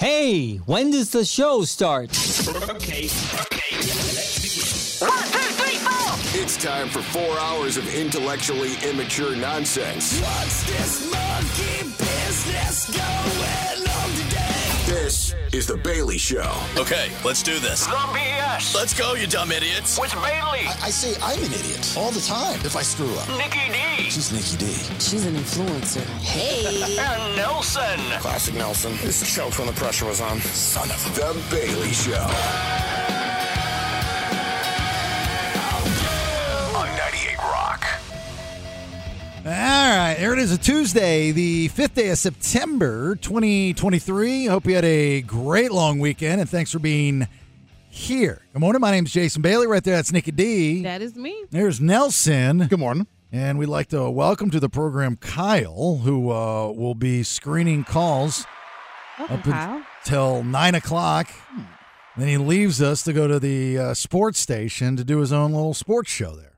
Hey, when does the show start? Okay, okay, let's begin. One, two, three, four. It's time for four hours of intellectually immature nonsense. What's this monkey business going on today? This is The Bailey Show. Okay, let's do this. The BS Let's go, you dumb idiots. with Bailey, I say I'm an idiot all the time if I screw up. Nikki D, She's Nikki D. She's an influencer. Hey. and Nelson. Classic Nelson. This choked when the pressure was on. Son of a. The Bailey Show. On 98 Rock. All right, there it is. A Tuesday, the fifth day of September, 2023. Hope you had a great long weekend, and thanks for being here. Good morning. My name's Jason Bailey. Right there, that's Nikki D. That is me. There's Nelson, Good morning. and we'd like to welcome to the program Kyle, who uh, will be screening calls Welcome, Up in- Kyle. till nine o'clock. Hmm. Then he leaves us to go to the uh, sports station to do his own little sports show there,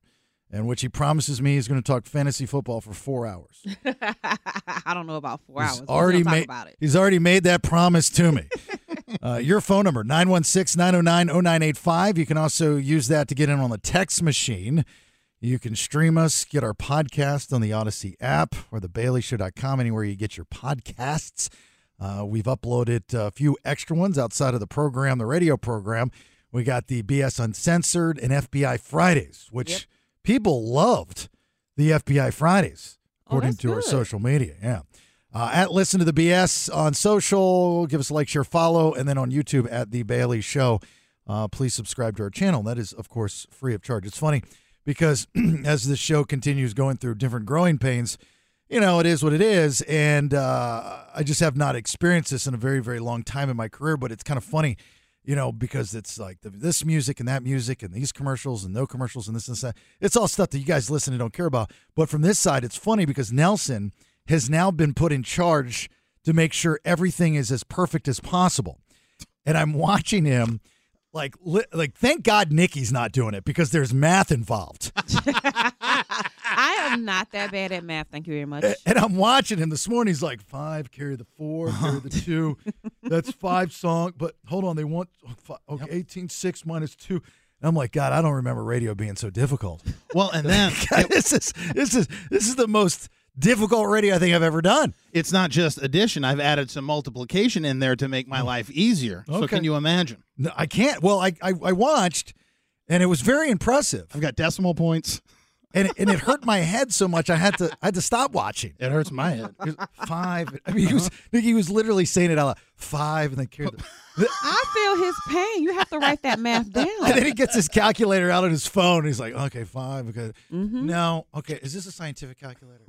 in which he promises me he's going to talk fantasy football for four hours. I don't know about four hours. He's We're already gonna made. talk about it. He's already made that promise to me. uh, your phone number 916-909-0985. You can also use that to get in on the text machine. You can stream us, get our podcast on the Odyssey app or the thebaileyshow.com, anywhere you get your podcasts. Uh, we've uploaded a few extra ones outside of the program, the radio program. We got the BS Uncensored and FBI Fridays, which people loved the FBI Fridays, Oh, according that's to our good. social media. Yeah. Uh, at Listen to the BS on social. Give us a like, share, follow, and then on YouTube at The Bailey Show. Uh, please subscribe to our channel. That is, of course, free of charge. It's funny because as this show continues going through different growing pains, you know, it is what it is. And uh, I just have not experienced this in a very, very long time in my career, but it's kind of funny, you know, because it's like the, this music and that music and these commercials and no commercials and this and that. It's all stuff that you guys listen and don't care about. But from this side, it's funny because Nelson has now been put in charge to make sure everything is as perfect as possible. And I'm watching him. Like, li- like, thank God Nikki's not doing it because there's math involved. I am not that bad at math. Thank you very much. And I'm watching him this morning. He's like five, carry the 4 carry the two. That's five song. But hold on, they want five, okay, eighteen six minus two. And I'm like, God, I don't remember radio being so difficult. Well, and then God, this is this is this is the most difficult radio I think I've ever done. it's not just addition. I've added some multiplication in there to make my life easier. So Okay. can you imagine? No, I can't. Well, I, I I watched, and it was very impressive, I've got decimal points. and and it hurt my head so much I had to I had to stop watching. It hurts my head. It was Five. I mean, he was he was literally saying it out loud. Five, and then carry the. I feel his pain. You have to write that math and then down. he gets his calculator out on his phone. And he's like, okay, fine. Okay. No. Okay. Is this a scientific calculator?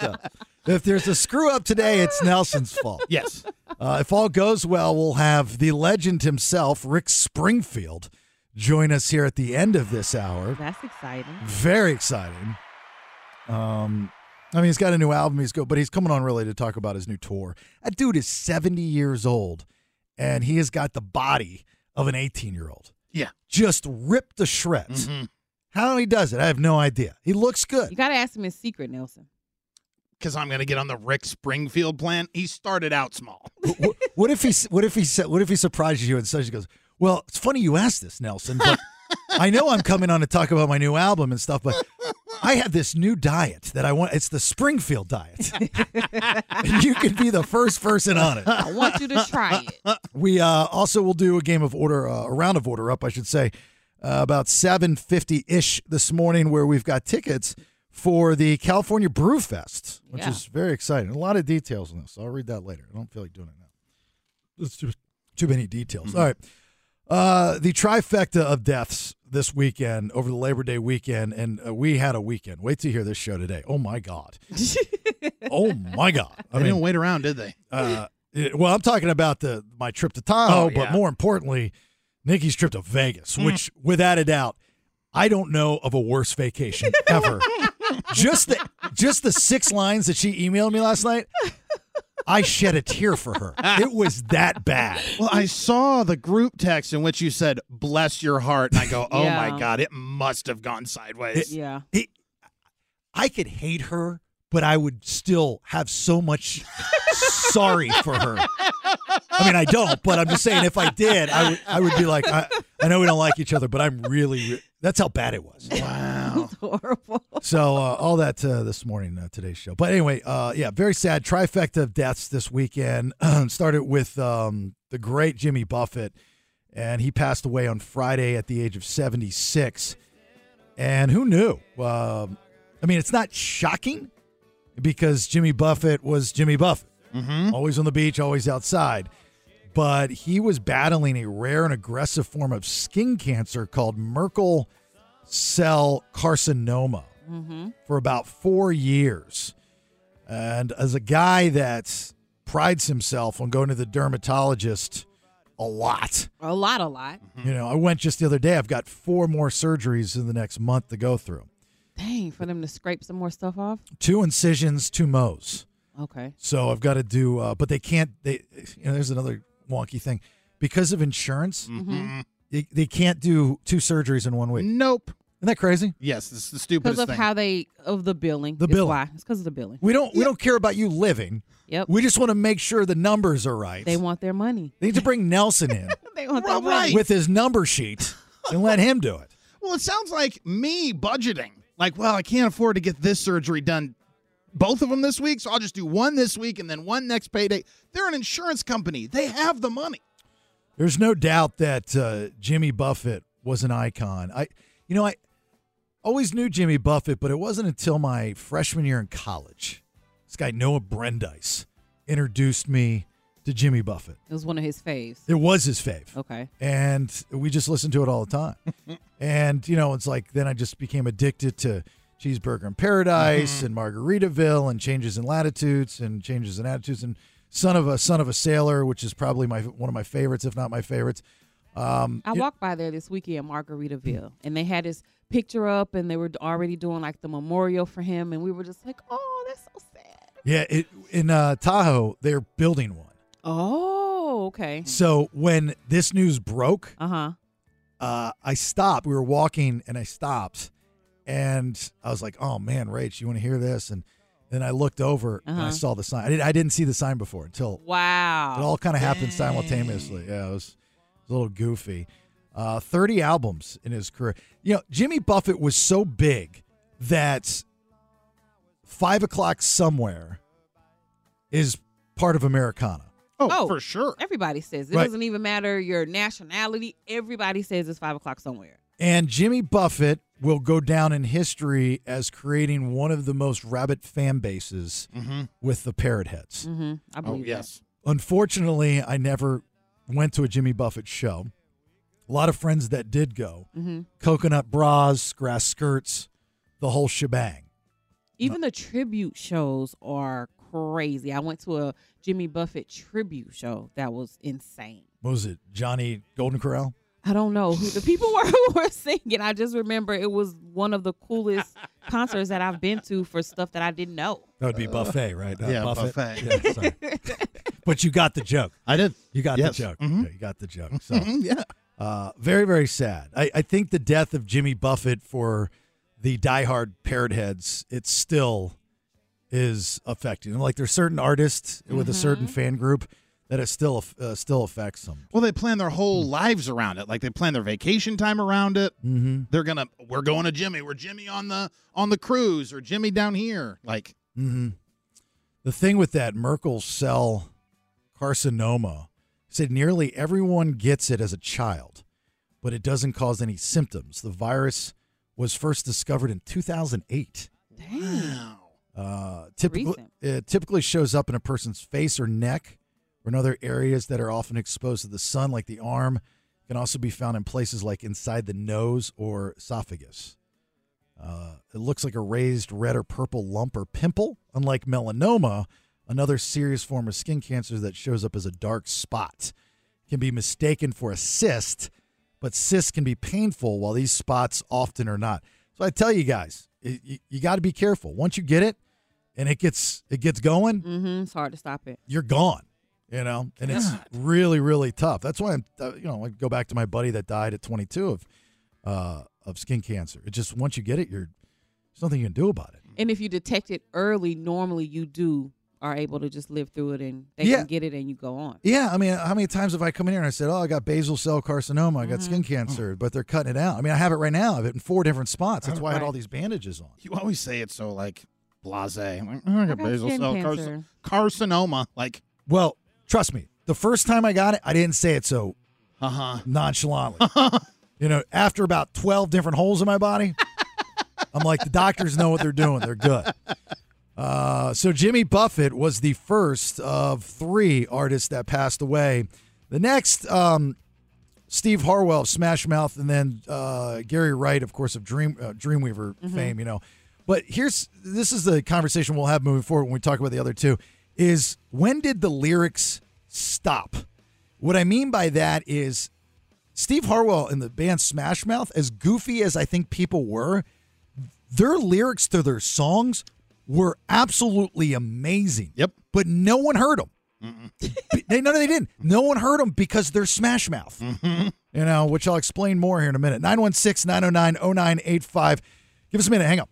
So, if there's a screw up today, it's Nelson's fault. Yes. Uh, if all goes well, we'll have the legend himself, Rick Springfield, join us here at the end of this hour. That's exciting. Very exciting. Um, I mean, he's got a new album. He's go, but he's coming on really to talk about his new tour. That dude is seventy years old, and he has got the body of an eighteen-year-old. Yeah. just ripped to shreds. How he does it, I have no idea. He looks You good. got to ask him in secret, Nelson. Because I'm going to get on the Rick Springfield plan. He started out small. what, what if he? s- What if he? sa- What if he surprises you and says, "He goes, well, it's funny you asked this, Nelson, but I know I'm coming on to talk about my new album and stuff, but." I have this new diet that I want. It's the Springfield diet. and you could be the first person on it. I want you to try it. We uh, also will do a game of order, uh, a round of order up, I should say, uh, about seven fifty ish this morning, where we've got tickets for the California Brew Fest, which Yeah. is very exciting. A lot of details on this. I'll read that later. I don't feel like doing it now. There's too, too many details. All right. Uh, the trifecta of deaths this weekend over the Labor Day weekend, and uh, we had a weekend. Wait to hear this show today. Oh my god! oh my god! They didn't wait around, did they? Uh, it- well, I'm talking about the my trip to Tahoe, Oh, but yeah. Mm. more importantly, Nikki's trip to Vegas, which, without a doubt, I don't know of a worse vacation ever. just the just the six lines that she emailed me last night, I shed a tear for her. It was that bad. Well, I saw the group text in which you said, bless your heart. And I go, oh Yeah. my God, it must have gone sideways. Yeah. I could hate her, but I would still have so much sorry for her. I mean, I don't, but I'm just saying if I did, I would I would be like, I, I know we don't like each other, but I'm really. Re-. That's how bad it was. Wow. Horrible. So uh, all that uh, this morning, uh, today's show. But anyway, uh, yeah, very sad trifecta of deaths this weekend. Started with um, the great Jimmy Buffett, and he passed away on Friday at the age of 76. And who knew? Um, I mean, it's not shocking because Jimmy Buffett was Jimmy Buffett, always on the beach, always outside. But he was battling a rare and aggressive form of skin cancer called Merkel cell carcinoma for about four years. And as a guy that prides himself on going to the dermatologist a lot, A lot, a lot. you know, I went just the other day. I've got four more surgeries in the next month to go through Dang, for them to scrape some more stuff off. two incisions, two mows. Okay. So I've got to do, uh, but they can't. They, you know, there's another wonky thing because of insurance. Mm-hmm. They, they can't do two surgeries in one week. Isn't Mm-hmm. Nope. that crazy? Yes, this is the Because stupidest of thing. how they of the billing. The is billing. Why? It's because of the billing. We don't. We don't care about you living. Yep. We just want to make sure the numbers are right. They want their money. They need to bring Nelson in They want Well, their money. with his number sheet and let him do it. well, it sounds like me budgeting. Like, well, I can't afford to get this surgery done, both of them this week, so I'll just do one this week and then one next payday. They're an insurance company. They have the money. There's no doubt that uh, Jimmy Buffett was an icon. I, you know, I always knew Jimmy Buffett, but it wasn't until my freshman year in college. This guy Noah Brandeis introduced me to Jimmy Buffett. It was one of his faves. It was his fave, Okay. and we just listened to it all the time. and you know, it's like then I just became addicted to Cheeseburger in Paradise and Margaritaville and Changes in Latitudes and Changes in Attitudes and Son of a Son of a Sailor, which is probably my one of my favorites, if not my favorites. I walked by there this weekend, Margaritaville, and they had his picture up, and they were already doing like the memorial for him, and we were just like, "Oh, that's so sad." Yeah, it, in uh, Tahoe, they're building one. Mm-hmm. Oh, okay. So when this news broke, Uh huh. uh, I stopped. We were walking, and I stopped, and I was like, "Oh man, Rach, you want to hear this?" And then I looked over and I Uh-huh. saw the sign. I, did, I didn't see the sign before until Wow. it all kind of happened simultaneously. Yeah, it was, it was a little goofy. Uh, Thirty albums in his career. You know, Jimmy Buffett was so big that five o'clock somewhere is part of Americana. Oh, Oh. for sure. Everybody says it Right. doesn't even matter your nationality. Everybody says it's five o'clock somewhere. And Jimmy Buffett will go down in history as creating one of the most rabid fan bases Mm-hmm. with the Parrot Heads. Mm-hmm. I Oh, believe. yes. Unfortunately, I never went to a Jimmy Buffett show. A lot of friends that did go coconut bras, grass skirts, the whole shebang. That. Even the tribute shows are crazy. I went to a Jimmy Buffett tribute show that was insane. What was it, Johnny Golden Corral? I don't know who the people were who were singing. I just remember it was one of the coolest concerts that I've been to for stuff that I didn't know. That would be buffet, right? Not Uh, yeah, Buffett. buffet. Yeah, sorry. but you got the joke. I did. You got Yes. the joke. Mhm. Yeah, you got the joke. So. Mm, Yeah. Uh, very, very sad. I, I think the death of Jimmy Buffett for the diehard parrot heads, it still is affecting. them. Like there's certain artists with a certain Mm-hmm. fan group that it still aff- uh, still affects them. Well, they plan their whole lives around it. Like they plan their vacation time around it. Mm-hmm. They're gonna we're going to Jimmy. We're Jimmy on the on the cruise or Jimmy down here. Like Mm-hmm. The thing with that Merkel cell carcinoma said nearly everyone gets it as a child, but it doesn't cause any symptoms. The virus was first discovered in 2008. Dang. Uh, typically, Recent. it typically shows up in a person's face or neck or in other areas that are often exposed to the sun, like the arm. It can also be found in places like inside the nose or esophagus. Uh, it looks like a raised red or purple lump or pimple, unlike melanoma, another serious form of skin cancer that shows up as a dark spot. It can be mistaken for a cyst, but cysts can be painful, while these spots often are not. So I tell you guys, it, you, you got to be careful. Once you get it, and it gets it gets going, Mm-hmm. It's hard to stop it. you're gone. You know, and it's God. really really tough. That's why I'm uh, you know I go back to my buddy that died at 22 of uh, of skin cancer. It just once you get it, you're there's nothing you can do about it. And if you detect it early, normally you do are able to just live through it and they Yeah. can get it and you go on. Yeah, I mean, how many times have I come in here and I said, "Oh, I got basal cell carcinoma, I got skin cancer," but they're cutting it out. I mean, I have it right now. I have it in four different spots. That's why I had all these bandages on. You always say it so like blase. I'm like, "Oh, I got got basal skin cell cancer." carci- carcinoma. Like, Well, trust me, the first time I got it, I didn't say it so uh huh. nonchalantly. you know, after about twelve different holes in my body, I'm like, the doctors know what they're doing. They're good. Uh, so Jimmy Buffett was the first of three artists that passed away. The next, um, Steve Harwell of Smash Mouth, and then uh, Gary Wright, of course, of Dream uh, Dreamweaver fame. You know, but here's this is the conversation we'll have moving forward when we talk about the other two. Is when did the lyrics stop? What I mean by that is Steve Harwell and the band Smash Mouth, as goofy as I think people were, their lyrics to their songs were absolutely amazing. Yep. But no one heard them. they, no, no, they didn't. No one heard them because they're Smash Mouth. You know, which I'll explain more here in a minute. 916 909 0985. Give us a minute. Hang up.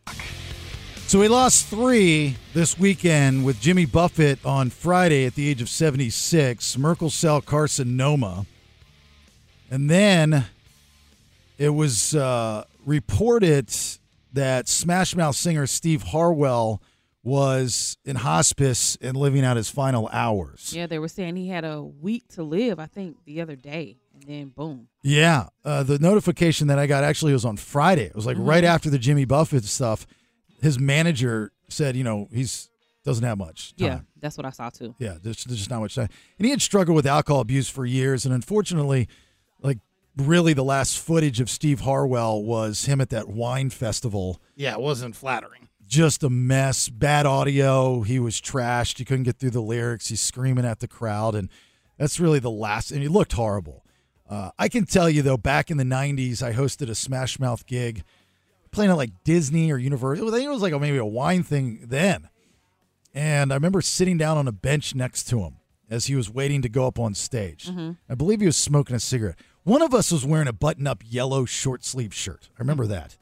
So we lost three this weekend with Jimmy Buffett on Friday at the age of 76, Merkel cell carcinoma. And then it was uh, reported that Smash Mouth singer Steve Harwell was in hospice and living out his final hours. Yeah, they were saying he had a week to live, I think, the other day. And then boom. Yeah, uh, the notification that I got actually was on Friday. It was like right Mm-hmm. after the Jimmy Buffett stuff. His manager said, you know, he's doesn't have much. Time. Yeah, that's what I saw too. Yeah, there's, there's just not much time. And he had struggled with alcohol abuse for years. And unfortunately, like, really, the last footage of Steve Harwell was him at that wine festival. Yeah, it wasn't flattering. Just a mess, bad audio. He was trashed. He couldn't get through the lyrics. He's screaming at the crowd. And that's really the last. And he looked horrible. Uh, I can tell you, though, back in the 90s, I hosted a Smash Mouth gig playing at like Disney or Universal. I think it was like a, maybe a wine thing then. And I remember sitting down on a bench next to him as he was waiting to go up on stage. I believe he was smoking a cigarette. One of us was wearing a button up yellow short sleeve shirt. I remember that.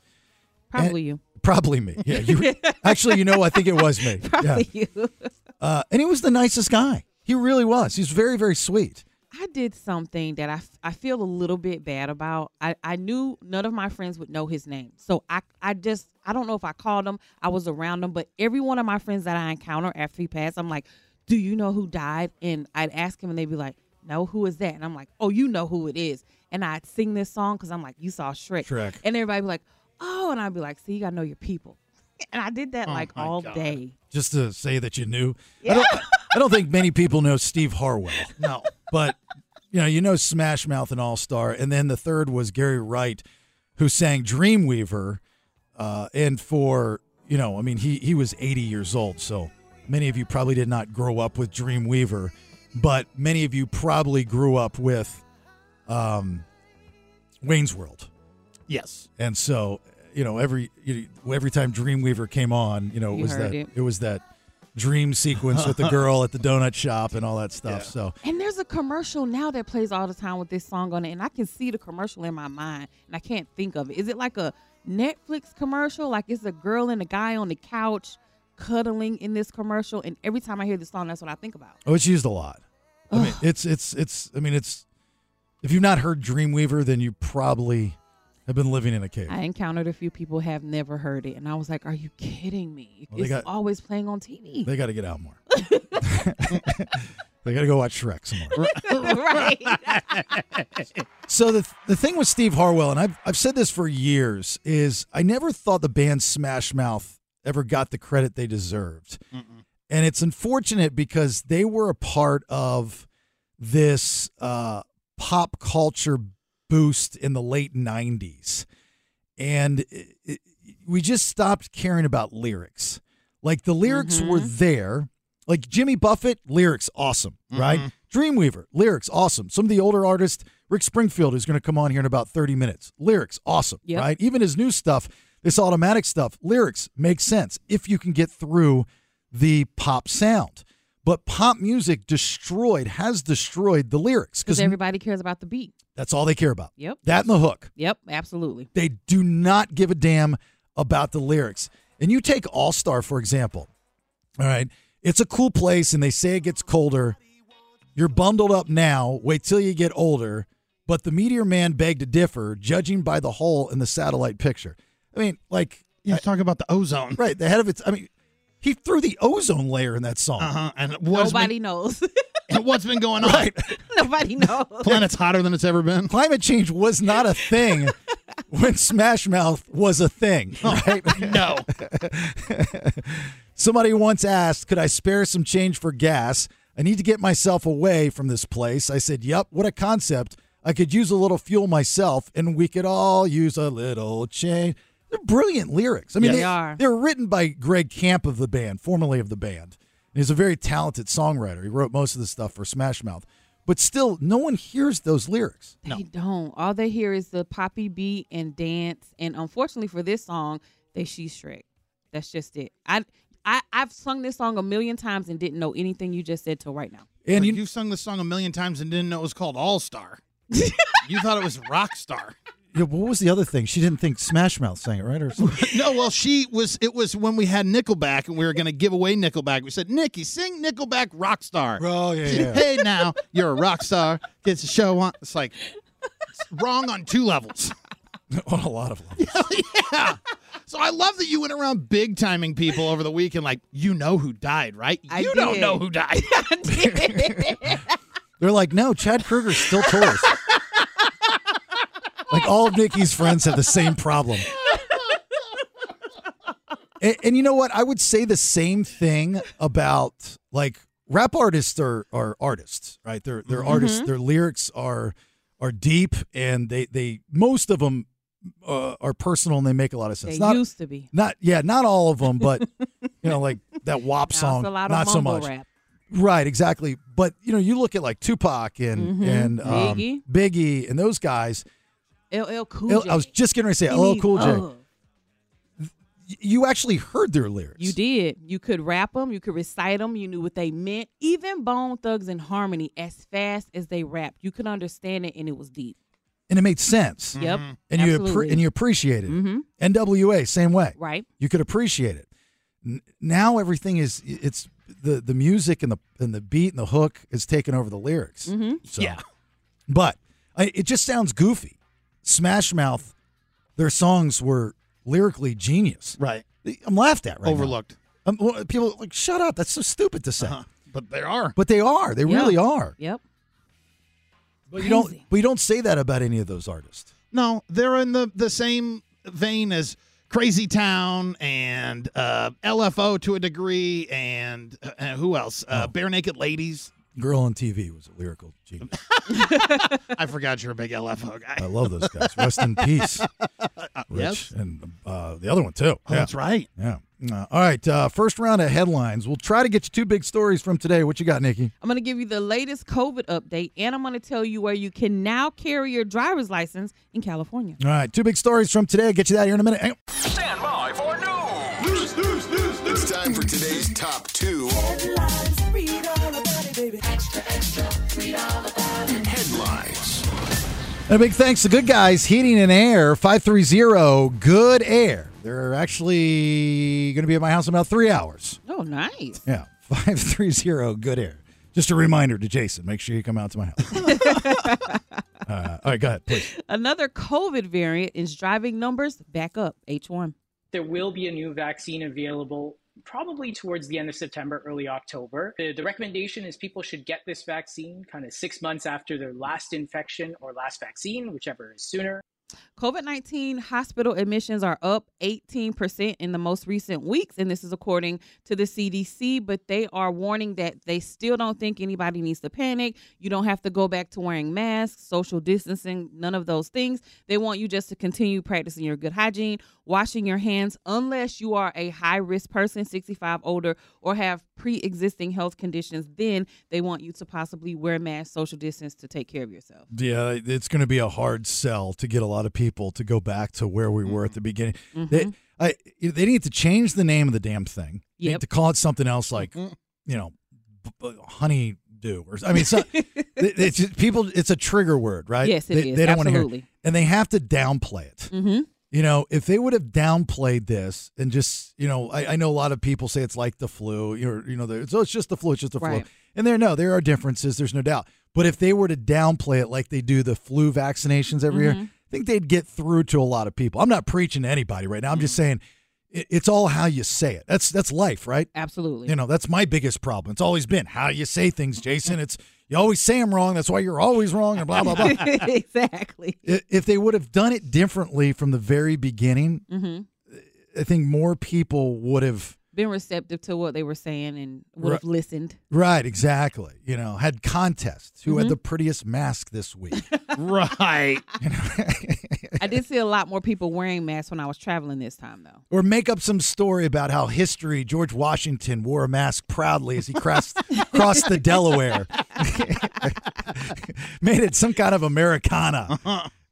Probably you. Eh, Probably me. Yeah. You, actually, you know, I think it was me. Yeah. Probably you. Uh, and he was the nicest guy. He really was. He's very, very sweet. I did something that I, f- I feel a little bit bad about. I, I knew none of my friends would know his name. So I, I just, I don't know if I called him, I was around him, but every one of my friends that I encounter after he passed, I'm like, do you know who died? And I'd ask him and they'd be like, no, who is that? And I'm like, oh, you know who it is. And I'd sing this song because I'm like, you saw Shrek. Shrek. And everybody be like, oh. And I'd be like, see, you got to know your people. And I did that like Oh my all God. day. Just to say that you knew. I, don't, I don't think many people know Steve Harwell. No. but you know, you know Smash Mouth and All Star, and then the third was Gary Wright, who sang Dreamweaver, uh, and for you know, I mean, he he was 80 years old, so many of you probably did not grow up with Dreamweaver, but many of you probably grew up with um, Wayne's World, yes. and so you know every you know, every time Dreamweaver came on, you know it You was heard that it. was that dream sequence with the girl at the donut shop and all that stuff. So And there's a commercial now that plays all the time with this song on it, and I can see the commercial in my mind, and I can't think of it. Is it like a Netflix commercial? Like it's a girl and a guy on the couch cuddling in this commercial, and every time I hear this song, that's what I think about. Oh, it's used a lot. I mean, it's it's it's. I mean, it's. If you've not heard Dreamweaver, then you probably have been living in a cave. I encountered a few people who have never heard it, and I was like, "Are you kidding me? Well, they it's got- always playing on TV." They got to get out more. they got to go watch Shrek some more. right? So the the thing with Steve Harwell, and I've I've said this for years, is I never thought the band Smash Mouth ever got the credit they deserved, and it's unfortunate because they were a part of this uh, pop culture boost in the late '90s, and it, it, we just stopped caring about lyrics. Like the lyrics were there. Like Jimmy Buffett, lyrics awesome, right? Mm-hmm. Dreamweaver, lyrics awesome. Some of the older artists, Rick Springfield is going to come on here in about 30 minutes. Lyrics awesome, Yep. right? Even his new stuff, this automatic stuff, lyrics make sense if you can get through the pop sound. But pop music destroyed, has destroyed the lyrics Because because everybody cares about the beat. that's all they care about. Yep. That and the hook. Yep, absolutely. They do not give a damn about the lyrics. And you take All Star, for example. All right. It's a cool place, and they say it gets colder. You're bundled up now. Wait till you get older. But the Meteor Man begged to differ, judging by the hole in the satellite picture. I mean, like, He's talking about the ozone. right, the head of its. I mean, he threw the ozone layer in that song. Uh huh. And what's Nobody been, knows. and what's been going on? Right. Nobody knows. Planet's hotter than it's ever been. Climate change was not a thing when Smash Mouth was a thing, right? No. Somebody once asked, Could I spare some change for gas? I need to get myself away from this place. I said, Yep, what a concept. I could use a little fuel myself, and we could all use a little change. They're brilliant lyrics. I mean, Yes. they, They are. They're written by Greg Camp of the band, formerly of the band. And he's a very talented songwriter. He wrote most of the stuff for Smash Mouth. But still, no one hears those lyrics. They don't. All they hear is the poppy beat and dance. And unfortunately for this song, they she Shrek. That's just it. I I I've sung this song a million times and didn't know anything you just said till right now. And you, you, have sung this song a million times and didn't know it was called All Star. you thought it was Rock Star. Yeah, what was the other thing? She didn't think Smash Mouth sang it, right? Or something. No, well, she was. It was when we had Nickelback and we were going to give away Nickelback. We said, "Nikki, sing Nickelback Rock Star." Oh, yeah, She- Hey, now you're a rock star. Gets a show on. It's like it's wrong on two levels. on a lot of levels. yeah. So I love that you went around big timing people over the weekend. Like you know who died, right? I you don't did. know who died. They're like, no, Chad Kruger still tours. like all of Nikki's friends have the same problem. And, and you know what? I would say the same thing about like rap artists are, are artists, right? They're they're Mm-hmm. artists. Their lyrics are are deep, and they they most of them uh, are personal, and they make a lot of sense. They Not- used to be. Not yeah, not all of them, but you know, like that WAP Now song, it's a lot not of so mumble much. rap. Right, exactly. But you know, you look at like Tupac and and um, Mm-hmm. Biggie. Biggie and those guys. LL Cool L- J. I was just getting ready to say, He "Oh, needs- Cool J." Ugh. Y- You actually heard their lyrics. You did. You could rap them. You could recite them. You knew what they meant. Even Bone Thugs and Harmony, as fast as they rapped, you could understand it, and it was deep. and it made sense. Yep. Mm-hmm. and you Absolutely. Mm-hmm. appre- and you appreciated it. NWA same way. right. You could appreciate it. N- now everything is it's the the music and the and the beat and the hook is taking over the lyrics. Mm-hmm. So, Yeah. but I, it just sounds goofy. Smash Mouth, their songs were lyrically genius. right. I'm laughed at right now. Overlooked. Um, well, people are like shut up. That's so stupid to say. Uh, but there are. But they are. They Yeah. really are. Yep. But you don't. Crazy. But you don't say that about any of those artists. No, they're in the, the same vein as Crazy Town and uh, LFO to a degree, and uh, uh, who else? Uh, Bare Naked Ladies. Girl on TV was a lyrical genius. I forgot you're a big LFO guy. Oh, I love those guys. Rest in peace. Rich. yes. And uh, the other one too. Oh, That's right. Yeah. Uh, all right. Uh, first round of headlines. We'll try to get you two big stories from today. What you got, Nikki? I'm going to give you the latest COVID update, and I'm going to tell you where you can now carry your driver's license in California. All right. Two big stories from today. Get you that here in a minute. Hang on. Stand by for news. News, news, news, news. It's time for today's top two headlines. And a big thanks to Good Guys Heating and Air, 530 Good Air. They're actually going to be at my house in about three hours. Oh, nice. Yeah, 530 Good Air. Just a reminder to Jason make sure you come out to my house. uh, all right, go ahead, please. Another COVID variant is driving numbers back up, H1. there will be a new vaccine available probably towards the end of September, early October. The, the recommendation is people should get this vaccine kind of six months after their last infection or last vaccine, whichever is sooner. COVID 19 hospital admissions are up 18% in the most recent weeks, and this is according to the CDC, but they are warning that they still don't think anybody needs to panic. You don't have to go back to wearing masks, social distancing, none of those things. They want you just to continue practicing your good hygiene, washing your hands, unless you are a high risk person, 65 older, or have pre existing health conditions. Then they want you to possibly wear masks, social distance to take care of yourself. Yeah, it's going to be a hard sell to get a lot of people to go back to where we were at the beginning. Mm-hmm. They, I, they need to change the name of the damn thing. They need Yep. to call it something else like, you know, b- b- honey do or I mean, so, it's just- people. It's a trigger word, right? Yes, it they, is. They don't want to hear, Absolutely. it. and they have to downplay it. Mm hmm. You know, if they would have downplayed this and just, you know, I, I know a lot of people say it's like the flu. You're, you know, they're- so it's just the flu. It's just the Right. flu. And there, no, there are differences. There's no doubt. But if they were to downplay it like they do the flu vaccinations every year, I think they'd get through to a lot of people. I'm not preaching to anybody right now. I'm just saying it, it's all how you say it. That's that's life, right? Absolutely. You know, that's my biggest problem. It's always been how you say things, Jason. It's you always say them wrong. That's why you're always wrong and blah blah blah. exactly. I- if they would have done it differently from the very beginning, hmm I think more people would have Been receptive to what they were saying and would have Right. listened. right exactly. You know, had contests who had Mhm. the prettiest mask this week. right. I did see a lot more people wearing masks when I was traveling this time, though. Or make up some story about how history George Washington wore a mask proudly as he crossed crossed the Delaware. Made it some kind of Americana.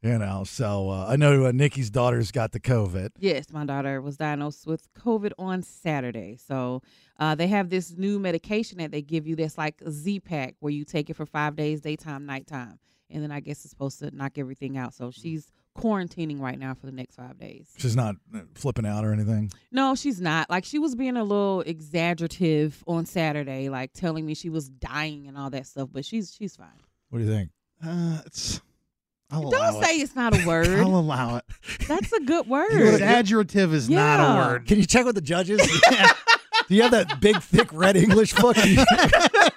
You know, so uh, I know uh, Nikki's daughter's got the COVID. Yes, my daughter was diagnosed with COVID on Saturday. So uh, they have this new medication that they give you that's like a Z Pack, where you take it for five days, daytime, nighttime. And then I guess it's supposed to knock everything out. Mm-hmm. So she's quarantining right now for the next five days. She's not uh, flipping out or anything. No, she's not. Like she was being a little exaggerative on Saturday, like telling me she was dying and all that stuff. But she's she's fine. What do you think? Uh, it's, I'll allow Don't say it's not a it. I'll word. allow it. That's a good word. Exaggerative is not a Yeah. word. Can you check with the judges? Do you have that big, thick red English book? I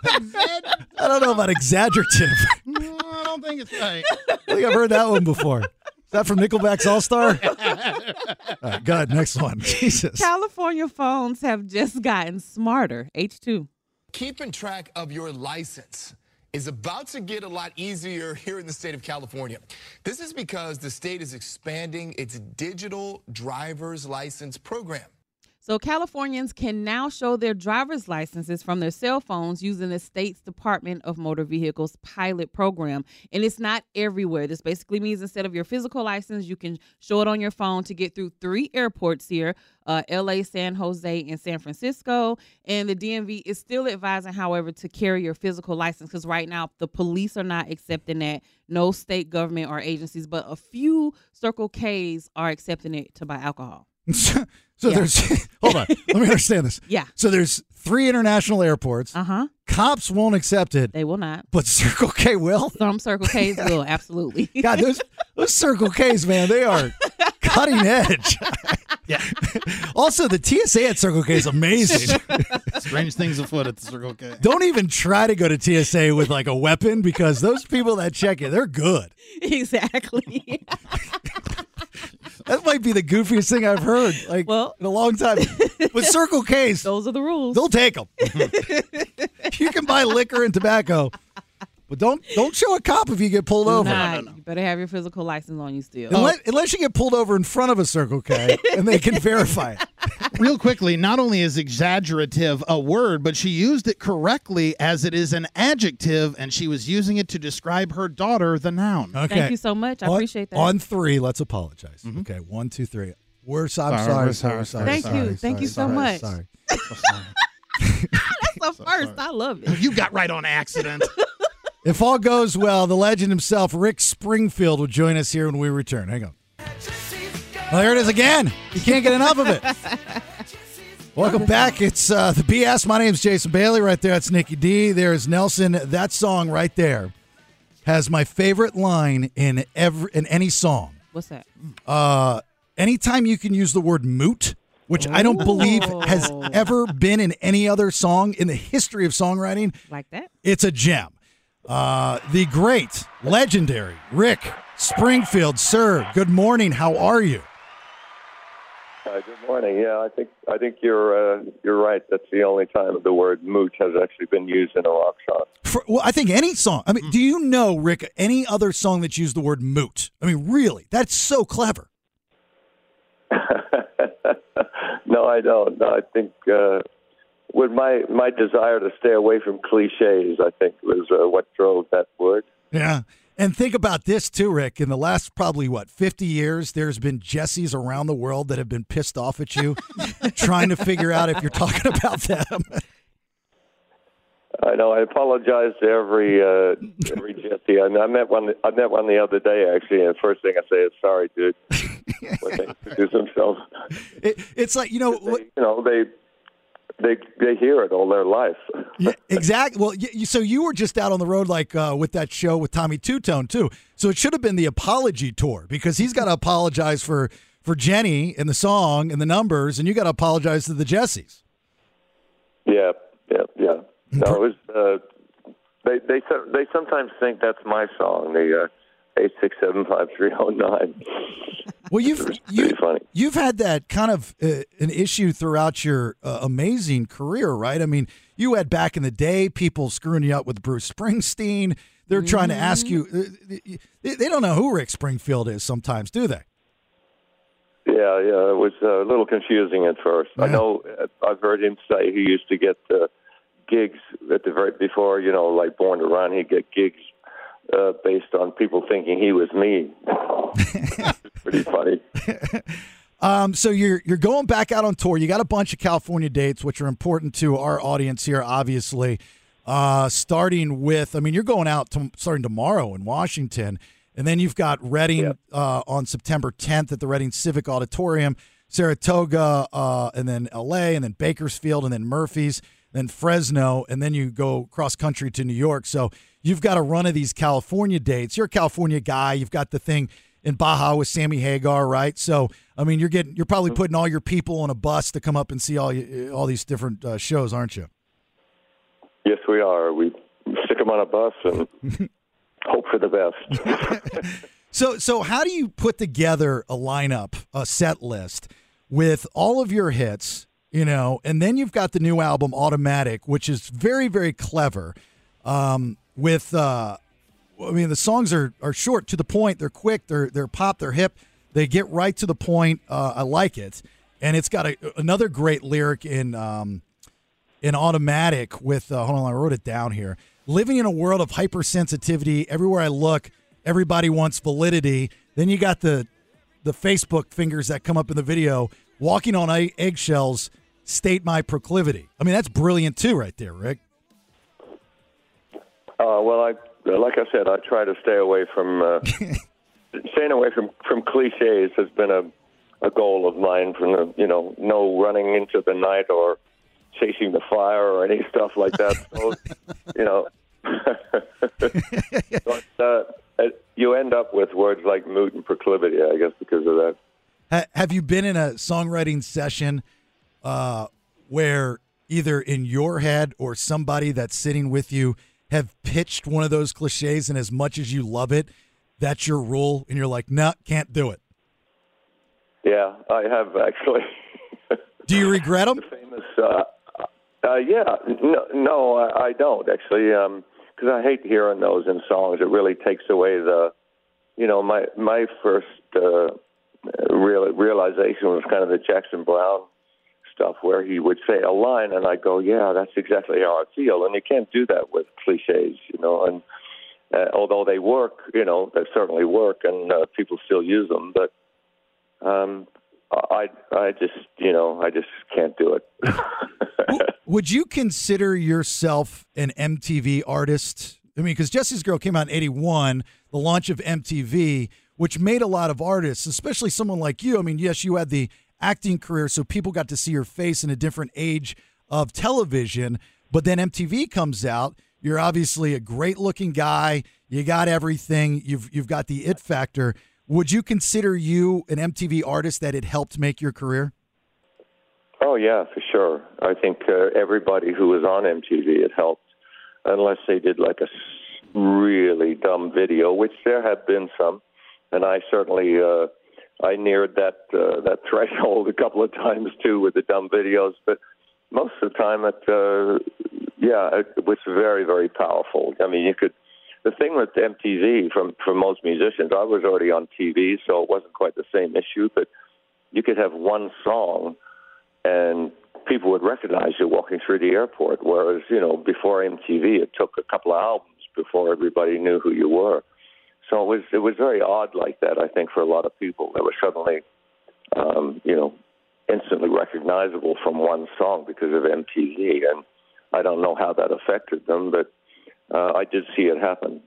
don't know about exaggerative. No, Mm, I don't think it's right. I think I've heard that one before. Is that from Nickelback's All Star? All right, God, next one. Jesus. California phones have just gotten smarter. H2. Keeping track of your license is about to get a lot easier here in the state of California. This is because the state is expanding its digital driver's license program. So Californians can now show their driver's licenses from their cell phones using the state's Department of Motor Vehicles pilot program. And it's not everywhere. This basically means instead of your physical license, you can show it on your phone to get through three airports here, uh, LA, San Jose, and San Francisco. And the DMV is still advising, however, to carry your physical license because right now the police are not accepting that. No state government or agencies, but a few Circle Ks are accepting it to buy alcohol. So, there's, hold on, let me understand this. Yeah. So there's three international airports. Uh huh. Cops won't accept it, They will not. but Circle K will. Some Circle K's will, absolutely. God, those those Circle K's, man, they are cutting edge. Yeah. Also, the TSA at Circle K is amazing. Strange things afoot at the Circle K. Don't even try to go to TSA with like a weapon because those people that check it, they're good. exactly. That might be the goofiest thing I've heard like Well- in a long time. With Circle K's, Those are the rules. they'll take them. you can buy liquor and tobacco, but don't don't show a cop if you get pulled over. Nah, You better have your physical license on you still. Unless, unless you get pulled over in front of a Circle K and they can verify it. Real quickly, not only is exaggerative a word, but she used it correctly as it is an adjective, and she was using it to describe her daughter, the noun. Okay. Thank you so much. I on, appreciate that. On three, let's apologize. Okay, one, two, three. We're so- I'm Mm-hmm. sorry. Sorry, sorry, sorry, sorry, Thank sorry, you. sorry, Thank you so sorry, much. Sorry. That's the first. I love it. Oh, You got right on accident. If all goes well, the legend himself, Rick Springfield, will join us here when we return. Hang on. Well, there it is again. You can't get enough of it. Welcome back. It's uh, the BS. My name's Jason Bailey. Right there, that's Nikki D. There is Nelson. That song right there has my favorite line in every in any song. What's that? Uh, anytime you can use the word moot, which I don't believe has Ooh. ever been in any other song in the history of songwriting, Like that? it's a gem. Uh, the great, legendary Rick Springfield, sir. Good morning. How are you? Uh, good morning. Yeah, I think I think you're uh, you're right. That's the only time the word mooch has actually been used in a rock song. For, well, I think any song. I mean, do you know, Rick, any other song that used the word moot? I mean, really, that's so clever. no, I don't. No, I think uh, with my my desire to stay away from cliches, I think was uh, what drove that word. Yeah. And think about this too, Rick. In the last probably what fifty years, there's been Jessies around the world that have been pissed off at you, trying to figure out if you're talking about them. I know. I apologize to every uh, every Jesse. I, I met one. I met one the other day actually, and the first thing I say is sorry, dude. when they introduce themselves. It, it's like you know, what, You know, they they they hear it all their life. yeah, exactly. Well, y- you, so you were just out on the road, like uh, with that show with Tommy Two Tone too. So it should have been the apology tour because he's got to apologize for for Jenny and the song and the numbers, and you got to apologize to the Jessies. Yeah, yeah, yeah. No, it was, uh, they they so- they sometimes think that's my song. The uh, eight six seven five three zero nine. Well, you've you, funny. you've had that kind of uh, an issue throughout your uh, amazing career, right? I mean, you had back in the day people screwing you up with Bruce Springsteen. They're trying to ask you. uh, They, they don't know who Rick Springfield is sometimes, do they? Yeah, yeah. It was uh, a little confusing at first. I know uh, I've heard him say he used to get uh, gigs at the very before you know, like Born to Run. He'd get gigs uh, based on people thinking he was me. Pretty funny. Um, so you're you're going back out on tour. You got a bunch of California dates, which are important to our audience here, obviously. Uh, starting with, I mean, you're going out to, starting tomorrow in Washington, and then you've got Reading uh, on September 10th at the Reading Civic Auditorium, Saratoga, uh, and then L.A., and then Bakersfield, and then Murphy's, then Fresno, and then you go cross country to New York. So you've got a run of these California dates. You're a California guy. You've got the thing in Baja with Sammy Hagar, right? So I mean, you're getting you're probably putting all your people on a bus to come up and see all you, all these different uh, shows, aren't you? Yes, we are. We stick him on a bus and hope for the best. So so how do you put together a lineup, a set list with all of your hits, you know, and then you've got the new album Automatic, which is very very clever. Um, with uh, I mean the songs are are short to the point, they're quick, they're they're pop, they're hip, they get right to the point. Uh, I like it, and it's got a, another great lyric in. Um, in automatic with uh, hold on, I wrote it down here. Living in a world of hypersensitivity, everywhere I look, everybody wants validity. Then you got the the Facebook fingers that come up in the video, walking on egg- eggshells. State my proclivity. I mean, that's brilliant too, right there, Rick. Uh, well, I like I said, I try to stay away from uh, staying away from from cliches has been a a goal of mine. From the you know, no running into the night or chasing the fire or any stuff like that. So, you know, but, uh, it- you end up with words like mood and proclivity, I guess, because of that. Ha- have you been in a songwriting session uh, where either in your head or somebody that's sitting with you have pitched one of those cliches, and as much as you love it, that's your rule, and you're like, nah, can't do it. Yeah, I have actually. Do you regret them? famous. Uh, uh, yeah, no, no, I, I don't actually, because I hate hearing those in songs. It really takes away the, you know, my my first uh, real realization was kind of the Jackson Brown stuff, where he would say a line, and I go, yeah, that's exactly how I feel, and you can't do that with cliches, you know, and. Uh, although they work, you know, they certainly work, and uh, people still use them. But um, I, I just, you know, I just can't do it. Would you consider yourself an MTV artist? I mean, because Jesse's Girl came out in 81, the launch of MTV, which made a lot of artists, especially someone like you. I mean, yes, you had the acting career, so people got to see your face in a different age of television. But then MTV comes out. You're obviously a great looking guy. You got everything. You've you've got the it factor. Would you consider you an MTV artist that it helped make your career? Oh yeah, for sure. I think uh, everybody who was on MTV it helped, unless they did like a s- really dumb video, which there have been some, and I certainly uh, I neared that uh, that threshold a couple of times too with the dumb videos, but most of the time it uh, yeah it was very very powerful. I mean you could. The thing with MTV from for most musicians, I was already on TV, so it wasn't quite the same issue. But you could have one song and people would recognize you walking through the airport. Whereas, you know, before MTV, it took a couple of albums before everybody knew who you were. So it was it was very odd like that. I think for a lot of people, they were suddenly, um, you know, instantly recognizable from one song because of MTV, and I don't know how that affected them, but uh, I did see it happen.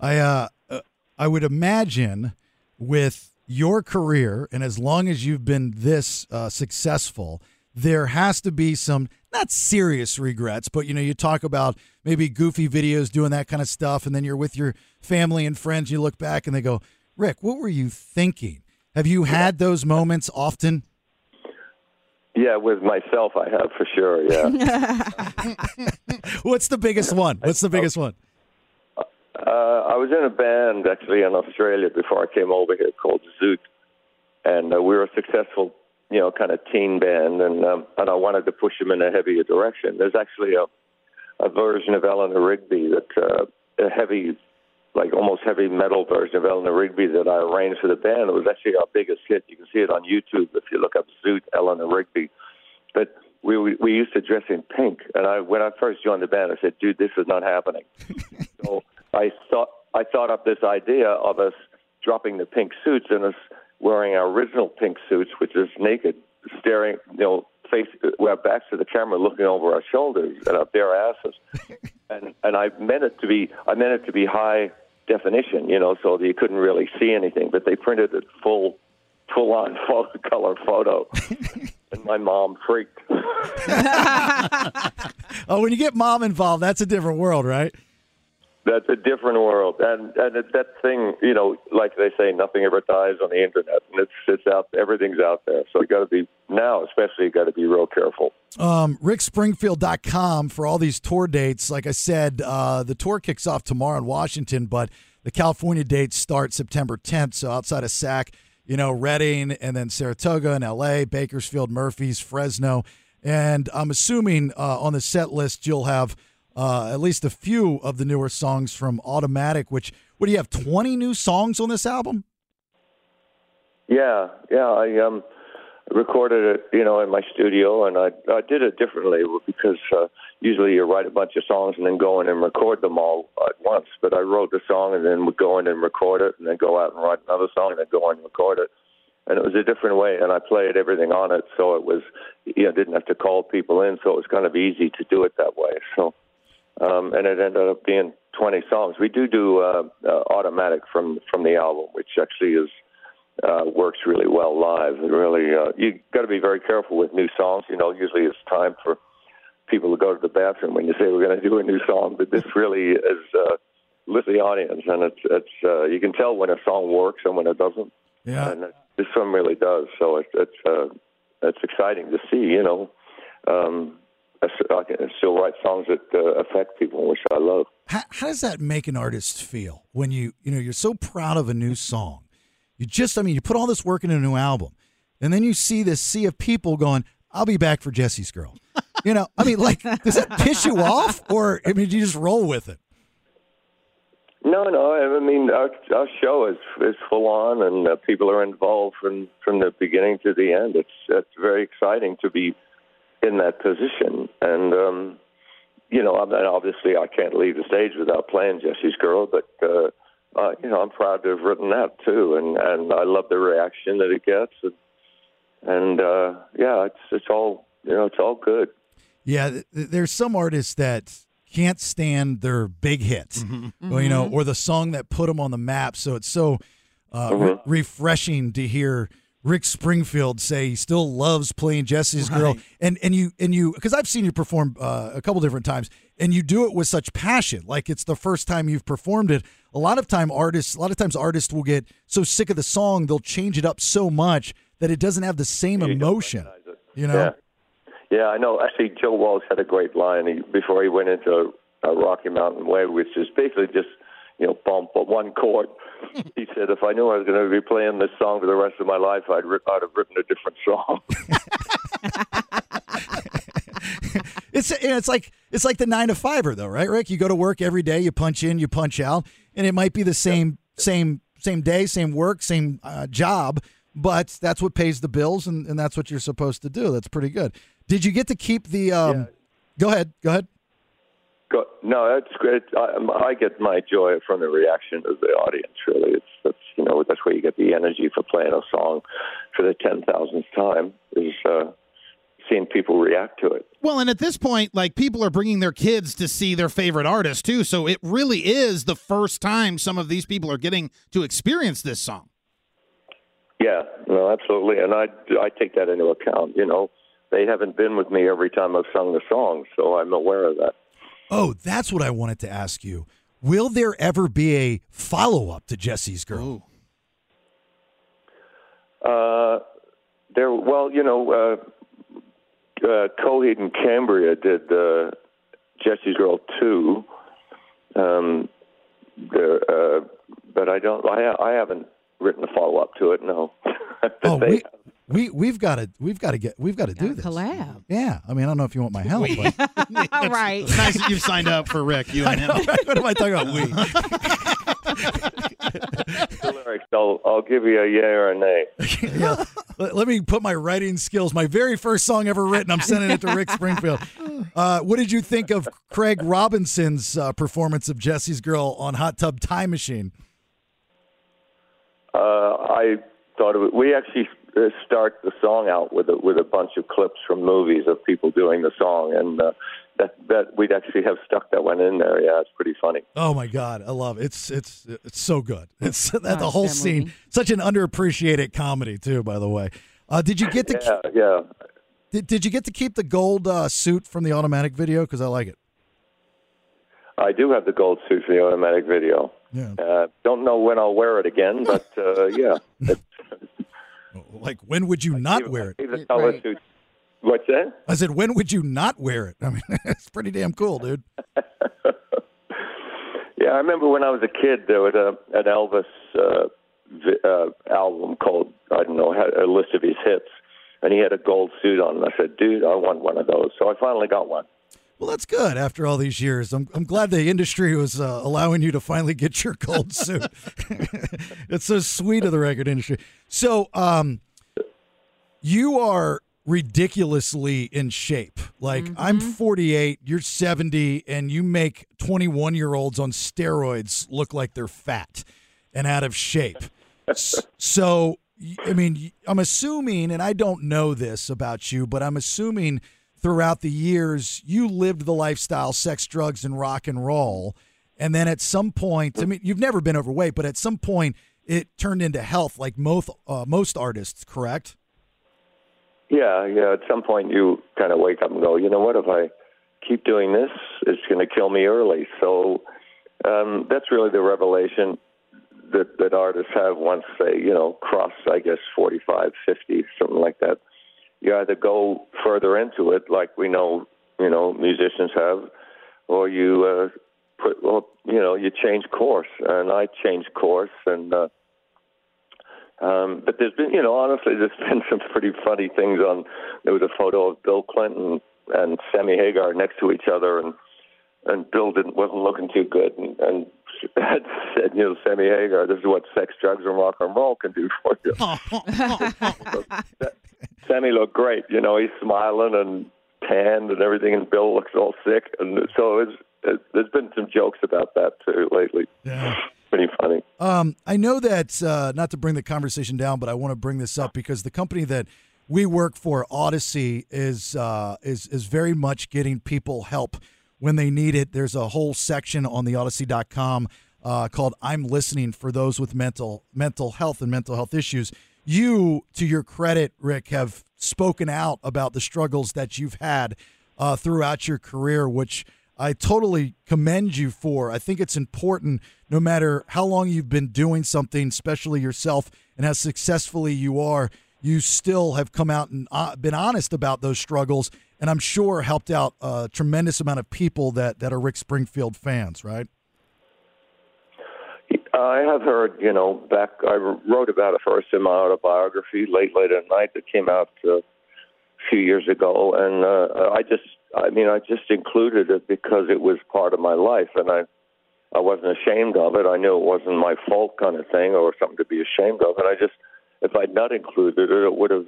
I uh, uh, I would imagine with your career and as long as you've been this uh, successful, there has to be some not serious regrets, but you know, you talk about maybe goofy videos doing that kind of stuff, and then you're with your family and friends, you look back and they go, Rick, what were you thinking? Have you had those moments often? Yeah, with myself, I have for sure. Yeah. What's the biggest one? What's the biggest one? Uh, I was in a band actually in Australia before I came over here called Zoot, and uh, we were a successful, you know, kind of teen band, and um, and I wanted to push them in a heavier direction. There's actually a a version of Eleanor Rigby that uh, a heavy, like almost heavy metal version of Eleanor Rigby that I arranged for the band. It was actually our biggest hit. You can see it on YouTube if you look up Zoot Eleanor Rigby, but we, we we used to dress in pink. And I when I first joined the band, I said, "Dude, this is not happening." so I thought I thought up this idea of us dropping the pink suits and us wearing our original pink suits, which is naked, staring, you know, face, our backs to the camera, looking over our shoulders and our bare asses. and and I meant it to be I meant it to be high definition, you know, so that you couldn't really see anything. But they printed it full. Full on photo, color photo. and my mom freaked. Oh, when you get mom involved, that's a different world, right? That's a different world, and and it, that thing, you know, like they say, nothing ever dies on the internet, and it's it's out, everything's out there. So you got to be now, especially, you got to be real careful. Um, RickSpringfield.com for all these tour dates. Like I said, uh, the tour kicks off tomorrow in Washington, but the California dates start September 10th. So outside of SAC, you know, Redding and then Saratoga and LA, Bakersfield, Murphy's, Fresno. And I'm assuming uh, on the set list, you'll have uh, at least a few of the newer songs from Automatic, which, what do you have, 20 new songs on this album? Yeah, yeah. I um, recorded it, you know, in my studio, and I I did it differently because uh, usually you write a bunch of songs and then go in and record them all at once. But I wrote the song and then would go in and record it, and then go out and write another song and then go in and record it. And it was a different way, and I played everything on it, so it was you know didn't have to call people in, so it was kind of easy to do it that way. So. Um, and it ended up being 20 songs. We do do uh, uh, automatic from from the album, which actually is uh, works really well live. It really, uh, you got to be very careful with new songs. You know, usually it's time for people to go to the bathroom when you say we're going to do a new song, but this really is uh, with the audience, and it's it's uh, you can tell when a song works and when it doesn't. Yeah. And this one really does. So it's it's uh, it's exciting to see. You know, um, I s- I can still write songs that uh, affect people, which I love. How, how does that make an artist feel when you you know you're so proud of a new song? You just I mean you put all this work into a new album, and then you see this sea of people going, "I'll be back for Jesse's girl." You know, I mean, like, does that piss you off, or I mean, do you just roll with it? No, no. I mean, our, our show is is full on, and uh, people are involved from from the beginning to the end. It's it's very exciting to be in that position, and um, you know, I'm, and obviously, I can't leave the stage without playing Jesse's Girl, but uh, uh, you know, I'm proud to have written that too, and and I love the reaction that it gets, and, and uh, yeah, it's it's all you know, it's all good. Yeah, th- th- there's some artists that can't stand their big hit, Or, you know, or the song that put them on the map. So it's so uh, re- Mhm. refreshing to hear Rick Springfield say he still loves playing Jesse's Girl, and and you and you because I've seen you perform uh, a couple different times, and you do it with such passion, like it's the first time you've performed it. A lot of time artists, a lot of times artists will get so sick of the song they'll change it up so much that it doesn't have the same emotion. You know. Yeah. Yeah, I know. Actually, Joe Walsh had a great line he, before he went into uh, Rocky Mountain Way, which is basically just you know bump but one chord. he said, "If I knew I was going to be playing this song for the rest of my life, I'd, writ- I'd have written a different song." It's and it's like it's like the nine to fiver though, right, Rick? You go to work every day, you punch in, you punch out, and it might be the same same same day, same work, same uh, job, but that's what pays the bills, and, and that's what you're supposed to do. That's pretty good. Did you get to keep the? Um, Go ahead, go ahead. Go, no, that's great. I, I get my joy from the reaction of the audience. Really, it's that's you know that's where you get the energy for playing a song for the ten thousandth time is uh, seeing people react to it. Well, and at this point, like people are bringing their kids to see their favorite artist too, so it really is the first time some of these people are getting to experience this song. Yeah, no, absolutely, and I I take that into account. You know, they haven't been with me every time I've sung the song, so I'm aware of that. Oh, that's what I wanted to ask you. Will there ever be a follow up to Jesse's Girl? Uh, there, well, you know, uh, uh, Coheed and Cambria did uh, Jesse's Girl two, um, the, uh, but I don't. I I haven't written a follow up to it. No. Oh, we, we we've got to we've got to get we've got to do this. collab. Yeah, I mean, I don't know if you want my help, but right. It's nice that you've signed up for Rick, you and him. what am I talking about? We. lyrics, I'll I'll give you a yay or a nay. Yeah. Let, let me put my writing skills. My very first song ever written. I'm sending it to Rick Springfield. Uh, what did you think of Craig Robinson's uh, performance of Jesse's Girl on Hot Tub Time Machine? Uh, I thought of it. We actually uh, start the song out with a, with a bunch of clips from movies of people doing the song, and uh, that that we'd actually have stuck that one in there. Yeah, it's pretty funny. Oh my God, I love it. it's it's it's so good. It's that the Nice, whole that scene, movie. such an underappreciated comedy too. By the way, uh, did you get to Yeah, yeah. did, did you get to keep the gold uh, suit from the automatic video? Because I like it. I do have the gold suit for the automatic video. Yeah. Uh, don't know when I'll wear it again, but uh, yeah, it's Like when would you not wear it? the color suit. What's that? I said when would you not wear it? I mean, it's pretty damn cool, dude. Yeah, I remember when I was a kid, there was a an Elvis uh, vi- uh, album called I don't know had a list of his hits, and he had a gold suit on. And I said, "Dude, I want one of those." So I finally got one. Well, that's good. After all these years, I'm I'm glad the industry was uh, allowing you to finally get your gold suit. it's so sweet of the record industry. So, um, you are ridiculously in shape. Like I'm 48, you're 70, and you make 21 year olds on steroids look like they're fat and out of shape. S- so, y- I mean, y- I'm assuming, and I don't know this about you, but I'm assuming throughout the years you lived the lifestyle, sex, drugs, and rock and roll. And then at some point, I mean, you've never been overweight, but at some point it turned into health, like most uh, most artists, correct? Yeah, yeah. At some point, you kind of wake up and go, you know what? If I keep doing this, it's going to kill me early. So um, that's really the revelation that that artists have once they, you know, cross, I guess, forty-five, fifty, something like that. You either go further into it, like we know, you know, musicians have, or you uh, put, well, you know, you change course. And I changed course, and uh, um, but there's been, you know, honestly, there's been some pretty funny things on. There was a photo of Bill Clinton and Sammy Hagar next to each other, and and Bill didn't wasn't looking too good, and, and had said, you know, Sammy Hagar, this is what sex, drugs, and rock and roll can do for you. Sammy looked great, you know, he's smiling and tanned and everything, and Bill looks all sick, and so it's, it, there's been some jokes about that too lately. Yeah. pretty funny. Um, I know that uh, not to bring the conversation down, but I want to bring this up because the company that we work for, Odyssey, is uh, is is very much getting people help when they need it. There's a whole section on the Odyssey.com uh, called "I'm Listening" for those with mental mental health and mental health issues. You, to your credit, Rick, have spoken out about the struggles that you've had uh, throughout your career, which I totally commend you for. I think it's important no matter how long you've been doing something, especially yourself, and how successfully you are, you still have come out and uh, been honest about those struggles. And I'm sure helped out a tremendous amount of people that, that are Rick Springfield fans, right? I have heard, you know, back I wrote about it first in my autobiography, late late at night, that came out uh, a few years ago, and uh, I just, I mean, I just included it because it was part of my life, and I, I wasn't ashamed of it. I knew it wasn't my fault, kind of thing, or something to be ashamed of, and I just, if I'd not included it, it would have.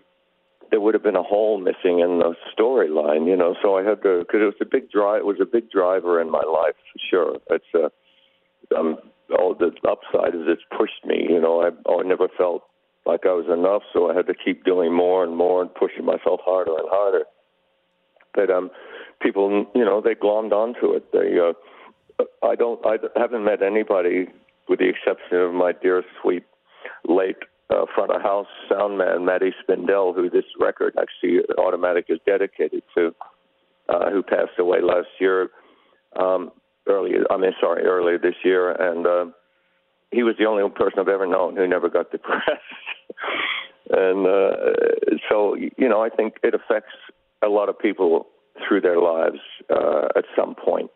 There would have been a hole missing in the storyline, you know. So I had to, because it was a big drive. It was a big driver in my life, for sure. It's uh, a, um, all the upside is it's pushed me. You know, I, oh, I never felt like I was enough, so I had to keep doing more and more and pushing myself harder and harder. But um, people, you know, they glommed onto it. They, uh, I don't, I haven't met anybody, with the exception of my dear sweet late uh, front of house sound man Matty Spindell, who this record actually automatic is dedicated to, uh, who passed away last year, um, earlier. I mean, sorry, earlier this year, and uh, he was the only person I've ever known who never got depressed. and uh, so, you know, I think it affects a lot of people through their lives uh, at some point.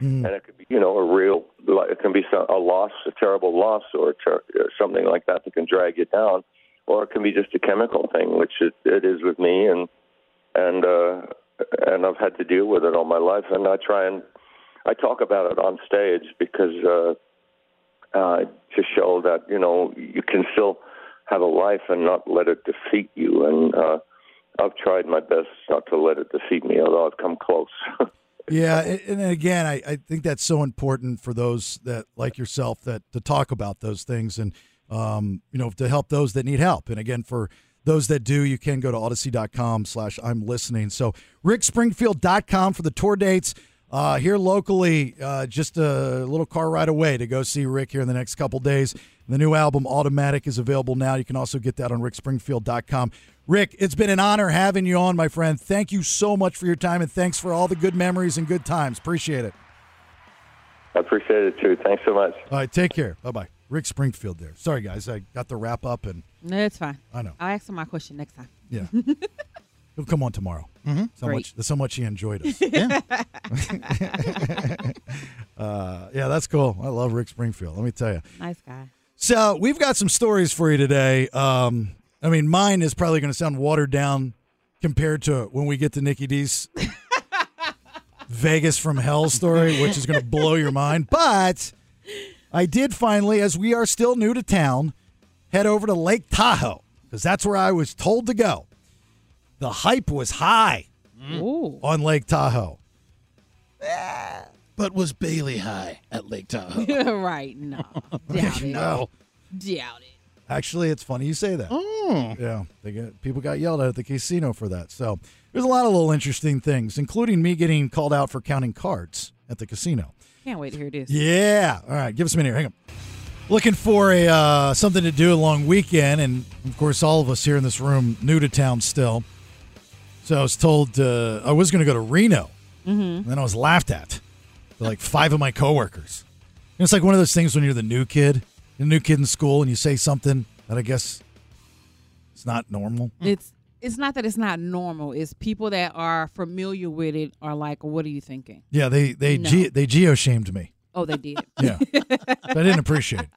And it could be, you know, a real, it can be some- a loss, a terrible loss, or, a ter- or something like that that can drag you down, or it can be just a chemical thing, which it, it is with me, and and uh, and I've had to deal with it all my life, and I try and I talk about it on stage because uh, uh, to show that you know you can still have a life and not let it defeat you, and uh, I've tried my best not to let it defeat me, although I've come close. Yeah, a- and again, I, I think that's so important for those that like yourself that to talk about those things and um, you know to help those that need help. And again, for those that do, you can go to odyssey.com slash I'm listening. So rickspringfield.com for the tour dates. Uh, here locally, uh, just a little car ride away to go see Rick here in the next couple days. The new album, Automatic, is available now. You can also get that on rickspringfield.com. Rick, it's been an honor having you on, my friend. Thank you so much for your time, and thanks for all the good memories and good times. Appreciate it. I appreciate it too. Thanks so much. All right, take care. Bye bye. Rick Springfield there. Sorry, guys. I got the wrap up, and No, it's fine. I know. I'll ask him my question next time. yeah. He'll come on tomorrow. Mhm. So Great. much, that's how much he enjoyed us. Yeah. uh, yeah, that's cool. I love Rick Springfield. Let me tell you. Nice guy. So we've got some stories for you today. Um, I mean, mine is probably going to sound watered down compared to when we get to Nikki D's Vegas from Hell story, which is going to blow your mind. But I did finally, as we are still new to town, head over to Lake Tahoe because that's where I was told to go. The hype was high on Lake Tahoe. But was Bailey high at Lake Tahoe? right. No. Doubt it. No. Doubt it. Actually, it's funny you say that. Yeah, they get, people got yelled at at the casino for that. So there's a lot of little interesting things, including me getting called out for counting cards at the casino. Can't wait to hear this. Yeah. All right, give us a minute. here. Hang on. Looking for a uh, something to do a long weekend, and of course, all of us here in this room new to town still. So I was told uh, I was going to go to Reno, and then I was laughed at by like five of my coworkers. And it's like one of those things when you're the new kid, the new kid in school, and you say something that I guess it's not normal. It's it's not that it's not normal. It's people that are familiar with it are like, what are you thinking? Yeah, they they No. ge- they geo shamed me. Oh, they did. Yeah. I didn't appreciate it.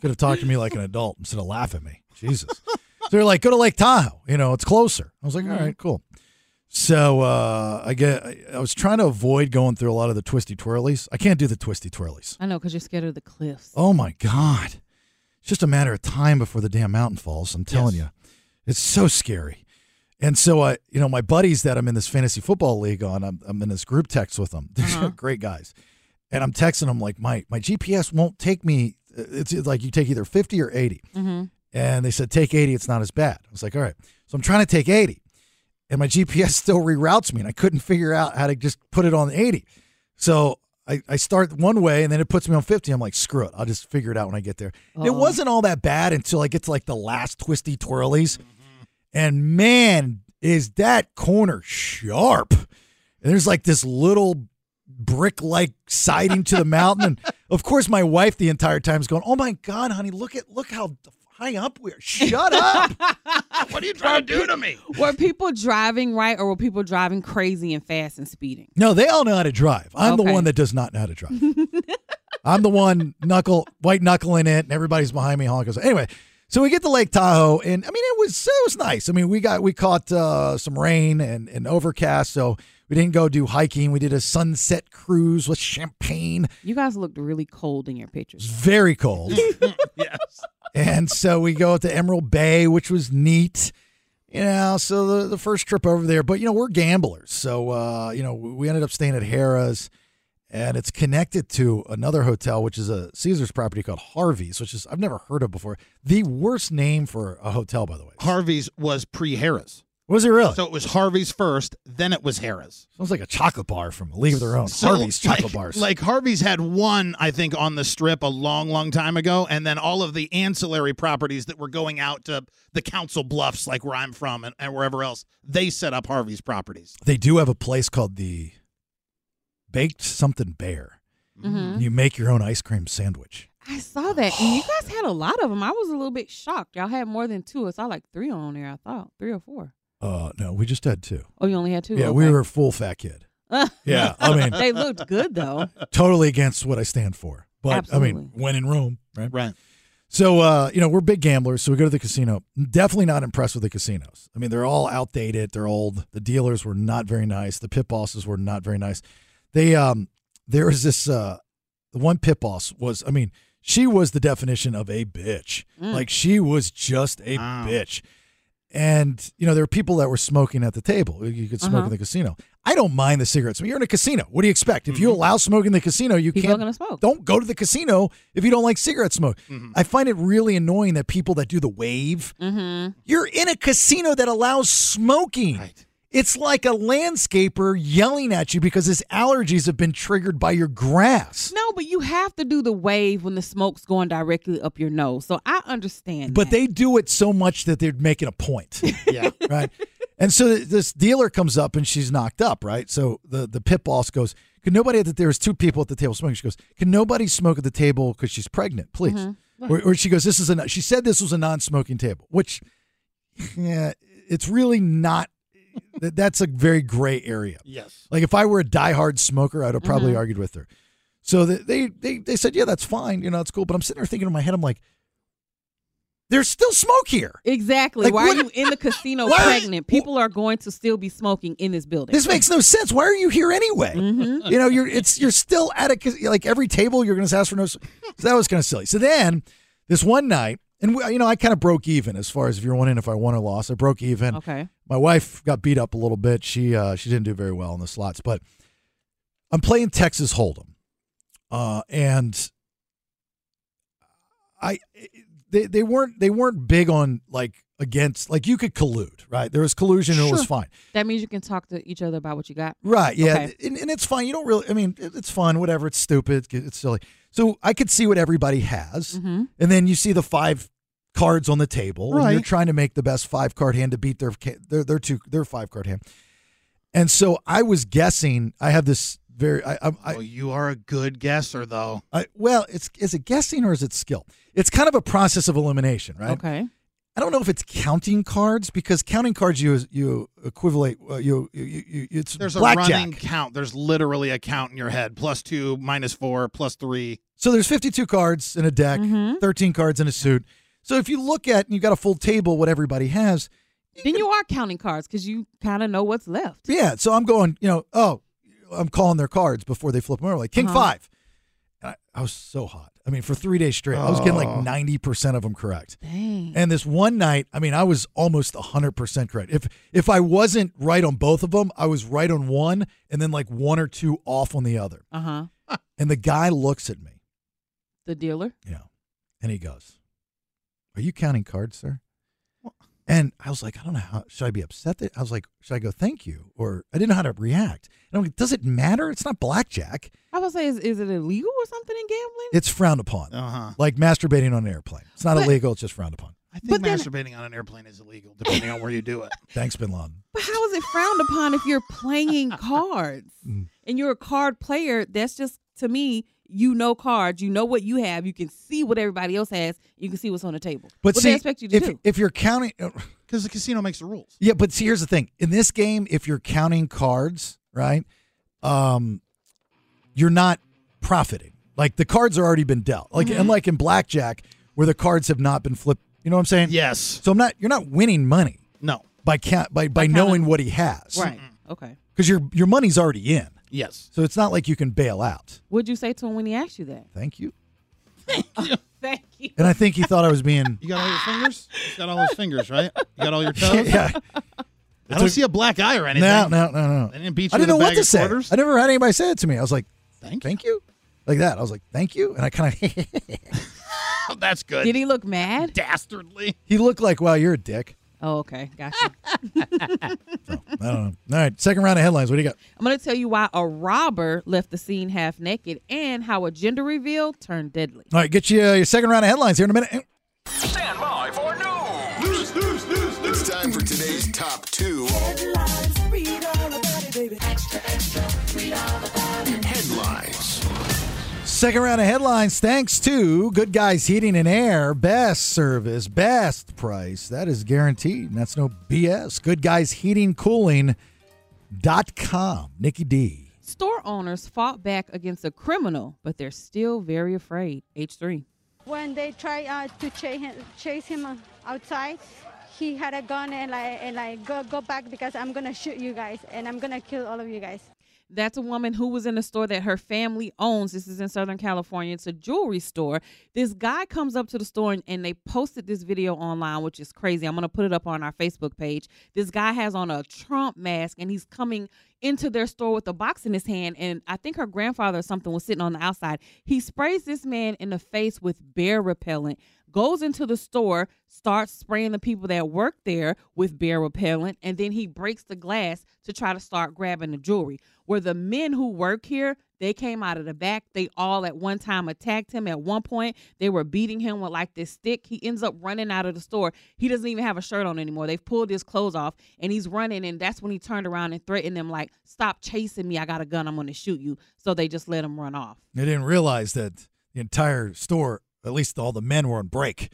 Could have talked to me like an adult instead of laugh at me. Jesus. So they're like, go to Lake Tahoe. You know, it's closer. I was like, all right, cool. So uh, I get, I- I was trying to avoid going through a lot of the twisty twirlies. I can't do the twisty twirlies. I know, because you're scared of the cliffs. Oh my God. It's just a matter of time before the damn mountain falls. I'm telling you, it's so scary. And so I, you know, my buddies that I'm in this fantasy football league on, I'm, I'm in this group text with them. They're great guys. And I'm texting them like, my, my GPS won't take me. It's it's like you take either 50 or 80. Mm-hmm. And they said, take 80. It's not as bad. I was like, all right. So I'm trying to take 80. And my GPS still reroutes me. And I couldn't figure out how to just put it on 80. So I, I start one way and then it puts me on 50. I'm like, screw it. I'll just figure it out when I get there. And It Uh-oh. wasn't all that bad until I get to like the last twisty twirlies. And man, is that corner sharp. And there's like this little brick like siding to the mountain. And of course, my wife the entire time is going, Oh my God, honey, look at look how high up we are. Shut up. what are you trying to do to me? Were people driving right or were people driving crazy and fast and speeding? No, they all know how to drive. I'm the Okay. one that does not know how to drive. I'm the one knuckle white knuckling it, and everybody's behind me honking. Anyway, so we get to Lake Tahoe, and I mean it was it was nice. I mean we got we caught uh, some rain and, and overcast, so we didn't go do hiking. We did a sunset cruise with champagne. You guys looked really cold in your pictures. Very cold. And so we go to Emerald Bay, which was neat. You know, so the, the first trip over there, but you know, we're gamblers. So, uh, you know, we ended up staying at Harrah's and it's connected to another hotel, which is a Caesars property called Harvey's, which is, I've never heard of before. The worst name for a hotel, by the way. Harvey's was pre Harris. Was it really? So it was Harvey's first, then it was Harris. Sounds like a chocolate bar from a League of Their Own. So, Harvey's like- chocolate bars. Like Harvey's had one, I think, on the strip a long, long time ago, and then all of the ancillary properties that were going out to the Council Bluffs, like where I'm from and, and wherever else, they set up Harvey's properties. they do have a place called the Baked Something Bear. Hmm? Mhm. You make your own ice cream sandwich. I saw that, and you guys had a lot of them. I was a little bit shocked. Y'all had more than two. I saw like three on there. I thought three or four. Uh, no, we just had two. Oh, you only had two. Yeah, okay. we were a full fat kid. Yeah, I mean- they looked good though. Totally against what I stand for. But I mean, Absolutely. when in Rome, right? Right. So uh, you know, we're big gamblers, so we go to the casino. Definitely not impressed with the casinos. I mean, they're all outdated, they're old. The dealers were not very nice. The pit bosses were not very nice. They um there was this uh the one pit boss was I mean, she was the definition of a bitch. Mm. Like she was just a Wow. bitch. And you know, there were people that were smoking at the table. You could smoke Uh-huh. in the casino. I don't mind the cigarettes. I mean, you're in a casino. What do you expect? If you Mm-hmm. allow smoking in the casino, you People are can't gonna smoke. Don't go to the casino if you don't like cigarette smoke. Mhm. I find it really annoying that people that do the wave. Mm-hmm. You're in a casino that allows smoking. It's like a landscaper yelling at you because his allergies have been triggered by your grass. No, but you have to do the wave when the smoke's going directly up your nose. So I understand. But they do it so much that they're making a point. Yeah. right? And so th- this dealer comes up and she's knocked up, right? So the the pit boss goes, "Can nobody at the there was two people at the table smoking?" She goes, "Can nobody smoke at the table because she's pregnant, please?" Mhm. Or, or she goes, "This is a non- she said this was a non-smoking table," which yeah, it's really not. that- That's a very gray area. Yes. Like if I were a diehard smoker, I'd have probably Mhm. argued with her. So th- they, they they said, "Yeah, that's fine. You know, it's cool." But I'm sitting there thinking in my head, I'm like, "There's still smoke here." Exactly. Like, Why what- are you in the casino Why are you- pregnant? People are going to still be smoking in this building. This makes no sense. Why are you here anyway? Mhm. You know, you're it's you're still at a cas- like every table you're going to ask for no. So that was kind of silly. So then this one night, and we, you know, I kind of broke even as far as if you're wondering if I won or lost. I broke even. Okay. My wife got beat up a little bit. She uh, she didn't do very well in the slots, but I'm playing Texas Hold'em, uh, and I they they weren't they weren't big on like against like you could collude right. There was collusion and it was Sure. fine. That means you can talk to each other about what you got. Right. Yeah. Okay. And, and it's fine. You don't really, I mean, it- it's fun, whatever. It's stupid. It's silly. So I could see what everybody has. Mhm. And then you see the five cards on the table. And you're Right. trying to make the best five card hand to beat their, ca- their, their two, their five card hand. And so I was guessing, I have this very, I, I, I Well, you are a good guesser, though. I, well, it's is it guessing or is it skill? It's kind of a process of elimination, right? Okay. I don't know if it's counting cards because counting cards you you equivalate uh, you, you, you you it's There's a blackjack. running count. There's literally a count in your head plus two, minus four, plus three. So there's 52 cards in a deck, 13 cards in a suit. So if you look at and you got a full table what everybody has, Then you are counting cards because you kind of know what's left. yeah. So I'm going, you know, oh, I'm calling their cards before they flip them over, like king Uh-huh. five. And I, I was so hot. I mean, for three days straight, I was getting like Oh. 90 percent of them correct. Dang. And this one night, I mean, I was almost 100% correct. If if I wasn't right on both of them, I was right on one and then like one or two off on the other. Uh huh. And the guy looks at me The dealer. and he goes, "Are you counting cards, sir?" And I was like, "I don't know how should I be upset that I was like, should I go thank you or I didn't know how to react." And I'm like, "Does it matter? It's not blackjack. I would say, is, is it illegal or something in gambling? It's frowned upon. Uh-huh. Like masturbating on an airplane. It's not But- illegal. It's just frowned upon." I think masturbating on an airplane is illegal, depending on where you do it. Thanks, Bin Laden. But how is it frowned upon if you're playing cards Mm. and you're a card player? That's just to me. You know cards. You know what you have. You can see what everybody else has. You can see what's on the table. But what see, they expect you to if, do. if you're counting, uh, Because the casino makes the rules. yeah. But see, here's the thing: in this game, if you're counting cards, right, um, you're not profiting. Like the cards are already been dealt. Like Mm-hmm. Mhm. unlike in blackjack, where the cards have not been flipped. You know what I'm saying? Yes. So I'm not. You're not winning money. No. By count by by knowing what he has. Right. Okay. Because your your money's already in. Yes. So it's not like you can bail out. What'd you say to him when he asked you that? Thank you. Thank you. And I think he thought I was being. You got all your fingers? You got all his fingers, right? You got all your toes? Yeah. I don't see a black eye or anything. No, no, no, no. They didn't beat you I didn't with a know bag what to of say. quarters? I never had anybody say it to me. I was like, thank, you. like that. I was like, thank you. And I kind of. That's good. Did he look mad? Dastardly. he looked like, wow, you're a dick. Oh, okay. Gotcha. I don't know. All right, second round of headlines. What do you got? I'm going to tell you why a robber left the scene half naked and how a gender reveal turned deadly. All right, get you uh, your second round of headlines here in a minute. Stand by for news. News, news, news, It's time for today's top two. Headlines. Headlines. Second round of headlines. Thanks to Good Guys Heating and Air, best service, best price. That is guaranteed. And that's no BS. Good Guys Heating Cooling. Dot com. Nikki D. Store owners fought back against a criminal, but they're still very afraid. H3. When they try uh, to chase him, chase him outside, he had a gun and like and like go go back because I'm gonna shoot you guys and I'm gonna kill all of you guys. That's a woman who was in a store that her family owns. This is in Southern California. It's a jewelry store. This guy comes up to the store and, and they posted this video online, which is crazy. I'm going to put it up on our Facebook page. This guy has on a Trump mask and he's coming into their store with a box in his hand. And I think her grandfather or something was sitting on the outside. He sprays this man in the face with bear repellent goes into the store, starts spraying the people that work there with bear repellent, and then he breaks the glass to try to start grabbing the jewelry. Where the men who work here, they came out of the back. They all at one time attacked him. At one point, they were beating him with like this stick. He ends up running out of the store. He doesn't even have a shirt on anymore. They've pulled his clothes off and he's running. And that's when he turned around and threatened them, like, stop chasing me. I got a gun. I'm going to shoot you. So they just let him run off. I didn't realize that the entire store at least all the men were on break.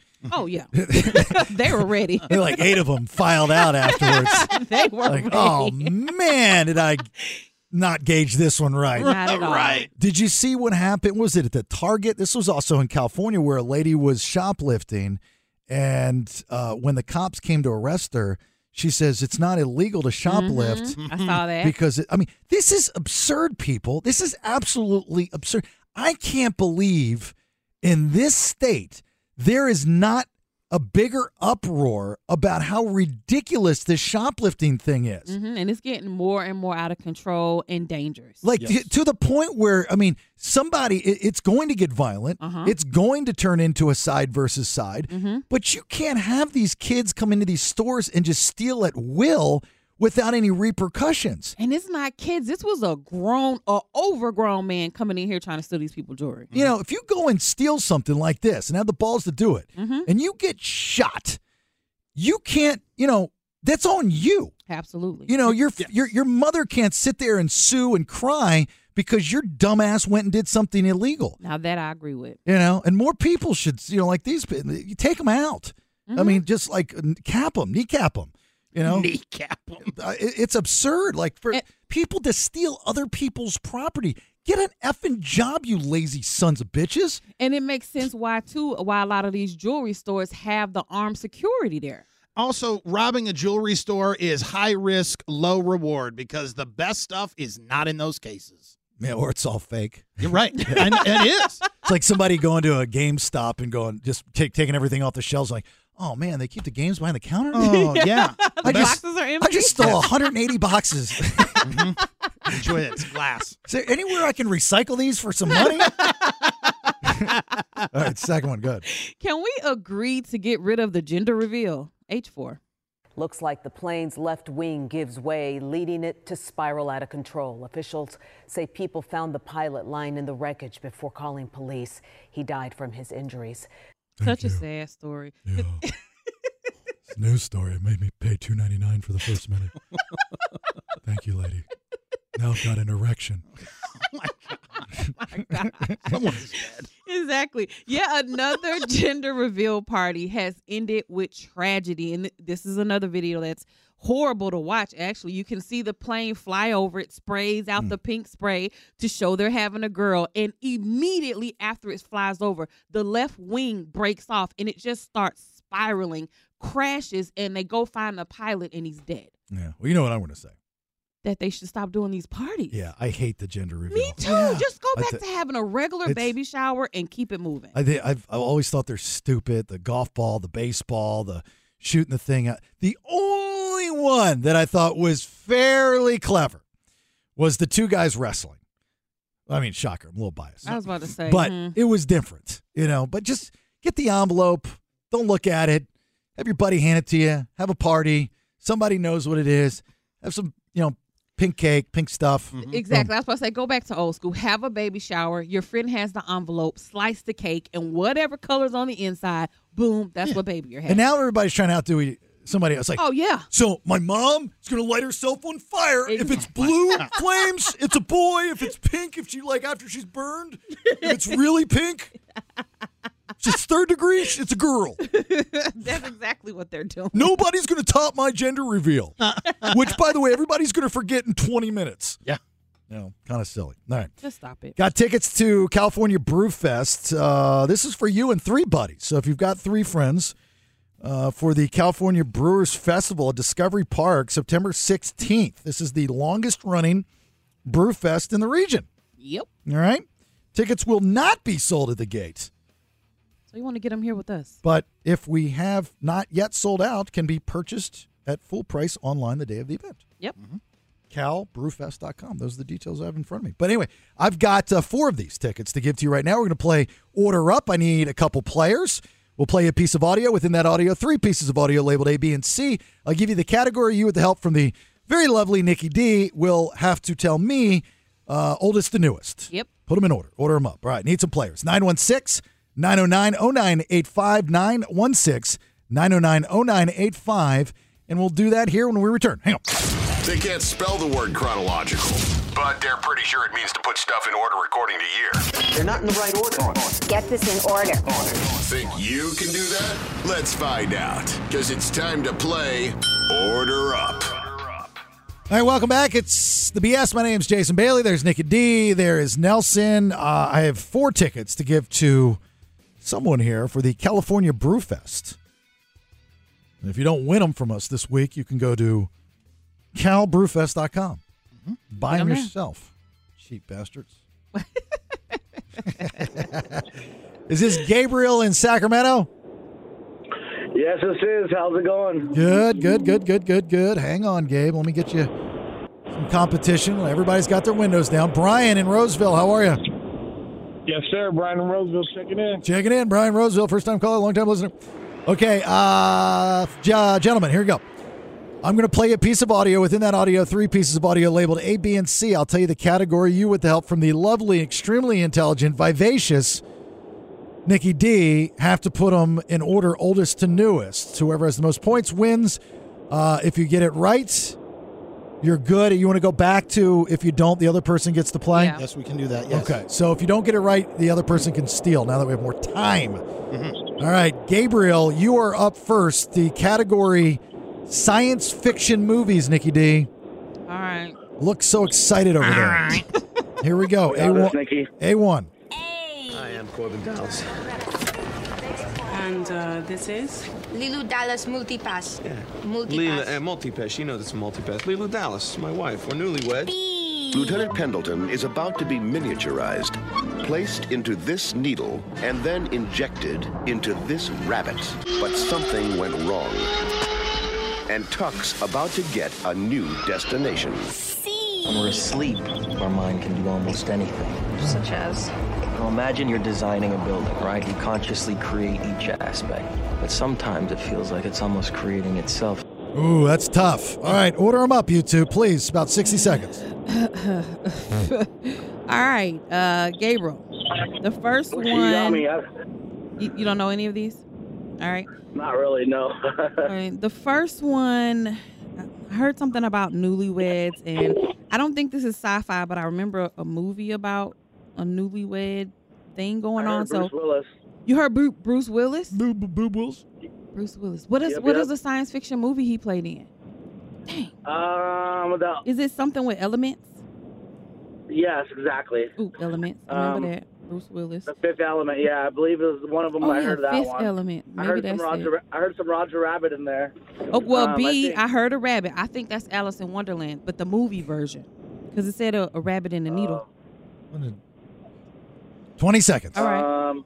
Oh yeah, they were ready. They like eight of them filed out afterwards. they were like, ready. oh man, did I not gauge this one right? Not at all. Right. Did you see what happened? Was it at the Target? This was also in California where a lady was shoplifting, and uh, when the cops came to arrest her. She says it's not illegal to shoplift. Mm-hmm. I saw that. Because, it, I mean, this is absurd, people. This is absolutely absurd. I can't believe in this state, there is not a bigger uproar about how ridiculous this shoplifting thing is. Mm-hmm, and it's getting more and more out of control and dangerous. Like yes. to, to, the point where, I mean, somebody, it, it's going to get violent. Uh-huh. It's going to turn into a side versus side. Mm-hmm. But you can't have these kids come into these stores and just steal at will without any repercussions. And it's not kids. This was a grown or overgrown man coming in here trying to steal these people jewelry. You know, if you go and steal something like this and have the balls to do it mm-hmm. and you get shot, you can't, you know, that's on you. Absolutely. You know, your yes. your your mother can't sit there and sue and cry because your dumbass went and did something illegal. Now that I agree with. You know, and more people should, you know, like these you take them out. Mm-hmm. I mean, just like cap them, kneecap them. You know, Uh, kneecap them. It's absurd. Like for it, people to steal other people's property. Get an effing job, you lazy sons of bitches. And it makes sense why too why a lot of these jewelry stores have the armed security there. Also, robbing a jewelry store is high risk, low reward because the best stuff is not in those cases. Yeah, or it's all fake. You're right. and, it is. It's like somebody going to a GameStop and going just take, taking everything off the shelves, like, Oh man, they keep the games behind the counter. Oh yeah, the I boxes just, are empty. I just stole 180 boxes. mm-hmm. Enjoy it. It's glass. Is there anywhere I can recycle these for some money? All right, second one, good. Can we agree to get rid of the gender reveal? H4. Looks like the plane's left wing gives way, leading it to spiral out of control. Officials say people found the pilot lying in the wreckage before calling police. He died from his injuries. Thank Such you. a sad story. Yeah. this news story made me pay two ninety nine for the first minute. Thank you, lady. Now I've got an erection. Oh my God. Oh my God. exactly. Yeah, another gender reveal party has ended with tragedy. And this is another video that's horrible to watch actually you can see the plane fly over it sprays out Hmm. mm. the pink spray to show they're having a girl and immediately after it flies over the left wing breaks off and it just starts spiraling crashes and they go find the pilot and he's dead yeah well you know what i'm going to say that they should stop doing these parties. Yeah, I hate the gender reveal. Me too. Yeah. Just go back th- to having a regular baby shower and keep it moving. I think I've, I've always thought they're stupid. The golf ball, the baseball, the shooting the thing. Out. The only one that I thought was fairly clever was the two guys wrestling. I mean, shocker. I'm a little biased. I was about to say, but hmm. it was different, you know. But just get the envelope. Don't look at it. Have your buddy hand it to you. Have a party. Somebody knows what it is. Have some, you know, pink cake, pink stuff. Exactly. I was supposed to say, go back to old school. Have a baby shower. Your friend has the envelope. Slice the cake, and whatever colors on the inside, boom, that's what baby you're And having. now everybody's trying to outdo e- somebody else. Like, oh yeah. So my mom is gonna light herself on fire. If it's blue flames, it's a boy. If it's pink, if she like after she's burned, if it's really pink, if it's third degree, it's a girl. that's exactly what they're doing. Nobody's gonna top my gender reveal, which by the way, everybody's gonna forget in 20 minutes. Yeah. No, kind of silly. All right. Just stop it. Got tickets to California Brewfest. Uh, this is for you and three buddies. So if you've got three friends uh, for the California Brewers Festival at Discovery Park, September 16th. This is the longest running Brewfest in the region. Yep. All right. Tickets will not be sold at the gate, So you want to get them here with us? but if we have not yet sold out, can be purchased at full price online the day of the event. Yep. calbrewfest.com. Those are the details I have in front of me. But anyway, I've got uh, four of these tickets to give to you right now. We're going to play Order Up. I need a couple players. We'll play a piece of audio. Within that audio, three pieces of audio labeled A, B, and C. I'll give you the category. You, with the help from the very lovely Nikki D, will have to tell me uh, oldest to newest. Yep. Put them in order. Order them up. All right. Need some players. 916 909 0985 916 909 0985. And we'll do that here when we return. Hang on. They can't spell the word chronological. But they're pretty sure it means to put stuff in order according to year. They're not in the right order. Get this in order. Think you can do that? Let's find out. Because it's time to play Order Up. All right, welcome back. It's the BS. My name's Jason Bailey. There's Nick and D. There is Nelson. Uh, I have four tickets to give to someone here for the California Brewfest. And if you don't win them from us this week, you can go to calbrewfest.com. Buy Get 'em them now. yourself, cheap bastards. is this Gabriel in Sacramento? Yes, this is. How's it going? Good, good, good, good, good, good. Hang on, Gabe. Let me get you some competition. Everybody's got their windows down. Brian in Roseville, how are you? Yes, sir. Brian and Roseville checking in. Checking in, Brian Roseville, first time caller, long time listener. Okay, uh, g- gentlemen, here we go. I'm going to play a piece of audio. Within that audio, three pieces of audio labeled A, B, and C. I'll tell you the category. You, with the help from the lovely, extremely intelligent, vivacious Nikki D, have to put them in order, oldest to newest. Whoever has the most points wins. Uh, if you get it right, you're good. You want to go back to if you don't, the other person gets to play. Yes, we can do that. Yes. Okay, so if you don't get it right, the other person can steal. Now that we have more time. All right, Gabriel, you are up first. The category science fiction movies, Nikki D. All right. Looks so excited over there. Here we go. Got this, A1. Nikki. A1. I am Corbin Dallas. And uh, this is? Lilu Dallas Multipass. Yeah. Lila, Multipass. uh, multipass. You know this is multipass. Lulu Dallas, my wife. We're newlywed. Lieutenant Pendleton is about to be miniaturized, placed into this needle, and then injected into this rabbit. But something went wrong. And Tuck's about to get a new destination. When we're asleep, our mind can do almost anything. Such as? Well, imagine you're designing a building, right? You consciously create each aspect. But sometimes it feels like it's almost creating itself. Ooh, that's tough. All right, order them up, you two, please. About 60 seconds. All right, uh, Gabriel. The first You one. got me. I, You, you don't know any of these? All right. not really, no. All right. The first one, I heard something about newlyweds, and I don't think this is sci fi, but I remember a movie about a newlywed thing going I on. heard Bruce so Willis. you heard Bru- Bruce Willis? Bruce Willis. Bruce Willis. What is Yep, what yep. is the science fiction movie he played in? Um, the, Is it something with elements? yes, exactly. Ooh, elements. I remember Um, that. Bruce Willis. The Fifth Element. Yeah, I believe it was one of them. Oh, I yeah, heard that Fifth one. Element. I Maybe heard some that's Roger. it. I heard some Roger Rabbit in there. Oh well, Um, I B. think- I, heard a rabbit. I think that's Alice in Wonderland, but the movie version, because it said a, a rabbit Oh, in a needle. 20 seconds. All right. Um,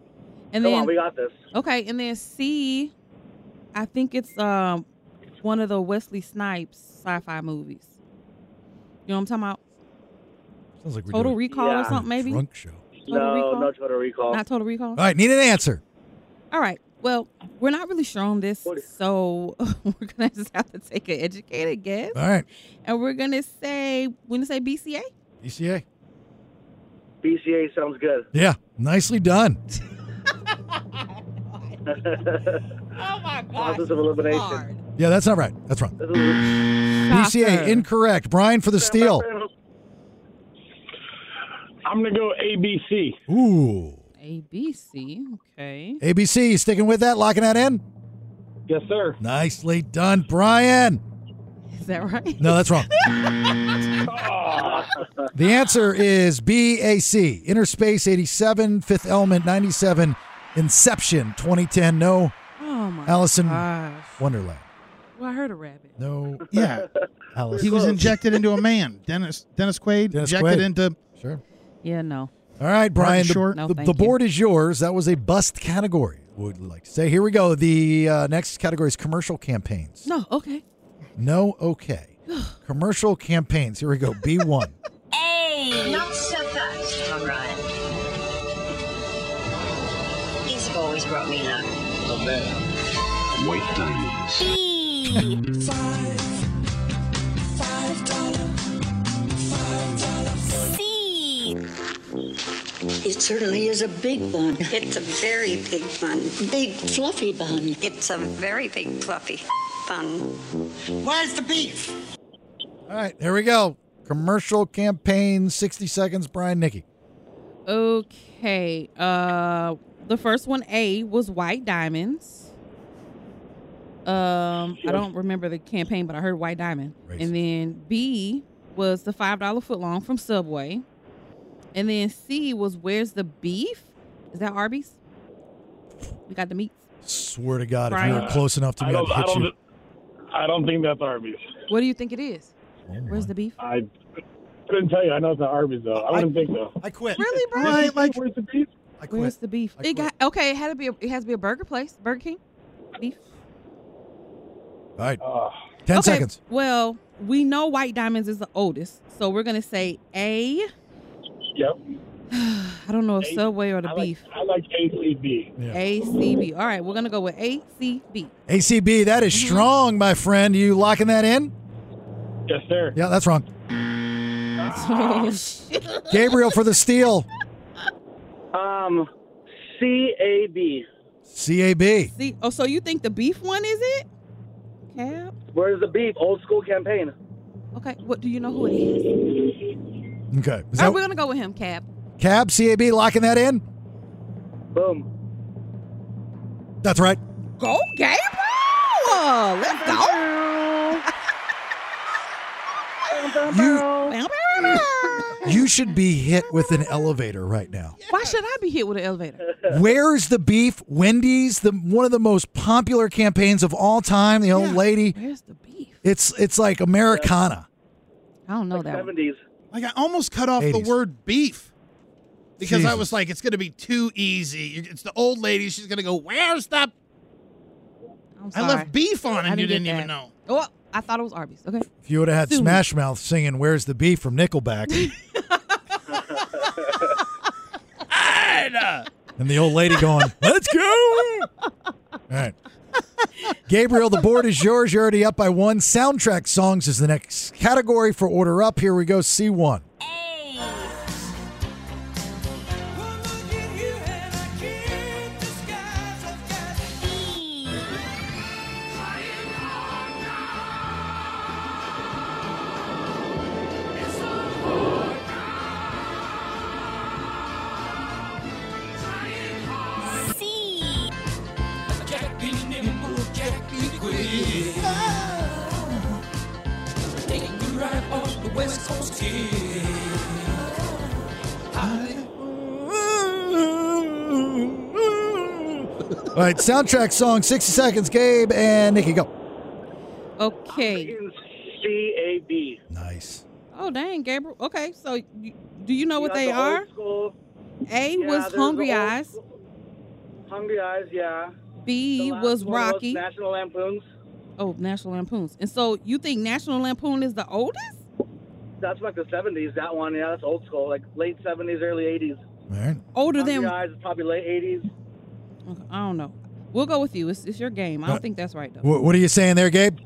and come then on, we got this. okay, and then C. I think it's um one of the Wesley Snipes sci-fi movies. You know what I'm talking about? Sounds like Total Recall or something maybe. Drunk show. Total no, Recall? no total recall. Not Total Recall. All right, need an answer. All right. Well, we're not really sure on this, so we're gonna just have to take an educated guess. All right. And we're gonna say we're gonna say BCA. Oh ECA. BCA sounds good. Yeah. Nicely done. oh my god. Process of elimination. Yeah, that's not right. That's wrong. BCA incorrect. Brian for the steal. I'm going to go ABC. Ooh. ABC. Okay. ABC, you sticking with that? Locking that in? Yes, sir. Nicely done, Brian. Is that right? No, that's wrong. The answer is BAC, Inner Space 87, Fifth Element 97, Inception 2010. No, Oh my. Allison gosh. Wonderland. Well, I heard a rabbit. No, Yeah. Alice. He was injected into a man. Dennis Dennis Quaid Dennis injected Quaid. into Sure. Yeah. No. All right, Brian. The, Short. No, the, thank the you. board is yours. That was a bust category. Would like to say. Here we go. The uh, next category is commercial campaigns. No. Okay. No, okay. commercial campaigns. Here we go. B one. Hey, not so fast, O'Brien. He's always brought me luck. White diamonds. Five, five dollar, five dollar. C. It certainly is a big bun. It's a very big bun. Big fluffy bun. It's a very big fluffy bun. Where's the beef? All right, here we go. Commercial campaign. Sixty seconds. Brian, Nikki. Okay. Uh, the first one A was White Diamonds. Um, I don't remember the campaign, but I heard White Diamond. And then B was the five dollar footlong from Subway. And then C was Where's the beef? Is that Arby's? We got the meats. Swear to God, if Brian. you were close enough to I me, I'd don't, I, hit don't, you. I don't think that's Arby's. What do you think it is? Oh Where's the beef? I couldn't tell you. I know it's not Arby's, though. I wouldn't think so. I quit. Really, bro? Right, like, where's the beef? I quit. Where's the beef? It got okay. It had to be. A, it has to be a burger place. Burger King. Beef. All right. Ah. Ten okay, seconds. Well, we know White Diamonds is the oldest, so we're gonna say A. Yep. I don't know if Subway or the I like, beef. I like ACB. A C B. All right, we're gonna go with A C B. ACB, that is strong, my friend. You locking that in? Yes, sir. Yeah, that's wrong. Ah. Oh shit! Gabriel for the steal. Um, CAB. CAB. See, oh, so you think the beef one is it? Cap. Where's the beef? Old school campaign. Okay. What do you know who it Okay. is? Is All right, that we're gonna go with him, Cap. Cab CAB locking that in? Boom. That's right. Go, Gabriel. Let's go. You, you should be hit with an elevator right now. Why should I be hit with an elevator? Where's the beef? Wendy's, the one of the most popular campaigns of all time. The old lady. Where's the beef? It's it's like Americana. I don't know that. one. Seventies. Like I almost cut off the 80s. word beef because I Jesus. was like, it's gonna be too easy. You- It's the old lady. She's gonna go, "Where's the?" I'm I sorry. left beef on, I and you didn't didn't get even that. know. Oh, I thought it was Arby's. Okay. If you would have had Sue me. Smash Mouth singing "Where's the Beef" from Nickelback, Ada! and the old lady going, "Let's go!" All right, Gabriel, the board is yours. You're already up by one. Soundtrack songs is the next category for order up. Here we go. C one. Jack be nimble, Jack be quick. Take a ride on the West Coast kid. All right, soundtrack song, 60 seconds. Gabe and Nikki, go. Okay. CAB. Nice. Oh dang, Gabriel. Okay, so you, do you know what got they the old are? school. A Yeah, was there's Hungry the old Eyes. Hungry Eyes, yeah. B The last was one was Rocky. National Lampoons. oh, National Lampoons. And so you think National Lampoon is the oldest? That's like the 70s, that one. Yeah, that's old school. Like late 70s, early 80s. All right. Older Hungry than Eyes is probably late 80s. I don't know. We'll go with you. It's, it's your game. I don't think that's right though. Wh- what are you saying there, Gabe?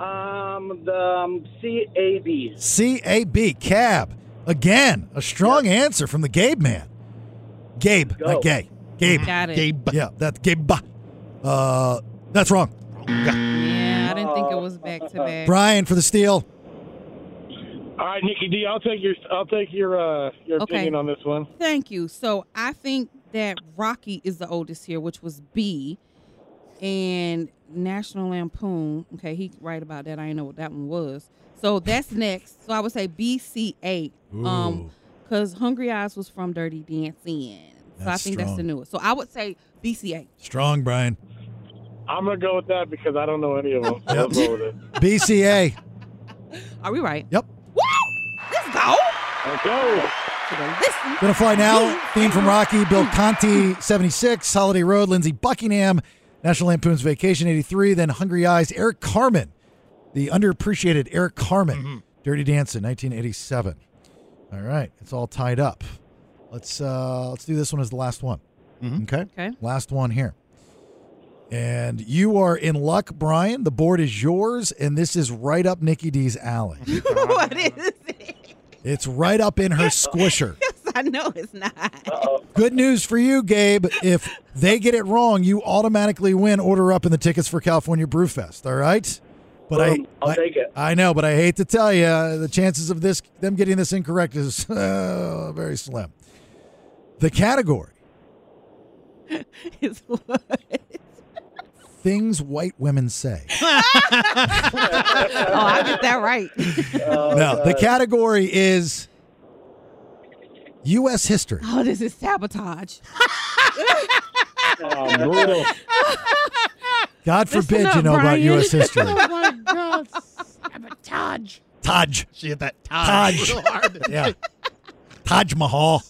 Um, the um, CAB. C A B cab again. A strong answer from the Gabe man. Gabe, not gay. Gabe. Got it. Gabe. Yeah, that's Gabe. Uh, that's wrong. Yeah, I didn't Oh. think it was back to back. Brian for the steal. All right, Nikki D, I'll take your I'll take your uh, your Okay. opinion on this one. Thank you. So I think that Rocky is the oldest here, which was B, and National Lampoon. Okay, he right about that. I didn't know what that one was. So that's next. So I would say B C A. Um, because Hungry Eyes was from Dirty Dancing. So I That's think that's the strong. newest. So I would say B C A. Strong, Brian. I'm gonna go with that because I don't know any of them. I'll go with it. BCA. Are we right? Yep. Woo! Let's go. Let's go. Gonna fly now. Theme from Rocky, Bill Conti, 76, Holiday Road, Lindsey Buckingham, National Lampoon's Vacation, 83, then Hungry Eyes, Eric Carmen, the underappreciated Eric Carmen, Dirty Dancing, 1987. All right, it's all tied up. Let's uh let's do this one as the last one. Okay. Okay. Last one here. And you are in luck, Brian. The board is yours, and this is right up Nikki D's alley. what is? It's right up in her squisher. I know it's not. Good news for you, Gabe. If they get it wrong, you automatically win order up in the tickets for California Brewfest. All right. But Boom. I'll I, take it. I know, but I hate to tell you, the chances of this them getting this incorrect is uh, very slim. The category It's what? things white women say. oh, I get that right. Oh, no, the category is U.S. history. Oh, this is sabotage. brutal. God forbid you know about U.S. history. Oh, my God. Sabotage. Taj. She hit that Taj. Taj real hard. yeah. Taj Mahal.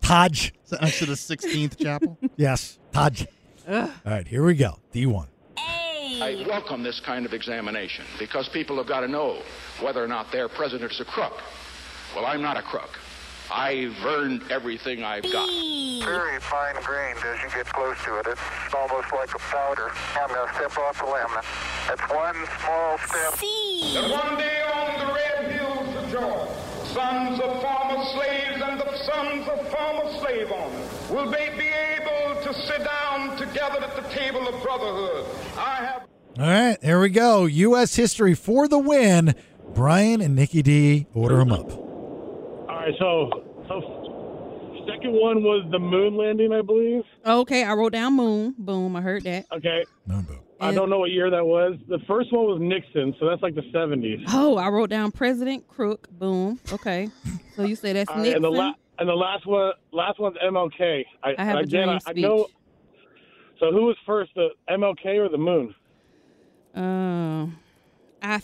Taj. Is that next to the 16th chapel? Yes. Taj. All Ugh. right, here we go. D1. I welcome this kind of examination because people have got to know whether or not their president's a crook. Well, I'm not a crook. I've earned everything I've got. Very fine grained as you get close to it. It's almost like a powder. I'm going to step off the limb. That's one small step. That one day on the red hills of Georgia, Sons of former slaves and the sons of former slave owners. Will they be able to sit down together at the table of brotherhood? I have. All right, there we go. U.S. history for the win. Brian and Nikki D, order them up. All right, so so second one was the moon landing, I believe. Okay, I wrote down moon. Boom, I heard that. Okay. I don't know what year that was. The first one was Nixon, so that's like the 70s. Oh, I wrote down president crook. Boom. Okay. So you say that's All right, Nixon. Uh, and the la- and the last one, last one's MLK. I, I have a again, dream I, I know. speech. So who was first, the MLK or the moon? Uh, I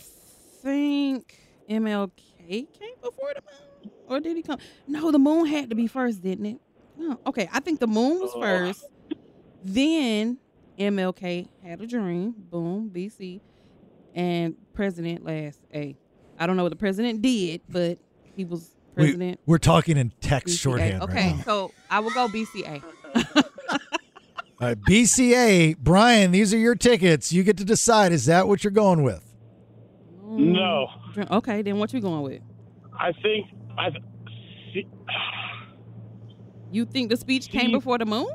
think MLK came before the moon, or did he come? No, the moon had to be first, didn't it? No. Okay, I think the moon was first. Then MLK had a dream. Boom, BC, and president last A. I don't know what the president did, but he was We, president. we're talking in BCA. text shorthand Okay, right now. so I will go BCA. All right, BCA, Brian, these are your tickets. You get to decide. Is that what you're going with? No. Dr- Okay, then what you going with? I think I. You think the speech came before the moon?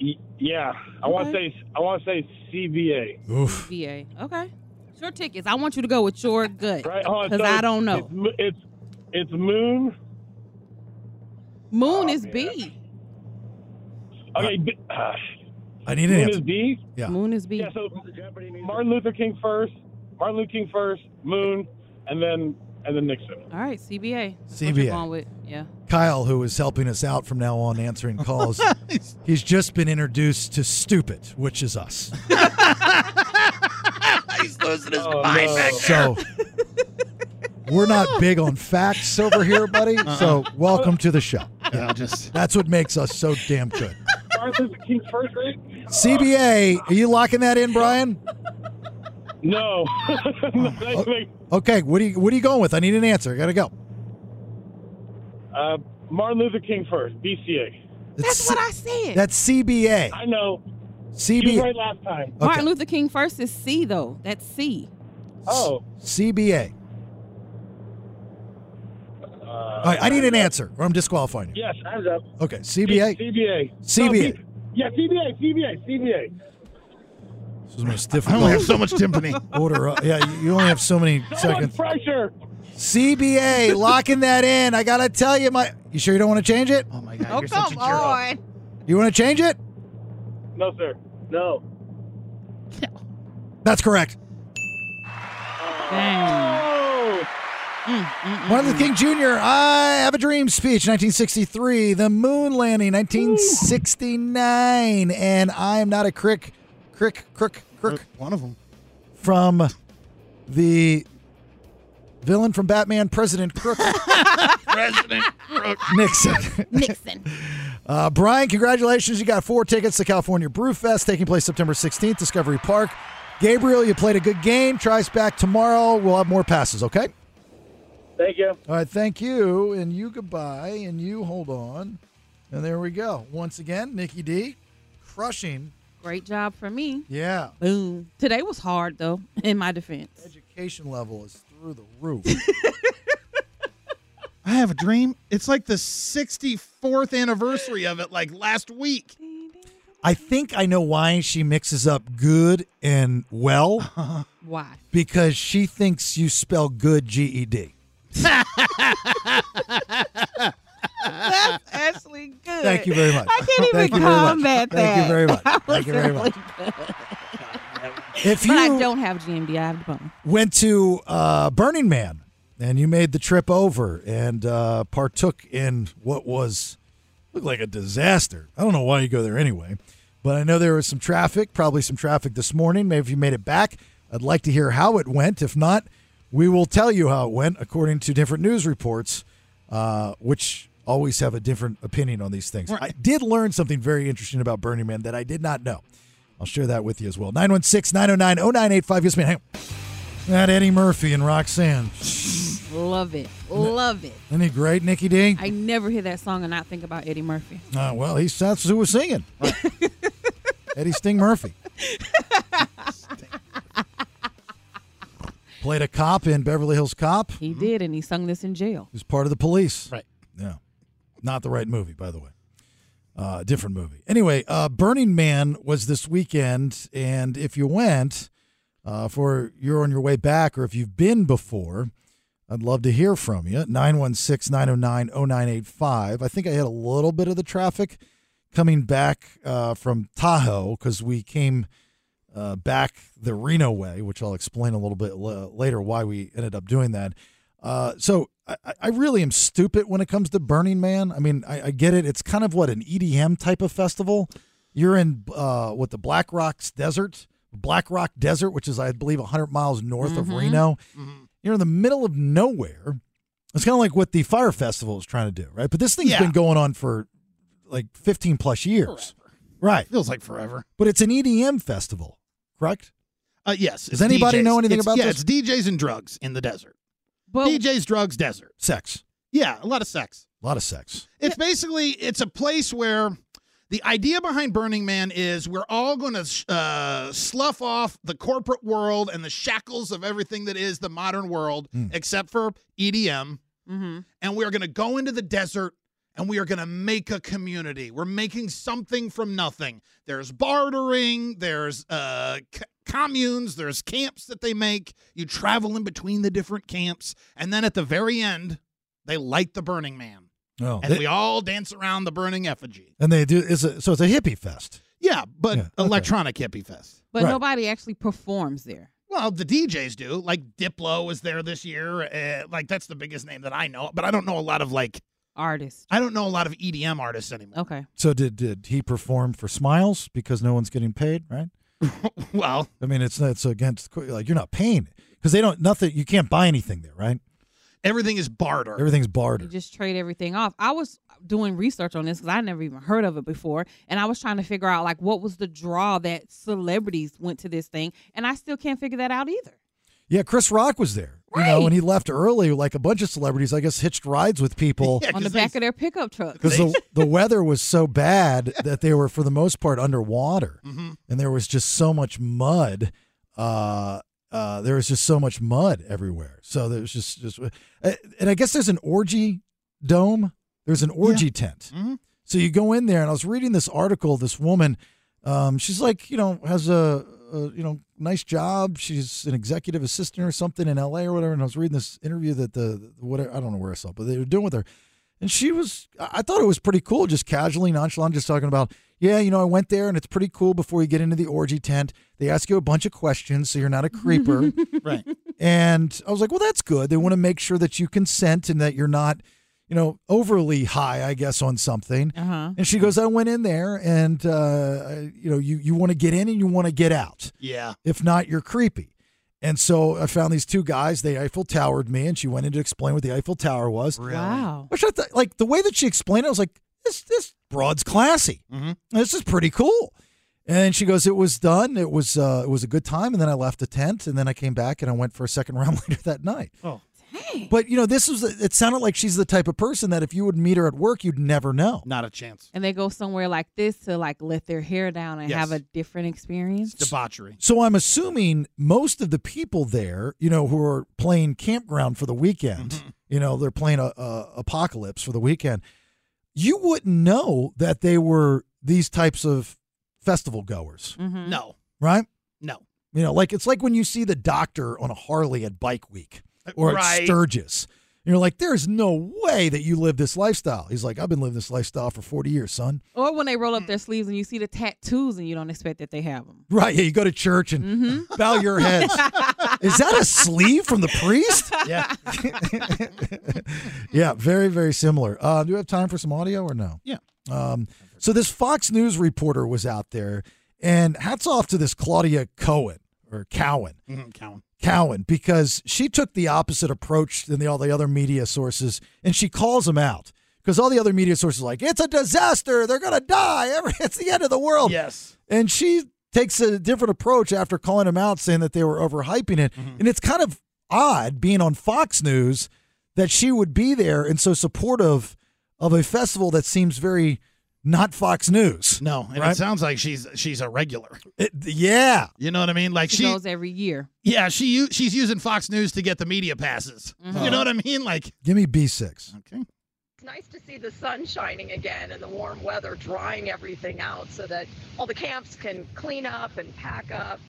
Y- yeah, I want to Okay. say I want to say CBA. Oof. VA. Okay. It's Your tickets. I want you to go with your gut hold on, because so I it's- don't know. It's mo- it's, it's moon. Oh, Moon is B. Okay. B- uh, I need an moon answer. is B. Yeah. Moon is B. Yeah. So Martin Luther King first. Martin Luther King first. Moon, and then and then Nixon. All right, CBA. That's what CBA. you're going with. Yeah. Kyle, who is helping us out from now on answering calls, he's just been introduced to stupid, which is us. He's losing his mind back So we're not big on facts over here, buddy. So welcome to the show. Yeah, just That's what makes us so damn good. Martin Luther King first, right? CBA, are you locking that in, Brian? No. Okay, what are you what are you going with? I need an answer. I gotta go. uh, Martin Luther King first. BCA. That's what I said. That's CBA. I know. CBA. last time. Martin Luther King first is C though. That's C. Oh. CBA. All right, I need an answer or I'm disqualifying you. Yes, hands up. Okay, CBA. CBA. CBA. No, B- yeah, CBA, CBA, CBA. This is my stiff. I only Oh, have so much timpani. Order. up. Yeah, you only have so many seconds. pressure. CBA, locking that in. I gotta tell you, my. You sure you don't want to change it? Oh come on. You want to change it? No, sir. No. That's correct. Oh. Martin Luther King Jr. I have a dream speech, 1963. The moon landing, 1969, and I am not a crick, crick, crook, crook. One of them from the villain from Batman, President Crook President Crook. Nixon. Nixon. Uh, Brian, congratulations. You got four tickets to California Brew Fest taking place September 16th, Discovery Park. Gabriel, you played a good game. Try us back tomorrow. We'll have more passes, okay? Thank you. All right, thank you. And you goodbye. And you hold on. And there we go. Once again, Nikki D crushing. Great job for me. Yeah. Boom. Today was hard though, in my defense. Education level is through the roof. I have a dream. It's like the 64th anniversary of it, like last week. I think I know why she mixes up good and well Why? because she thinks you spell good E GED. That's actually good. Thank you very much. I can't even Thank you very much. combat that. Thank you very much. Thank you very That was much. really good. If but you- I don't have GMD, I have the bone. Went to uh, Burning Man and you made the trip over and uh, partook in what was looked like a disaster. I don't know why you go there anyway, but I know there was some traffic, probably some traffic this morning. Maybe if you made it back, I'd like to hear how it went. If not, we will tell you how it went according to different news reports, uh, which always have a different opinion on these things. I did learn something very interesting about Burning Man that I did not know. I'll share that with you as well. 916 909 0985. Yes, man. Hang on. That Eddie Murphy and Roxanne. Love it. Love it. Isn't he great, Nikki D? I never hear that song and not think about Eddie Murphy. Uh, well, he's that's who was singing. Eddie Sting Murphy. Played a cop in Beverly Hills Cop. He did, and he sung this in jail. He's part of the police. Right. Yeah. Not the right movie, by the way. Uh, different movie. Anyway, uh, Burning Man was this weekend, and if you went, uh, for you're on your way back, or if you've been before, I'd love to hear from you. 916 909 0985. I think I had a little bit of the traffic coming back uh, from Tahoe because we came uh, back the Reno way, which I'll explain a little bit l- later why we ended up doing that. Uh, so I, I- I really am stupid when it comes to Burning Man. I mean, I, I get it. It's kind of what an EDM type of festival. You're in uh, what the Black Rocks Desert, Black Rock Desert, which is I believe 100 miles north of Reno. You're in the middle of nowhere. It's kind of like what the Fire Festival is trying to do, right? But this thing's Yeah. been going on for like 15 plus years, right? Feels like forever. But it's an EDM festival, correct? Uh, yes. Does it's anybody DJs. know anything It's- about yeah, this? Oh. it's DJs and drugs in the desert. Well- DJs, drugs, desert. Sex, Yeah, a lot of sex. a lot of sex. It's basically it's a place where the idea behind Burning Man is we're all going to uh, slough off the corporate world and the shackles of everything that is the modern world, Hmm. except for E EDM, Mm-hmm. and we are going to go into the desert and we are going to make a community. We're making something from nothing. There's bartering, there's uh, c- communes, there's camps that they make. You travel in between the different camps, and then at the very end, they light the Burning Man Oh, and we all dance around the burning effigy. and they do. It's a, so it's a hippie fest. Yeah, but Yeah, okay. electronic hippie fest. But Right. nobody actually performs there. Well, the DJs do. Like Diplo was there this year. Uh, like that's the biggest name that I know. But I don't know a lot of like Artist. I don't know a lot of EDM artists anymore. Okay. So did did he perform for smiles because no one's getting paid, right? Oh. Well, I mean, it's it's against like you're not paying because they don't nothing. You can't buy anything there, right? everything is barter. Everything's You barter. just trade everything off. I was doing research on this because I never even heard of it before, and I was trying to figure out like what was the draw that celebrities went to this thing, and I still can't figure that out either. Yeah, Chris Rock was there. You know, and he left early, like a bunch of celebrities, I guess, hitched rides with people. on the back of their pickup truck. Because the, the weather was so bad that they were, for the most part, underwater. And there was just so much mud. Uh, uh, there was just so much mud everywhere. So there was just, just uh, and I guess there's an orgy dome, there's an orgy tent. So you go in there, and I was reading this article. This woman, um, she's like, you know, has a, a you know nice job. She's an executive assistant or something in L.A. or whatever. And I was reading this interview that the whatever I don't know where I saw, but they were doing with her, and she was. I I thought it was pretty cool, just casually nonchalant, just talking about, yeah, you know, I went there, and it's pretty cool. Before you get into the orgy tent, they ask you a bunch of questions, so you're not a creeper. right. And I was like, well, that's good. They want to make sure that you consent and that you're not, you know, overly high, I guess, on something. Uh-huh. And she goes, I went in there and, uh, I- you know, you, you want to get in and you want to get out. Yeah. If not, you're creepy. And so I found these two guys. They Eiffel Towered me, and she went in to explain what the Eiffel Tower was. Really? Wow. Which I thought, like, the way that she explained it, I was like, this, this broad's classy. Mm-hmm. This is pretty cool. And she goes, "It was done. It was uh, it was a good time." And then I left the tent, and then I came back and I went for a second round later that night. Oh, But you know, this was it. Sounded like she's the type of person that if you would meet her at work, you'd never know. Not a chance. And they go somewhere like this to like let their hair down and Yes. have a different experience. Debauchery. So I'm assuming most of the people there, you know, who are playing campground for the weekend, you know, they're playing a, a apocalypse for the weekend. You wouldn't know that they were these types of festival goers, Mm-hmm. No. right? No. You know, like it's like when you see the doctor on a Harley at Bike Week or Right. at Sturgis. You're like, there's no way that you live this lifestyle. He's like, I've been living this lifestyle for 40 years, son. Or when they roll up their sleeves and you see the tattoos and you don't expect that they have them. Right. Yeah, you go to church and bow your heads. Is that a sleeve from the priest? Yeah. yeah, very, very similar. Uh, do we have time for some audio or no? Yeah. Um, so this Fox News reporter was out there, and hats off to this Claudia Cohen or Cowan. Mhm, Cowan. Cowan because she took the opposite approach than the, all the other media sources, and she calls them out because all the other media sources are like it's a disaster, they're gonna die, Every- it's the end of the Oh. world. Yes, and she takes a different approach after calling them out, saying that they were overhyping it, Mm-hmm. and it's kind of odd being on Fox News that she would be there and so supportive of a festival that seems very not Fox News. No, and it right? sounds like she's she's a regular. It- yeah, You know what I mean? Like She, she, goes every year. yeah, she u- she's using Fox News to get the media passes. Mm-hmm. You know what I mean? Like give me B six. okay, It's nice to see the sun shining again and the warm weather drying everything out so that all the camps can clean up and pack up.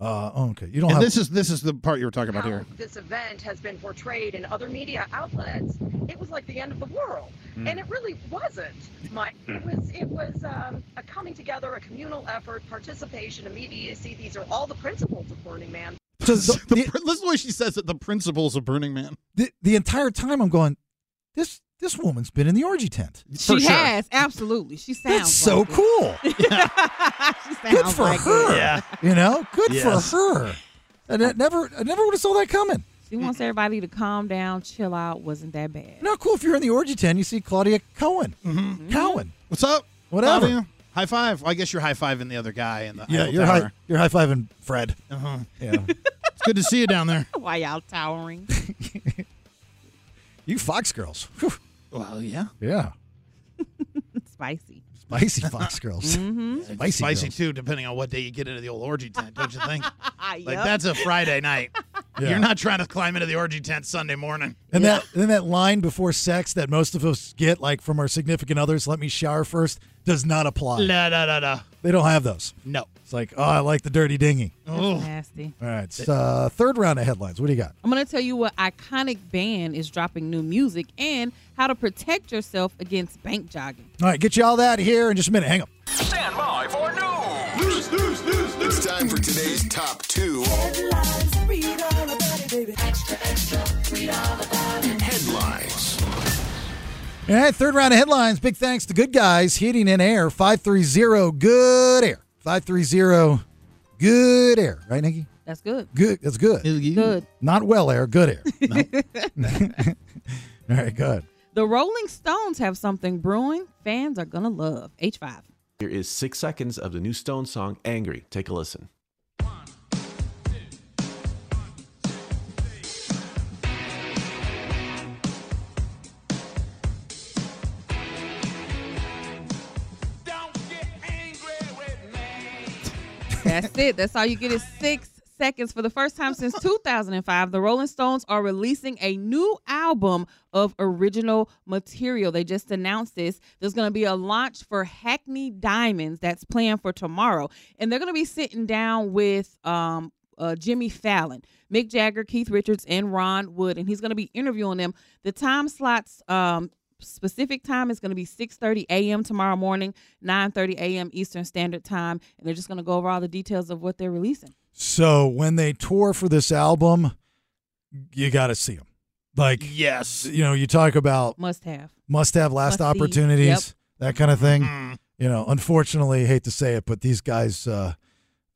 Uh, oh, okay, you don't and have this is this is the part you were talking about How here. this event has been portrayed in other media outlets, it was like the end of the world, Hmm. Mm. and it really wasn't. My, it was it was um, a coming together, a communal effort, participation, immediacy. These are all the principles of Burning Man. So the, the, listen to the way she says it. The principles of Burning Man. the the entire time I'm going, this this woman's been in the orgy tent. She has, absolutely. She sounds That's so like it. cool. She Good sounds for like it. her. You know, good Yes. for her. I ne- never, I never would have saw that coming. She wants everybody to calm down, chill out. Wasn't that bad. You know, cool if you're in the orgy tent, you see Claudia Cohen. Mm-hmm. Cohen. What's up? Whatever. Claudia? High five. Well, I guess you're high fiving the other guy in the Yeah, Eiffel you're Tower. high, you're high fiving Fred. Uh-huh. Yeah, It's good to see you down there. Why y'all towering? you Fox girls. Whew. Well, yeah. Yeah, Spicy. spicy Fox girls. Mhm. Spicy spicy girls. too, depending on what day you get into the old orgy tent, don't you think? like Yup. that's a Friday night. Yeah. You're not trying to climb into the orgy tent Sunday morning. And that then that line before sex that most of us get like from our significant others, "Let me shower first, does not apply. La, da, da, da. They don't have those. No. It's like, oh, I like the dirty dinghy. Oh. Nasty. All right, it's, uh, third round of headlines. What do you got? I'm going to tell you what iconic band is dropping new music and how to protect yourself against bank jogging. All right, get you all that here in just a minute. Hang up. Stand by for news. News, news, news, news. It's time for today's top two. Headlines. All right, third round of headlines. Big thanks to Good Guys Heating and Air 530 Good Air. 530 Good Air. Right, Nikki? That's good. Good. That's good. Good. Not well air, good air. All right, good. The Rolling Stones have something brewing fans are going to love. H5. Here is six seconds of the new Stone song, Angry. Take a listen. That's it. That's all you get is six seconds. For the first time since 2005, the Rolling Stones are releasing a new album of original material. They just announced this. There's going to be a launch for Hackney Diamonds that's planned for tomorrow. And they're going to be sitting down with um, uh, Jimmy Fallon, Mick Jagger, Keith Richards, and Ron Wood, and he's going to be interviewing them. The time slots, um, specific time is going to be 6:30 a.m. tomorrow morning, 9:30 a.m. Eastern Standard Time, and they're just going to go over all the details of what they're releasing. So when they tour for this album, you got to see them. Like yes, you know, you talk about Must have. must have last Must see. opportunities, Yep. Mm-hmm. that kind of thing. Mm. You know, unfortunately, hate to say it, but these guys, uh,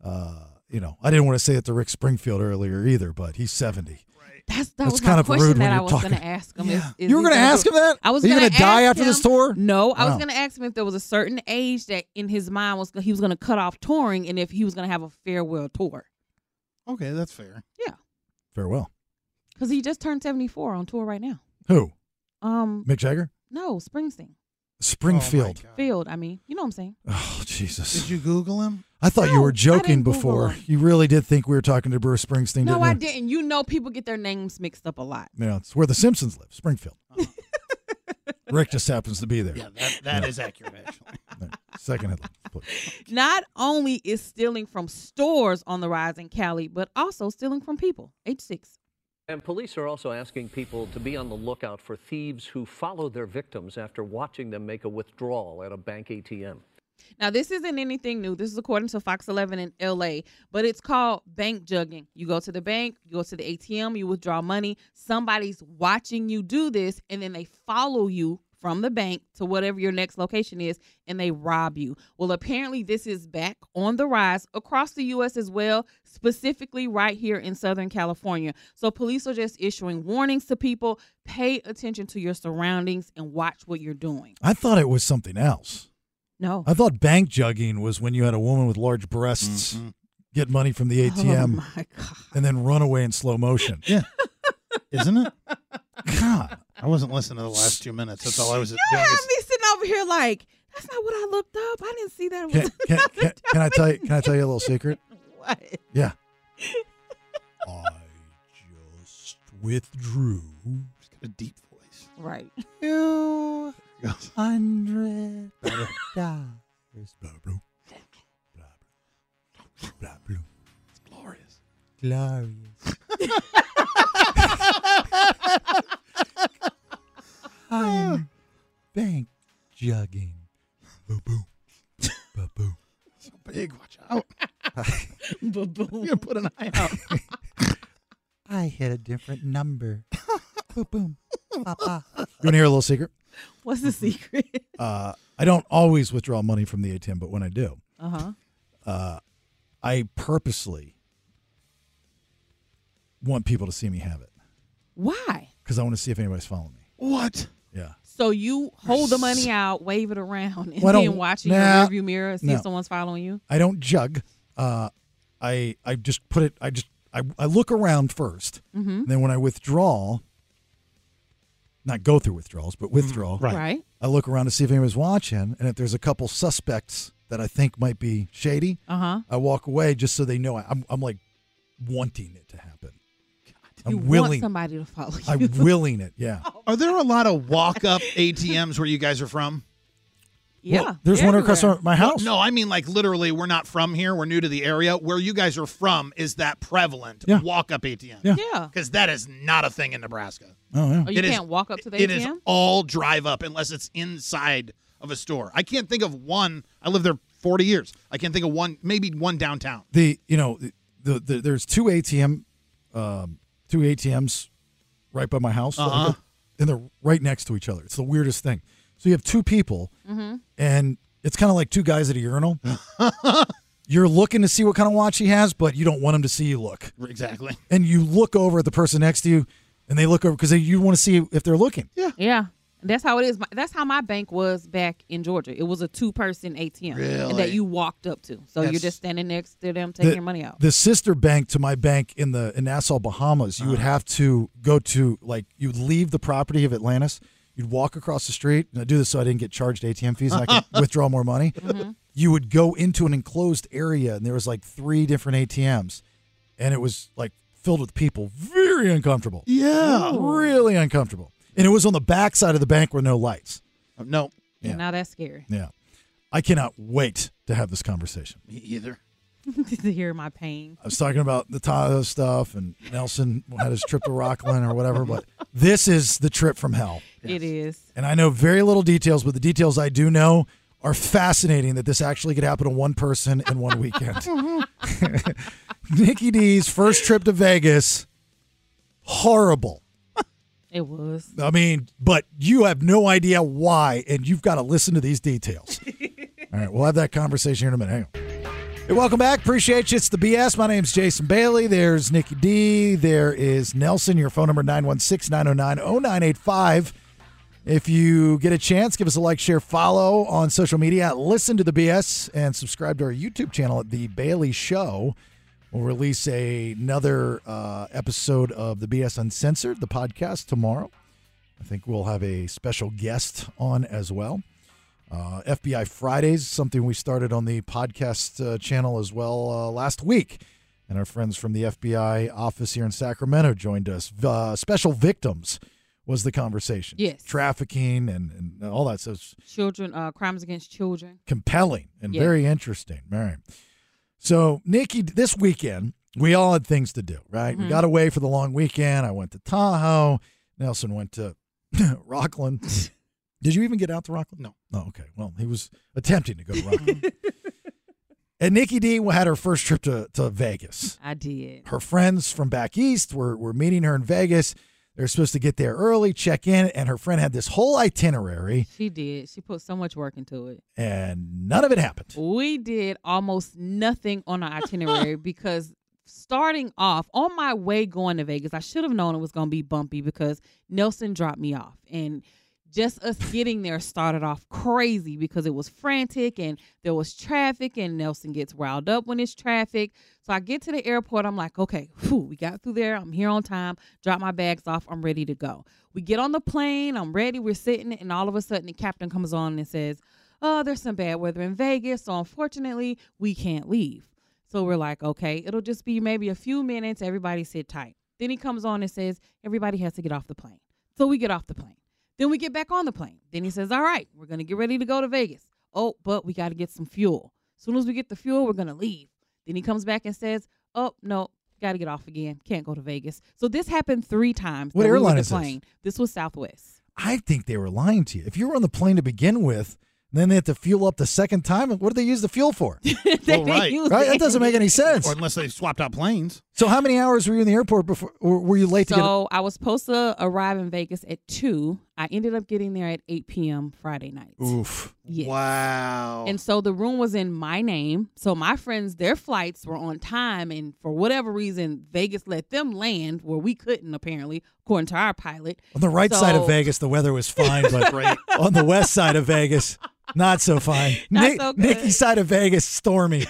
uh, you know, I didn't want to say it to Rick Springfield earlier either, but he's 70. That's, that That's was kind my of rude when question that I you're was talking. going to ask him. Yeah. Is, You were going to gonna ask him that? I was. Are you going to gonna die after this tour? No, I was Wow. going to ask him if there was a certain age that in his mind was he was going to cut off touring and if he was going to have a farewell tour Okay, that's fair. Farewell. because he just turned seventy four on tour right now. Who? Um, Mick Jagger? no, Springsteen. Springfield. Field. I mean, you know what I'm saying. Oh, Jesus. Did you Google him? I thought you were joking didn't Google before. You really did think we were talking to Bruce Springsteen, no, didn't I you? didn't. You know, people get their names mixed up a lot. Yeah, it's where the Simpsons live, Springfield. Rick just happens to be there. Yeah, that, that Yeah. is accurate. Actually, Second headline. please. Not only is stealing from stores on the rise in Cali, but also stealing from people. Age six. And police are also asking people to be on the lookout for thieves who follow their victims after watching them make a withdrawal at a bank ATM. Now, this isn't anything new. This is according to Fox 11 in LA, but it's called bank jugging. You go to the bank, you go to the ATM, you withdraw money. Somebody's watching you do this, and then they follow you from the bank to whatever your next location is and they rob you. Well, apparently, this is back on the rise across the U.S. as well, specifically right here in Southern California. So, police are just issuing warnings to people pay attention to your surroundings and watch what you're doing. I thought it was something else. No. I thought bank jugging was when you had a woman with large breasts get money from the ATM Oh, my and then run away in slow motion. Yeah. Isn't it? God, I wasn't listening to the last two minutes. That's all I was doing. You have is- me sitting over here like that's not what I looked up. I didn't see that. It Can, was can, another can, can I topic. tell you? Can I tell you a little secret? What? Yeah. Withdrew. He's got a deep voice. Right. Two hundred Glorious. Glorious. I'm bank jugging. Boo boo. Ba boo. Big, watch out. Oh. Ba-boom. You put an eye out. I hit a different number. Boom, boom. Papa. You want to hear a little secret? What's Mm-hmm. the secret? Uh, I don't always withdraw money from the ATM, but when I do, Uh huh. uh, I purposely want people to see me have it Why? because I want to see if anybody's following me. What? Yeah. So you hold the money out, wave it around, and Well, I then don't- watch it in nah, the rearview mirror and see no. if someone's following you. I don't jug. Uh, I I just put it. I just I, I look around 1st Mhm. Then when I withdraw, not go through withdrawals, but withdraw. Mm, Right. Right. I look around to see if anyone's watching, and if there's a couple suspects that I think might be shady, Uh huh. I walk away just so they know I, am I'm like wanting it to happen. I'm You want Oh, willing. somebody to follow you. I'm willing it. Yeah. Are there a lot of walk-up ATMs where you guys are from? yeah. Well, there's one across everywhere. my house. No, I mean like literally, we're not from here. We're new to the area. Where you guys are from is that prevalent Yeah. walk-up ATM? Yeah. Because that is not a thing in Nebraska. Oh yeah. Oh, you It is- can't walk up to the It is ATM. all drive up unless it's inside of a store. I can't think of one. I lived there 40 years. I can't think of one, maybe one downtown. the you know the, the there's two ATM, um, two ATMs right by my house, Uh-huh. and they're right next to each other. It's the weirdest thing. So you have two people, Mm-hmm. and it's kind of like two guys at a urinal. You're looking to see what kind of watch he has, but you don't want him to see you look. Exactly. And you look over at the person next to you, and they look over because you want to see if they're looking. Yeah. Yeah. That's how it is. My- That's how my bank was back in Georgia. It was a two person ATM Really? that you walked up to. So you're That's- just standing next to them taking your money out. The sister bank to my bank in the in Nassau, Bahamas, you would Uh-huh. have to go to like you'd leave the property of Mm-hmm. Atlantis, you'd walk across the street, and I do this so I didn't get charged ATM fees and I could withdraw more money. you would go into an enclosed area and there was like three different ATMs and it was like filled with people. Very uncomfortable. Yeah. Really uncomfortable. And it was on the back side of the bank with no lights. No. Yeah. Now that's scary. Yeah. I cannot wait to have this conversation. Me either. to hear my pain. I was talking about the Tahoe stuff and Nelson had his trip to Rockland or whatever, but this is the trip from hell. It is. And I know very little details, but the details I do know are fascinating that this actually could happen to one person in one weekend. Nikki D's first trip to Vegas, horrible. It was. I mean, but you have no idea why, and you've got to listen to these details. All right, we'll have that conversation here in a minute. Hang on. Hey, welcome back. Appreciate you. It's the BS. My name's Jason Bailey. There's Nikki D. There is Nelson. Your phone number 916 909 0985. If you get a chance, give us a like, share, follow on social media. at Listen to the BS and subscribe to our YouTube channel at The Bailey Show. We'll release a- another uh, episode of The BS Uncensored, the podcast, tomorrow. I think we'll have a special guest on as well. Uh, FBI Fridays, something we started on the podcast uh, channel as well uh, last week. And our friends from the FBI office here in Sacramento joined us. Uh, special victims was the conversation. Yes. Trafficking and, and all that. So it's Children, uh, crimes against children. compelling and Yeah. very interesting. All right. So, Nikki, this weekend, we all had things to do, right? We Mhm. got away for the long weekend. I went to Tahoe. Nelson went to Rockland. Did you even get out to Rockland? No. Oh, okay. Well, he was attempting to go to Rockland. and Nikki D had her first trip to, to Vegas. I did. Her friends from back east were, were meeting her in Vegas. They were supposed to get there early, check in, and her friend had this whole itinerary, She did. She put so much work into it. and none of it happened. We did almost nothing on our itinerary because starting off on my way going to Vegas, I should have known it was going to be bumpy because Nelson dropped me off and just us getting there started off crazy because it was frantic and there was traffic and Nelson gets riled up when it's traffic. So I get to the airport, I'm like, okay, whew, we got through there. I'm here on time. Drop my bags off. I'm ready to go. We get on the plane. I'm ready. We're sitting, and all of a sudden, the captain comes on and says, "Oh, there's some bad weather in Vegas, so unfortunately, we can't leave." So we're like, okay, it'll just be maybe a few minutes. Everybody sit tight. Then he comes on and says, everybody has to get off the plane. So we get off the plane. Then we get back on the plane. Then he says, all right, we're going to get ready to go to Vegas. Oh, but we got to get some fuel. As soon as we get the fuel, we're going to leave. Then he comes back and says, oh, no, got to get off again. Can't go to Vegas. So this happened three times. What that we were airline the is this? plane. This? was Southwest. I think they were lying to you. If you were on the plane to begin with, then they had to fuel up the second time. What do they use the fuel for? Well, right. right? That doesn't make any sense. Or unless they swapped out planes. So how many hours were you in the airport before? Or were you late to So I was supposed to arrive in Vegas at 2. I ended up getting there at 8 p.m. Friday night. get? Oof! Yes. Wow. And so the room was in my name. So my friends, their flights were on time. And for whatever reason, Vegas let them land where we couldn't, apparently, according to our pilot. On the right side So- of Vegas, the weather was fine, but on the west side of Vegas, not so fine. Not so good. Nikki's side of Vegas, stormy.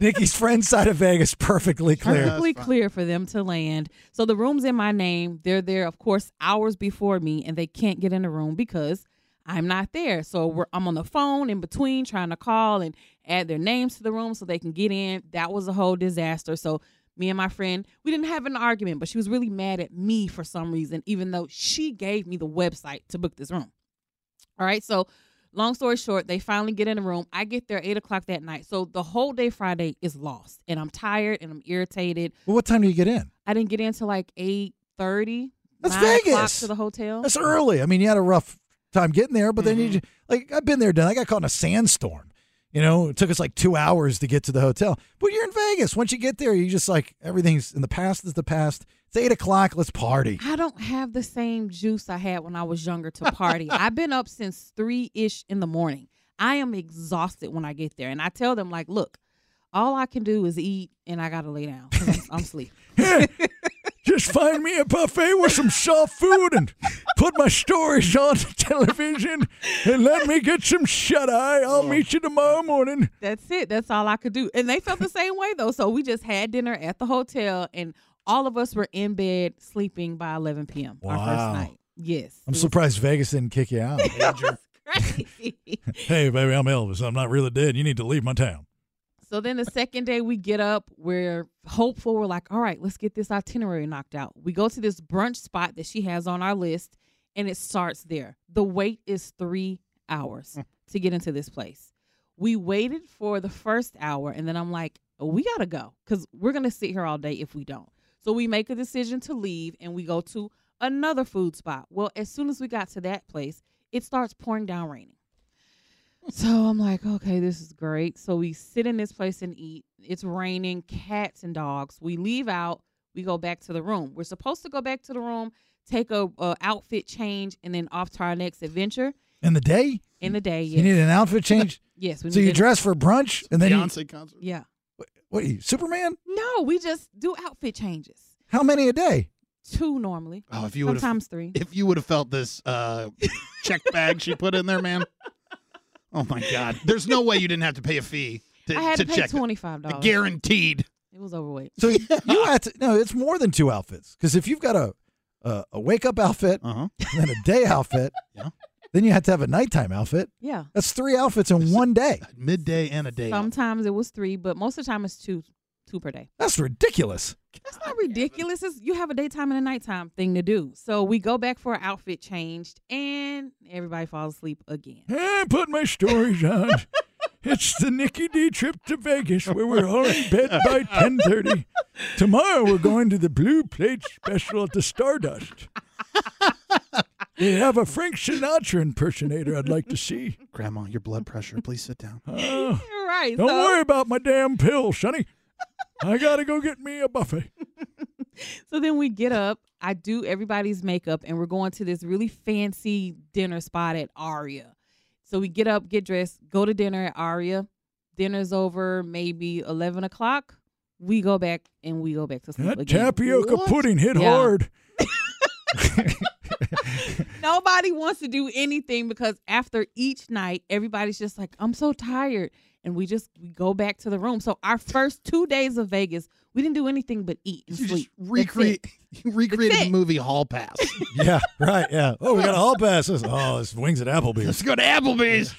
Nikki's friend's side of Vegas, perfectly clear. perfectly clear for them to land. So the room's in my name. They're there, of course, hours before me, and they can't get in the room because I'm not there. So we're, I'm on the phone in between trying to call and add their names to the room so they can get in. That was a whole disaster. So me and my friend, we didn't have an argument, but she was really mad at me for some reason, even though she gave me the website to book this room. All right. So, long story short, they finally get in the room. I get there eight o'clock that night. So the whole day Friday is lost, and I'm tired and I'm irritated. Well, what time do you get in? I didn't get in till like eight thirty. That's O'clock Vegas. to the hotel. That's early. I mean, you had a rough time getting there, but then you ju- like I've been there, done. I got caught in a sandstorm. You know, it took us like two hours to get to the hotel. But you're in Vegas. Once you get there, you just like everything's in the past is the past. It's eight o'clock. Let's party. I don't have the same juice I had when I was younger to party. I've been up since three ish in the morning. I am exhausted when I get there, and I tell them like, "Look, all I can do is eat, and I gotta lay down. 'cause I'm, I'm asleep." Just find me a buffet with some soft food and put my stories on the television and let me get some shut eye. I'll meet you tomorrow morning. That's it. That's all I could do. And they felt the same way though. So we just had dinner at the hotel, and all of us were in bed sleeping by 11 p.m. Our Wow. first night. Yes. I'm surprised Vegas didn't kick you out. crazy. hey, baby, I'm Elvis. I'm not really dead. You need to leave my town. So then the second day we get up, we're hopeful. We're like, all right, let's get this itinerary knocked out. We go to this brunch spot that she has on our list, and it starts there. The wait is three hours to get into this place. We waited for the first hour, and then I'm like, "Oh, we gotta go because we're gonna sit here all day if we don't. So we make a decision to leave, and we go to another food spot. Well, as soon as we got to that place, it starts pouring down raining. So I'm like, okay, this is great. So we sit in this place and eat. It's raining, cats and dogs. We leave out. We go back to the room. We're supposed to go back to the room, take a, a outfit change, and then off to our next adventure In the day? in the day. Yes. You need an outfit change? Yes, we so need you an- dress for brunch and then you, concert. Yeah. what are you, Superman? No, we just do outfit changes. How many a day? Two normally. Oh, if you would've- sometimes three. If you would have felt this uh, check bag she put in there, man. Oh my God! There's no way you didn't have to pay a fee to, I had to, to, pay check. twenty five dollars. Guaranteed. It was overweight. So you have to no, it's more than two outfits because if you've got a a, a wake up outfit Uh-huh. and then a day outfit, then you have to have a nighttime outfit. Yeah. That's three outfits in one day. Midday and a day. Sometimes it was three, but most of the time it's two, two per day. That's ridiculous. That's not ridiculous. It's, you have a daytime and a nighttime thing to do. So we go back for our outfit changed, and everybody falls asleep again. I put my stories on. it's the Nikki D trip to Vegas where we're all in bed by 10:30. Tomorrow we're going to the Blue Plate special at the Stardust. They have a Frank Sinatra impersonator I'd like to see. Grandma, your blood pressure. Please sit down. Oh, right. don't so- worry about my damn pill, Sonny. I gotta go get me a buffet. So then we get up. I do everybody's makeup, and we're going to this really fancy dinner spot at Aria. So we get up, get dressed, go to dinner at Aria. Dinner's over, maybe eleven o'clock. We go back and we go back to sleep. That again. tapioca What? pudding hit Yeah. hard. Nobody wants to do anything because after each night, everybody's just like, I'm so tired. And we just we go back to the room. So our first two days of Vegas, we didn't do anything but eat and sleep. That's Recreate. it. You recreated the it. movie Hall Pass. Yeah, right. Yeah. Oh, we got a hall pass. Oh, it's wings at Applebee's. Let's go to Applebee's.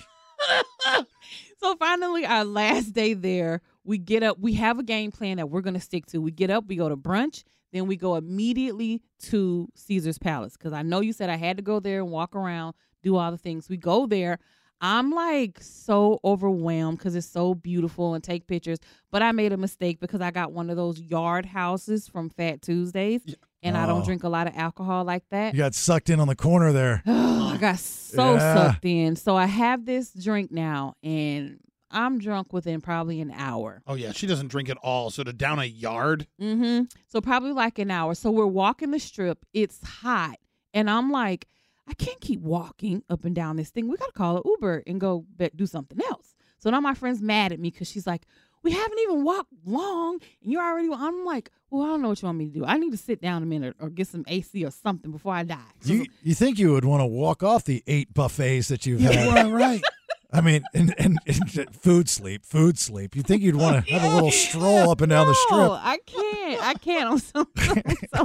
So finally, our last day there, we get up. We have a game plan that we're going to stick to. We get up, we go to brunch, then we go immediately to Caesar's Palace because I know you said I had to go there and walk around, do all the things. We go there. I'm like so overwhelmed because it's so beautiful and take pictures. But I made a mistake because I got one of those yard houses from Fat Tuesdays, and I Oh. don't drink a lot of alcohol like that. You got sucked in on the corner there. Oh, I got so Yeah. sucked in. So I have this drink now, and I'm drunk within probably an hour. Oh yeah, she doesn't drink at all. So to down a yard. Mm-hmm. So probably like an hour. So we're walking the strip. It's hot, and I'm like, I can't keep walking up and down this thing. We gotta call an Uber and go be- do something else. So now my friend's mad at me because she's like, we haven't even walked long, and you're already. I'm like, well, I don't know what you want me to do. I need to sit down a minute or get some AC or something before I die. You you think you would want to walk off the eight buffets that you've You had? are right. I mean, and, and, and food sleep, food sleep. You think you'd want to have a little stroll up and down the No, strip? I can't. I can't. I'm so, so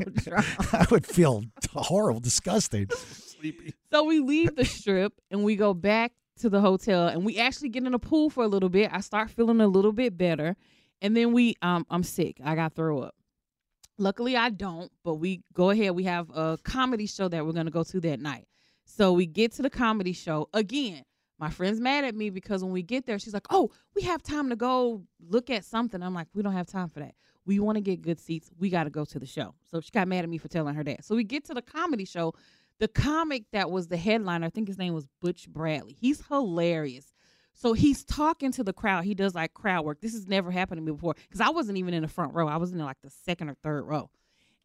drunk. I would feel horrible, disgusting. So we leave the strip and we go back to the hotel and we actually get in a pool for a little bit. I start feeling a little bit better. And then we um I'm sick. I got throw up. Luckily I don't, but we go ahead. We have a comedy show that we're gonna go to that night. So we get to the comedy show again. My friend's mad at me because when we get there, she's like, "Oh, we have time to go look at something." I'm like, "We don't have time for that. We want to get good seats. We got to go to the show." So she got mad at me for telling her that. So we get to the comedy show. The comic that was the headliner, I think his name was Butch Bradley. He's hilarious. So he's talking to the crowd. He does like crowd work. This has never happened to me before because I wasn't even in the front row. I was in like the second or third row.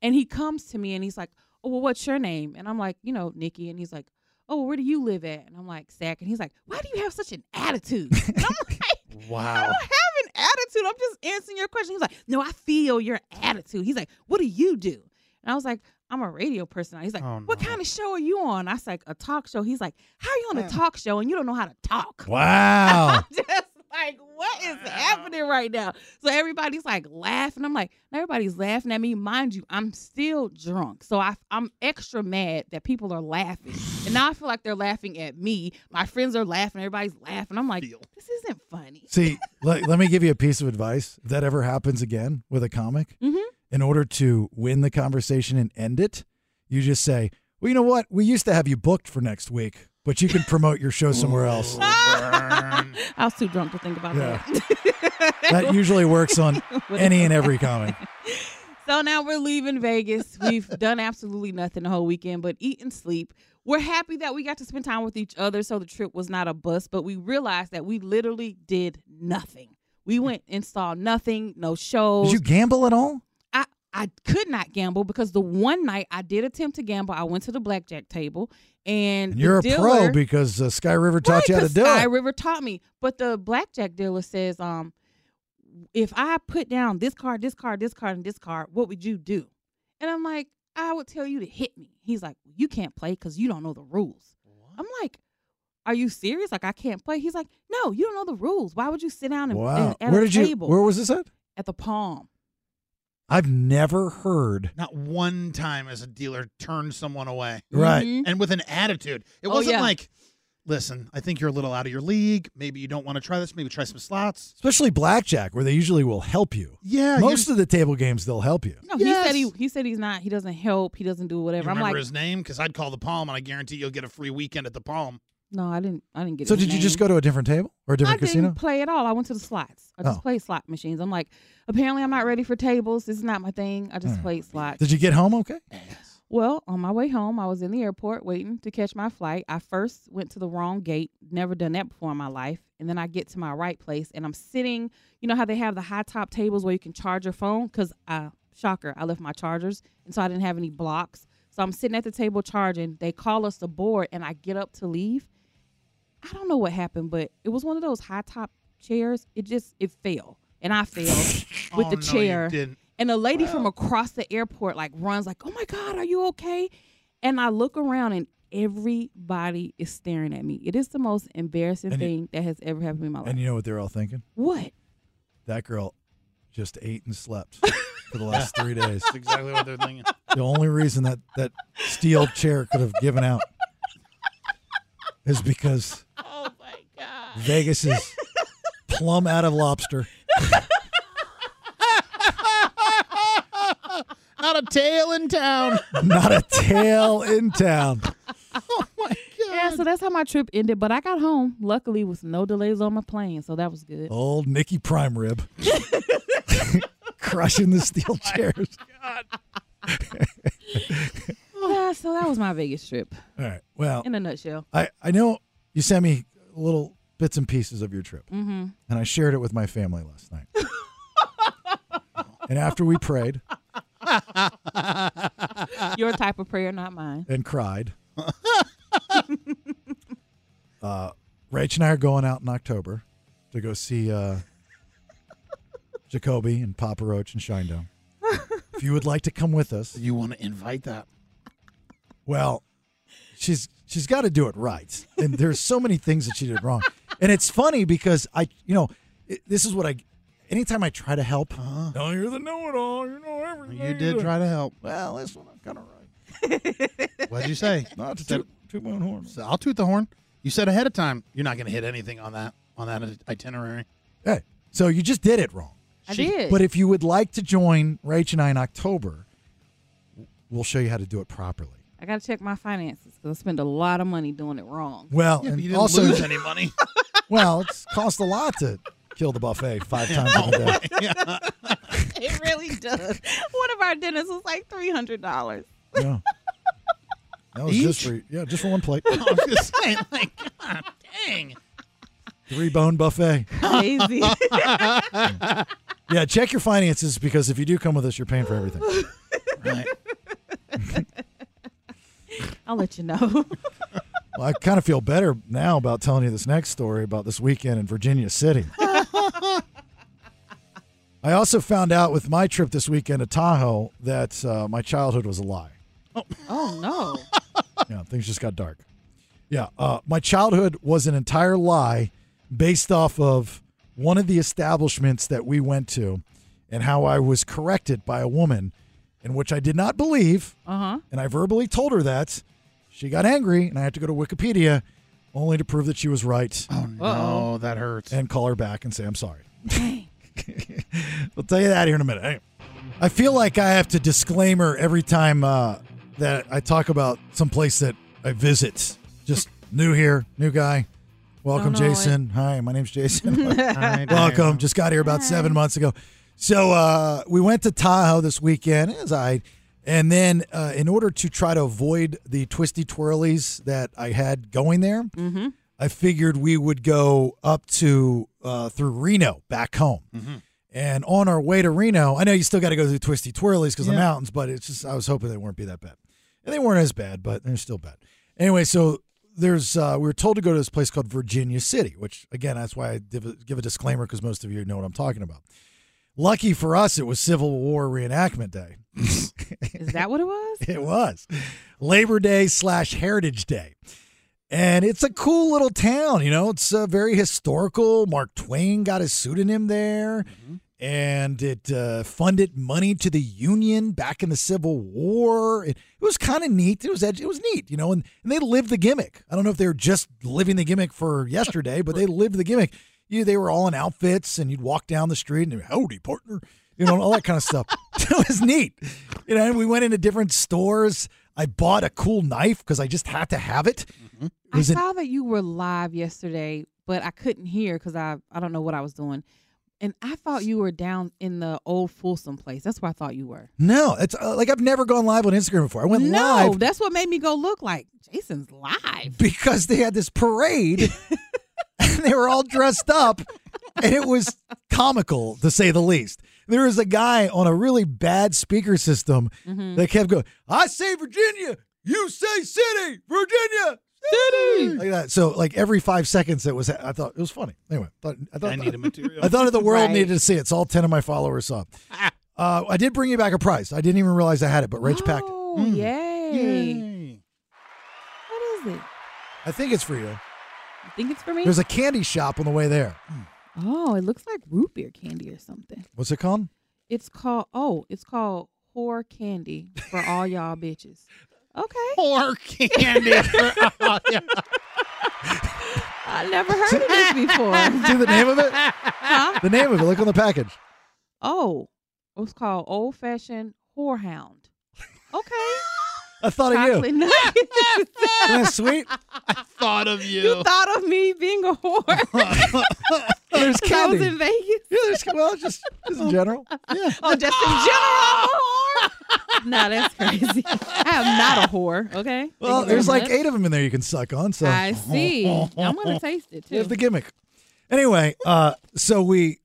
And he comes to me and he's like, Oh, well, what's your name? And I'm like, You know, Nikki. And he's like, Oh, where do you live at? And I'm like, Sack. And he's like, Why do you have such an attitude? And I'm like, I Wow. don't have an attitude. I'm just answering your question. He's like, No, I feel your attitude. He's like, What do you do? And I was like, I'm a radio person. He's like, Oh, What kind of show are you on? I was like, A talk show. He's like, How are you on a talk show and you don't know how to talk? Wow. Just like, what is happening right now? So everybody's like laughing. I'm like, everybody's laughing at me. Mind you, I'm still drunk. So I, I'm extra mad that people are laughing. And now I feel like they're laughing at me. My friends are laughing. Everybody's laughing. I'm like, this isn't funny. See, let, let me give you a piece of advice. If that ever happens again with a comic, Mm-hmm. Mhm. in order to win the conversation and end it, you just say, well, you know what? We used to have you booked for next week, but you can promote your show somewhere else. I was too drunk to think about Yeah. that. That usually works on Would've any and done every that. comic. So now we're leaving Vegas. We've done absolutely nothing the whole weekend but eat and sleep. We're happy that we got to spend time with each other, so the trip was not a bust, but we realized that we literally did nothing. We went and saw nothing, no shows. Did you gamble at all? I I could not gamble because the one night I did attempt to gamble, I went to the blackjack table and, And the you're a pro dealer- because uh, Sky River taught Right, you how to 'cause do Sky it. River taught me. But the blackjack dealer says, um, if I put down this card, this card, this card, and this card, what would you do? And I'm like, I would tell you to hit me. He's like, you can't play because you don't know the rules. I'm like, are you serious? Like I can't play. He's like, no, you don't know the rules. Why would you sit down and, Wow. and at Where a did you- table? where was this at? At the Palm. I've never heard. Not one time has a dealer turned someone away. Right. Mhm. Mm-hmm. And with an attitude. It Oh, wasn't yeah. like, listen, I think you're a little out of your league. Maybe you don't want to try this. Maybe try some slots. Especially blackjack, where they usually will help you. Yeah, Most of the table games, they'll help you. No, he said he he said he's not. He doesn't help. He doesn't do You whatever. I'm remember like, his name? Because I'd call the Palm and I guarantee you'll get a free weekend at the Palm. no, I didn't. I didn't get. So his did you just name. go to a different table or a different I casino? didn't play at all. I went to the slots. I just Oh. played slot machines. I'm like, apparently I'm not ready for tables. This is not my thing. I just played slots. Hmm. Did you get home okay? Well, on my way home, I was in the airport waiting to catch my flight. I first went to the wrong gate. Never done that before in my life. And then I get to my right place and I'm sitting. You know how they have the high top tables where you can charge your phone? Because, uh, shocker, I left my chargers. And so I didn't have any blocks. So I'm sitting at the table charging. They call us to board and I get up to leave. I don't know what happened, but it was one of those high top chairs. It just it fell, and I fell with Oh, no, the you chair. didn't. And a lady from across the airport like runs like, "Oh my god, are you okay?" And I look around and everybody is staring at me. It is the most embarrassing And you- thing that has ever happened in my life. And you know what they're all thinking? what? That girl just ate and slept for the last three days. That's exactly what they're thinking. The only reason that that steel chair could have given out is because Oh my god. Vegas is plumb out of lobster. Not a tail in town. Not a tail in town. Yeah, so that's how my trip ended. But I got home luckily with no delays on my plane, so that was good. Old Nikki Prime Rib crushing the steel chairs. Yeah, so that was my Vegas trip. All right. Well, in a nutshell. I, I know you sent me little bits and pieces of your trip, Mm-hmm. Mhm. and I shared it with my family last night. and after we prayed Your type of prayer, not mine. and cried, uh, Rach and I are going out in October to go see uh, Jacoby and Papa Roach and Shinedown. If you would like to come with us, you want to invite that. Well, she's she's got to do it right, and there's so many things that she did wrong, and it's funny because I, you know, it, this is what I. Anytime I try to help, oh, you're the know-it-all, you know everything. Uh-huh. You did try to help. Well, this one I'm kind of right. What'd you say? Not to toot, toot my own horn. So I'll toot the horn. You said ahead of time you're not going to hit anything on that on that itinerary. Hey, so you just did it wrong. I did. But if you would like to join Rach and I in October, we'll show you how to do it properly. I gotta check my finances because I spend a lot of money doing it wrong. Well, Yeah, but and you didn't also lose any money. well, it's cost a lot to kill the buffet five times in a day. it really does. One of our dinners was like three hundred dollars. Yeah. That was just for yeah, just for one plate. just saying, like, God dang. Three bone buffet. Crazy. Yeah, check your finances because if you do come with us, you're paying for everything. I'll let you know. Well, I kind of feel better now about telling you this next story about this weekend in Virginia City. I also found out with my trip this weekend to Tahoe that uh, my childhood was a lie. oh no. Yeah, things just got dark. Yeah, uh, my childhood was an entire lie based off of one of the establishments that we went to and how I was corrected by a woman in which I did not believe. Uh-huh. And I verbally told her that. She got angry and I had to go to Wikipedia only to prove that she was right. Oh, no, Uh-oh. that hurts. And call her back and say, I'm sorry. I'll tell you that here in a minute. Anyway, I feel like I have to disclaimer every time uh, that I talk about some place that I visit. Just new here, new guy. Welcome, Don't know Jason. Hi, my name's Jason. Hi, Welcome. Just got here about seven months ago. So uh, we went to Tahoe this weekend. As I, and then uh, in order to try to avoid the twisty twirlies that I had going there, Mm-hmm. I figured we would go up to uh, through Reno back home. And on our way to Reno, I know you still got to go through twisty twirlies because the Yeah. mountains, but it's just I was hoping they weren't be that bad, and they weren't as bad, but they're still bad. Anyway, so there's uh, we were told to go to this place called Virginia City, which again that's why I div- give a disclaimer because most of you know what I'm talking about. Lucky for us, it was Civil War reenactment day. Is that what it was? It was Labor Day slash Heritage Day. And it's a cool little town, you know. It's uh, very historical. Mark Twain got his pseudonym there, and it uh, funded money to the Union back in the Civil War. It, it was kind of neat. It was ed- it was neat, you know. And, and they lived the gimmick. I don't know if they were just living the gimmick for yesterday, but they lived the gimmick. You, they were all in outfits, and you'd walk down the street and they'd be, howdy partner, you know, and all that kind of stuff. it was neat, you know. And we went into different stores. I bought a cool knife because I just had to have it. It I was an saw that you were live yesterday, but I couldn't hear because I I don't know what I was doing, and I thought you were down in the old Folsom place. That's where I thought you were. No, it's uh, like I've never gone live on Instagram before. I went no, live that's what made me go look like Jason's live. because they had this parade and they were all dressed up and it was comical to say the least. There was a guy on a really bad speaker system Mhm. that kept going, I say Virginia, you say city, Virginia, city. Like that. So like every five seconds it was, I thought it was funny. Anyway, thought, I thought I need a material. I thought the world Right. needed to see it, so all ten of my followers saw. it. Uh, I did bring you back a prize. I didn't even realize I had it, but Rach packed. it. Oh, yay. What is it? I think it's for you. You think it's for me? There's a candy shop on the way there. oh, it looks like root beer candy or something. What's it called? It's called oh, it's called whore candy for all y'all bitches. Okay. Whore candy for all y'all. I never heard of this before. See the name of it? Huh? The name of it. Look on the package. Oh, it's called old fashioned whorehound. Okay. I thought of Chocolate you. nuggets. Isn't that sweet? I thought of you. You thought of me being a whore. Oh, There's When I was candy. in Vegas. Oh, Yeah, there's well, just just in general. Yeah. Oh, just in general. no, that's crazy. I am not a whore. Okay. Well, Thank you very there's like much. eight of them in there you can suck on. So I see. I'm gonna taste it too. There's the gimmick. Anyway, uh, so we,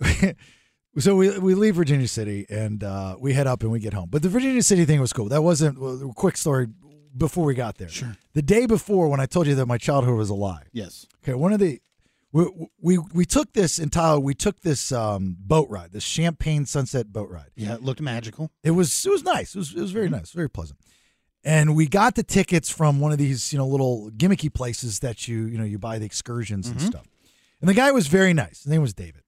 so we we leave Virginia City and uh, we head up and we get home. But the Virginia City thing was cool. That wasn't well, a quick story before we got there. Sure. The day before, when I told you that my childhood was alive. Yes. Okay. One of the we we we took this in Tahoe. We took this um, boat ride, this Champagne Sunset boat ride. Yeah, it looked magical. It was it was nice. It was it was very nice, very pleasant. And we got the tickets from one of these you know little gimmicky places that you you know you buy the excursions and stuff. And the guy was very nice. His name was David.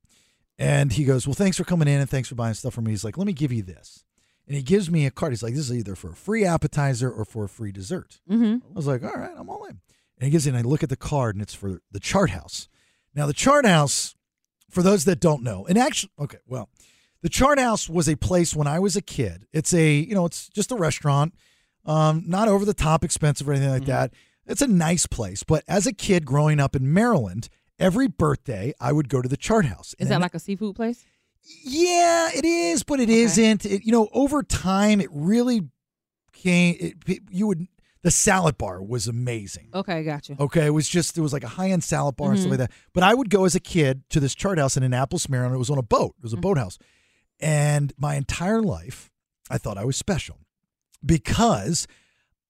And he goes, "Well, thanks for coming in and thanks for buying stuff for me." He's like, "Let me give you this." And he gives me a card. He's like, "This is either for a free appetizer or for a free dessert." Mm-hmm. I was like, "All right, I'm all in." And he gives it. And I look at the card, and it's for the Chart House. Now, the Chart House, for those that don't know, and actually, okay, well, the Chart House was a place when I was a kid. It's a, you know, it's just a restaurant, um, not over the top expensive or anything Mm-hmm. like that. It's a nice place. But as a kid growing up in Maryland, every birthday I would go to the Chart House. Is that like a seafood place? Yeah, it is, but it not It, you know, over time, it really came. It, it- you would the salad bar was amazing. Okay, gotcha. Okay, it was just it was like a high end salad bar and stuff Mhm. like that. But I would go as a kid to this chart house in Annapolis, Maryland. It was on a boat. It was a boathouse, and my entire life, I thought I was special because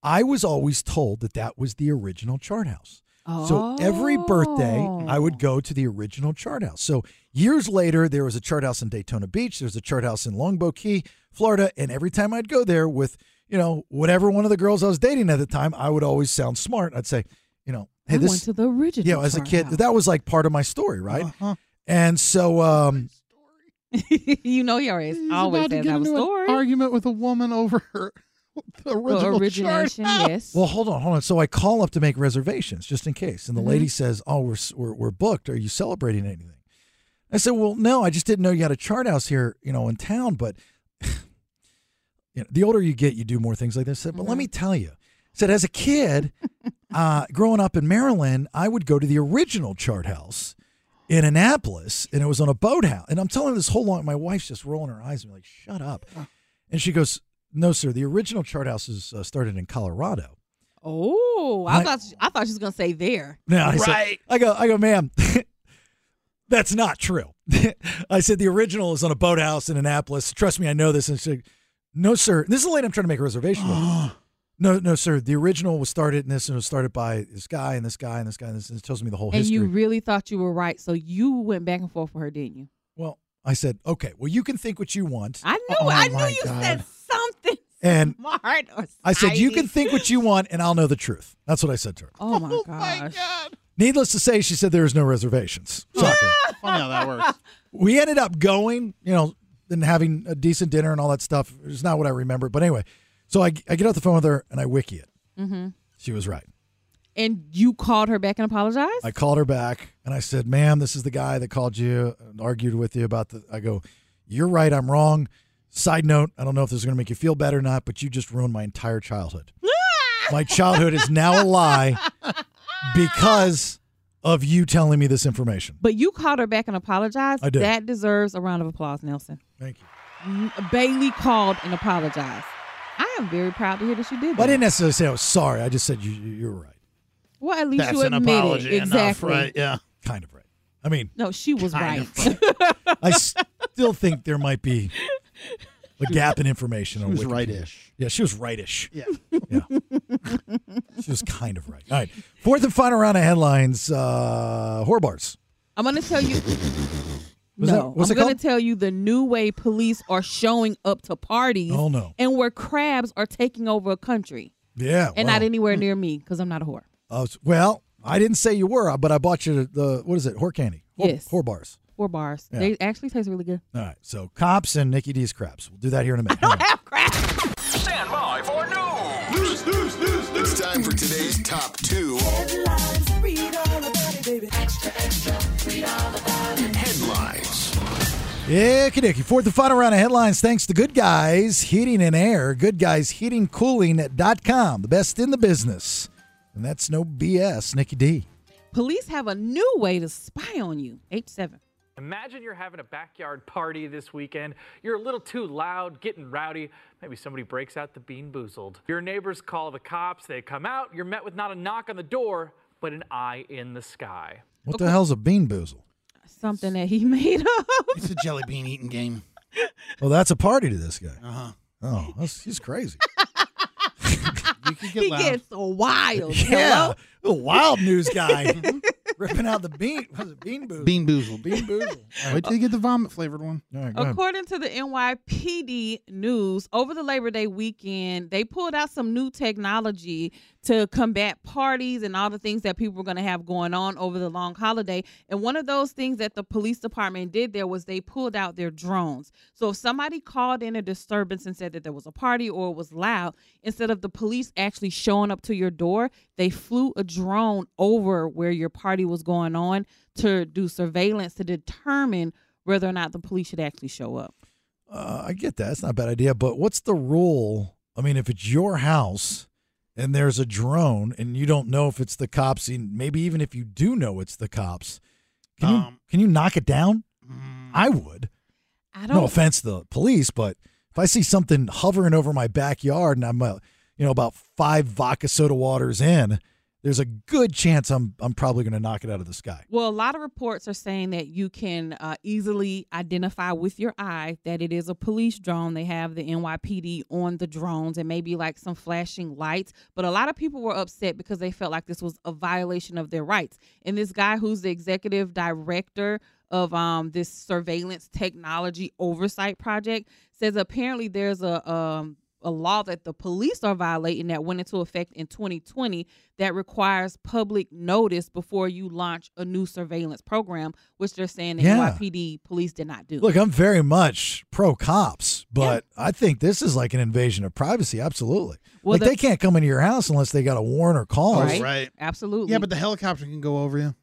I was always told that that was the original chart house. Oh, So every birthday, I would go to the original chart house. So years later, there was a chart house in Daytona Beach. There was a chart house in Longboat Key, Florida. And every time I'd go there with, you know, whatever one of the girls I was dating at the time, I would always sound smart. I'd say, you know, hey, Oh. I this went to the original Yeah, as a Chart kid, House. Uh-huh. that was like part of my story, right? And so, um, you know he always always says have a story. argument with a woman over her the original origination, chart. yes. well, hold on, hold on. So I call up to make reservations just in case, and the Mhm. lady says, "Oh, we're, s- we're we're booked. Are you celebrating anything?" I said, "Well, no. I just didn't know you had a chart house here, you know, in town. But you know, the older you get, you do more things like this." I said, "But let me tell you." I said, "As a kid, uh, growing up in Maryland, I would go to the original chart house." In Annapolis, and it was on a boathouse. And I'm telling her this whole long, my wife's just rolling her eyes and like, shut up. And she goes, "No, sir. The original chart house is uh, started in Colorado." Oh, I My- thought I thought she was gonna say there. No, I said- I go, I go, ma'am. that's not true. I said the original is on a boathouse in Annapolis. Trust me, I know this. And she, no, sir. This is the lady I'm trying to make a reservation with. No, no, sir. The original was started in this, and it was started by this guy and this guy and this guy. And this, and it tells me the whole and history. you really thought you were right, so you went back and forth with her, didn't you? Well, I said, okay. Well, you can think what you want. I knew, Oh, I knew my you God. said something And smart. Or I said, you can snidey." think what you want, and I'll know the truth. That's what I said to her. Oh my gosh! Needless to say, she said there is no reservations. Soccer. Funny how that works. we ended up going, you know, and having a decent dinner and all that stuff. It's not what I remember, but anyway. So I, I get off the phone with her and I wiki it. Mm-hmm. She was right. And you called her back and apologized. I called her back and I said, "Ma'am, this is the guy that called you and argued with you about the." I go, "You're right. I'm wrong." Side note: I don't know if this is going to make you feel better or not, but you just ruined my entire childhood. my childhood is now a lie because of you telling me this information. But you called her back and apologized. I did. That deserves a round of applause, Nelson. Thank you. Bailey called and apologized. I am very proud to hear that you did. That. But I didn't necessarily say I was sorry. I just said you, you- you're right. Well, at least you admitted exactly. Yeah. Kind of right. I mean, No, she was right. I still think there might be a gap in information. She on was Wikipedia. right-ish. Yeah, she was rightish. Yeah. She was kind of right. All right. Fourth and final round of headlines uh, whore bars. I'm gonna tell you. Was that- no, what's I'm it gonna called? tell you the new way police are showing up to parties. Oh, no. And where crabs are taking over a country, Yeah. and e- well, not anywhere near me because I'm not a whore. I was- well, I didn't say you were, uh, but I bought you the, what is it, whore candy? Whore, Yes. Whore bars. Whore bars. Yeah. They actually taste really good. All right. So cops and Nikki D's craps. We'll do that here in a minute. Stand by for news. News, news, news, news. It's time for today's top two headlines. Yeah, Kadiki. Fourth and final round of headlines. Thanks to Good Guys Heating and Air, goodguysheatingcooling.com, the best in the business. And that's no BS, Nikki D. Police have a new way to spy on you. H seven. Imagine you're having a backyard party this weekend. You're a little too loud, getting rowdy. Maybe somebody breaks out the bean boozled. Your neighbors call the cops. They come out. You're met with not a knock on the door, but an eye in the sky. What the hell's a bean boozle? Something that he made up. It's a jelly bean eating game. Well, Oh, that's a party to this guy. Uh-huh. Oh, that's, he's crazy. You can he gets wild. yeah. Hello? The wild news guy ripping out the bean. Was it bean boozle? Bean boozled. Bean boozle. Wait till you get the vomit flavored one. All right, According to the NYPD news, over the Labor Day weekend, they pulled out some new technology to combat parties and all the things that people were going to have going on over the long holiday. And one of those things that the police department did there was they pulled out their drones. So if somebody called in a disturbance and said that there was a party or it was loud, instead of the police actually showing up to your door, they flew a drone over where your party was going on to do surveillance to determine whether or not the police should actually show up. Uh, I get that. It's not a bad idea. But what's the rule? I mean, if it's your house and there's a drone and you don't know if it's the cops, and maybe even if you do know it's the cops, can you can you knock it down? I would. I No offense to the police, but if I see something hovering over my backyard and I'm, uh, you know, about five vodka soda waters in, there's a good chance I'm I'm probably going to knock it out of the sky. Well, a lot of reports are saying that you can uh, easily identify with your eye that it is a police drone. They have the NYPD on the drones and maybe like some flashing lights. But a lot of people were upset because they felt like this was a violation of their rights. And this guy, who's the executive director of um, this surveillance technology oversight project, says apparently there's a um, a law that the police are violating that went into effect in 2020 that requires public notice before you launch a new surveillance program, which they're saying the Yeah. NYPD police did not do. Look, I'm very much pro cops, but I think this is like an invasion of privacy. Absolutely. Well, like the- they can't come into your house unless they got a warrant or call. Right? Right. Absolutely. Yeah, but the helicopter can go over you.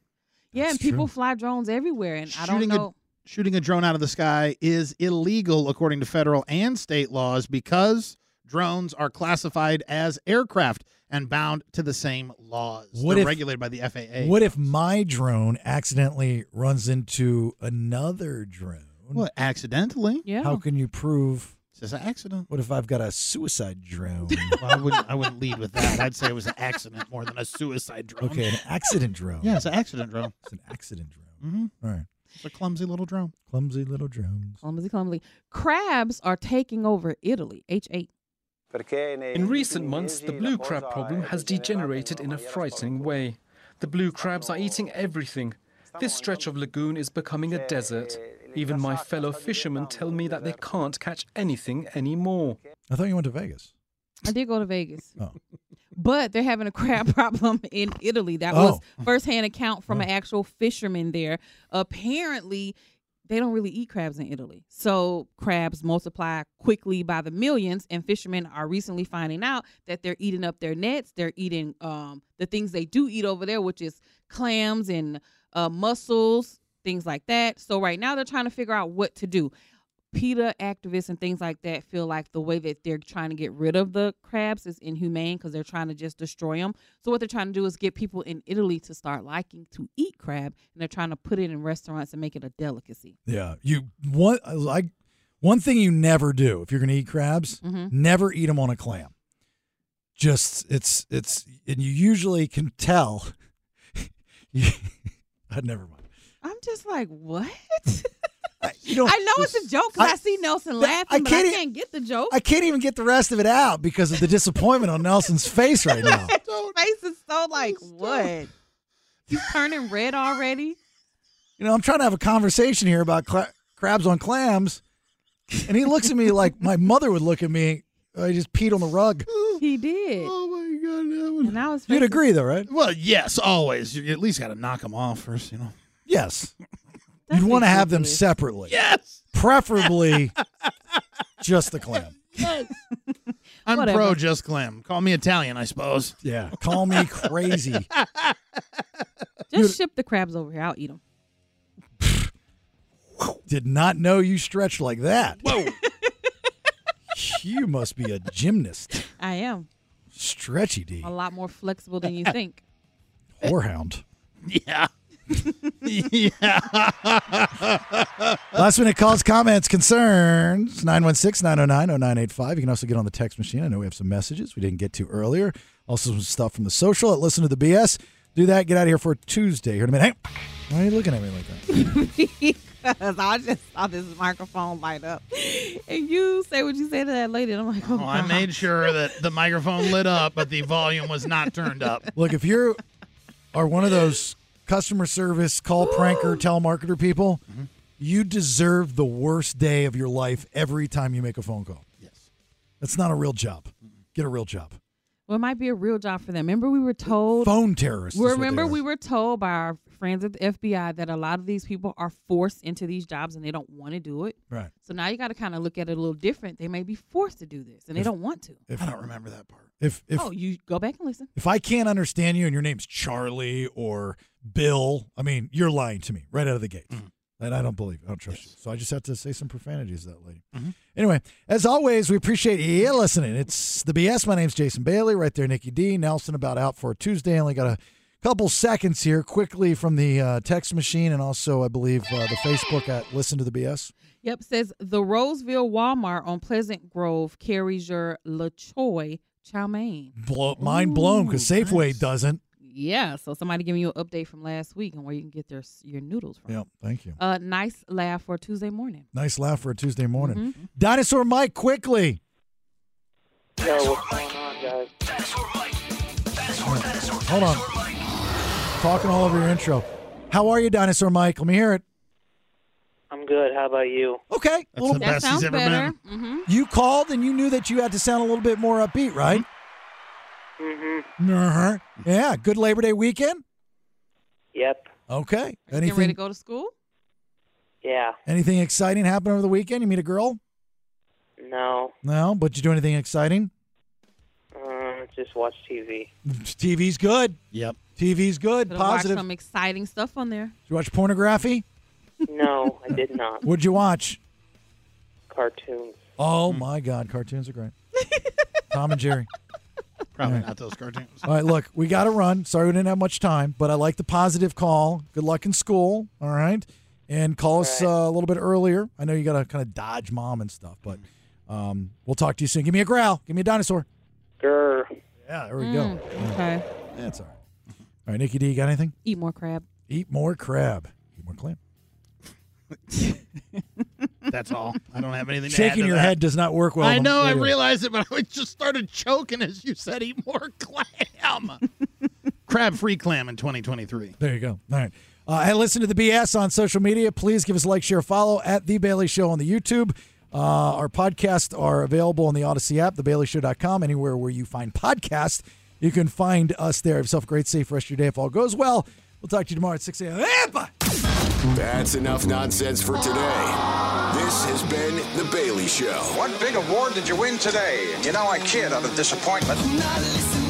yeah, and That's true. people fly drones everywhere, and I don't Shooting a- know. Shooting a drone out of the sky is illegal according to federal and state laws because drones are classified as aircraft and bound to the same laws. What They're if- regulated by the FAA. What if my drone accidentally runs into another drone? Well, accidentally. Yeah. How can you prove? It's just an accident. What if I've got a suicide drone? Well, I wouldn't. I wouldn't lead with that. I'd say it was an accident more than a suicide drone. okay, an accident drone. Yeah, it's an accident drone. It's an accident drone. Mm-hmm. All right. It's a clumsy little drone. Clumsy little drones. Clumsy, clumsy. Crabs are taking over Italy. H8. In recent months, the blue crab problem has degenerated in a frightening way. The blue crabs are eating everything. This stretch of lagoon is becoming a desert. Even my fellow fishermen tell me that they can't catch anything anymore. I thought you went to Vegas. I did go to Vegas. Oh. But they're having a crab problem in Italy. That was firsthand account from an actual fisherman there. Apparently, they don't really eat crabs in Italy. So crabs multiply quickly by the millions, and fishermen are recently finding out that they're eating up their nets. They're eating um, the things they do eat over there, which is clams and uh, mussels, things like that. So right now they're trying to figure out what to do. PETA activists and things like that feel like the way that they're trying to get rid of the crabs is inhumane because they're trying to just destroy them. So what they're trying to do is get people in Italy to start liking to eat crab, and they're trying to put it in restaurants and make it a delicacy. Yeah, you one like one thing you never do if you're going to eat crabs, Mhm. never eat them on a clam. Just it's it's and you usually can tell. I'd never mind. I'm just like, what? you know, I know it's a joke because I, I- see Nelson that- laughing, I but can't I e- can't get the joke. I can't even get the rest of it out because of the disappointment on Nelson's face right now. His face is so like, what? You turning red already? You know, I'm trying to have a conversation here about cla- crabs on clams, and he looks at me like my mother would look at me. I just peed on the rug. He did. Oh my god, and I was. You'd agree, though, right? Well, yes, always. You you at least got to knock them off first, you know. Yes. You'd want to have them separately. Yes. Preferably just the clam. I'm Whatever. pro just clam. Call me Italian, I suppose. Yeah. Call me crazy. Just ship the crabs over here. I'll eat them. Did not know you stretched like that. Whoa. you must be a gymnast. I am Stretchy D. a lot more flexible than you think. Whorehound. Yeah. yeah. Last minute calls, comments, concerns, 916 909 0985. You can also get on the text machine. I know we have some messages we didn't get to earlier. Also, some stuff from the social at Listen to the BS. Do that. Get out of here for Tuesday. Here in a minute. Hey, why are you looking at me like that? because I just saw this microphone light up. And you say what you say to that lady, and I'm like, oh, Well, I wow. made sure that the microphone lit up, but the volume was not turned up. Look, if you are one of those customer service call pranker telemarketer people, you deserve the worst day of your life every time you make a phone call. Yes. That's not a real job. Get a real job. Well, it might be a real job for them. Remember, we were told Phone terrorists. is what they Remember, are. we were told by our friends at the FBI that a lot of these people are forced into these jobs and they don't want to do it. Right. So now you got to kind of look at it a little different. They may be forced to do this and they If- don't want to. if- I don't remember that part. If if oh, you go back and listen. if I can't understand you and your name's Charlie or Bill, I mean, you're lying to me right out of the gate. And I don't believe, I don't trust you. So I just have to say some profanities to that lady. Anyway, as always, we appreciate you listening. It's the BS. My name's Jason Bailey. Right there, Nikki D. Nelson about out for Tuesday. Only got a couple seconds here quickly from the uh, text machine and also, I believe, uh, the Facebook at Listen to the BS. Yep, says the Roseville Walmart on Pleasant Grove carries your LaChoy chow mein. Blow, mind blown because Safeway doesn't. Yeah, so somebody giving you an update from last week and where you can get their your noodles from. Yeah, thank you. Uh, nice laugh for Tuesday morning. Nice laugh for a Tuesday morning. Dinosaur Mike, quickly. Yo, what's going on, guys? Hold on. Talking all over your intro. How are you, Dinosaur Mike? Let me hear it. I'm good. How about you? Okay. That's the best he's ever been. Mm-hmm. You called and you knew that you had to sound a little bit more upbeat, right? Mm-hmm. Uh-huh. Yeah. Good Labor Day weekend. Yep. Okay. Getting ready to Anything? go to school? Yeah. Anything exciting happen over the weekend? You meet a girl? No. No, but you do anything exciting? Uh, just watch TV. TV's good. Yep. TV's good. Could watch Positive. some exciting stuff on there. Did you watch pornography? No, I did not. What'd you watch? Cartoons. Hmm. Oh my God, cartoons are great. Tom and Jerry. Probably All right. not those cartoons. All right, look, we got to run. Sorry we didn't have much time, but I like the positive call. Good luck in school. All right, and call us uh, a little bit earlier. I know you got to kind of dodge mom and stuff, but um, we'll talk to you soon. Give me a growl. Give me a dinosaur. Grr. Yeah, there we go. Mm. Mm, Okay. That's all right. All right, Nikki D, you got anything? Eat more crab. Eat more crab. Eat more clam. That's all. I don't have anything. to add Shaking to your that. head does not work well. I on know. I radio. realized it, but I just started choking as you said, "Eat more clam." Crab-free clam in 2023. There you go. All right. Uh, and listen to the BS on social media. Please give us a like, share, follow at The Bailey Show on the YouTube. Uh, our podcasts are available on the Odyssey app, thebaileyshow.com, anywhere where you find podcasts. You can find us there. Have yourself a great, safe rest of your day if all goes well. We'll talk to you tomorrow at 6 a.m. Eh, bye. That's enough nonsense for today. This has been The Bailey Show. What big award did you win today? You know, I kid out of disappointment. Not listening.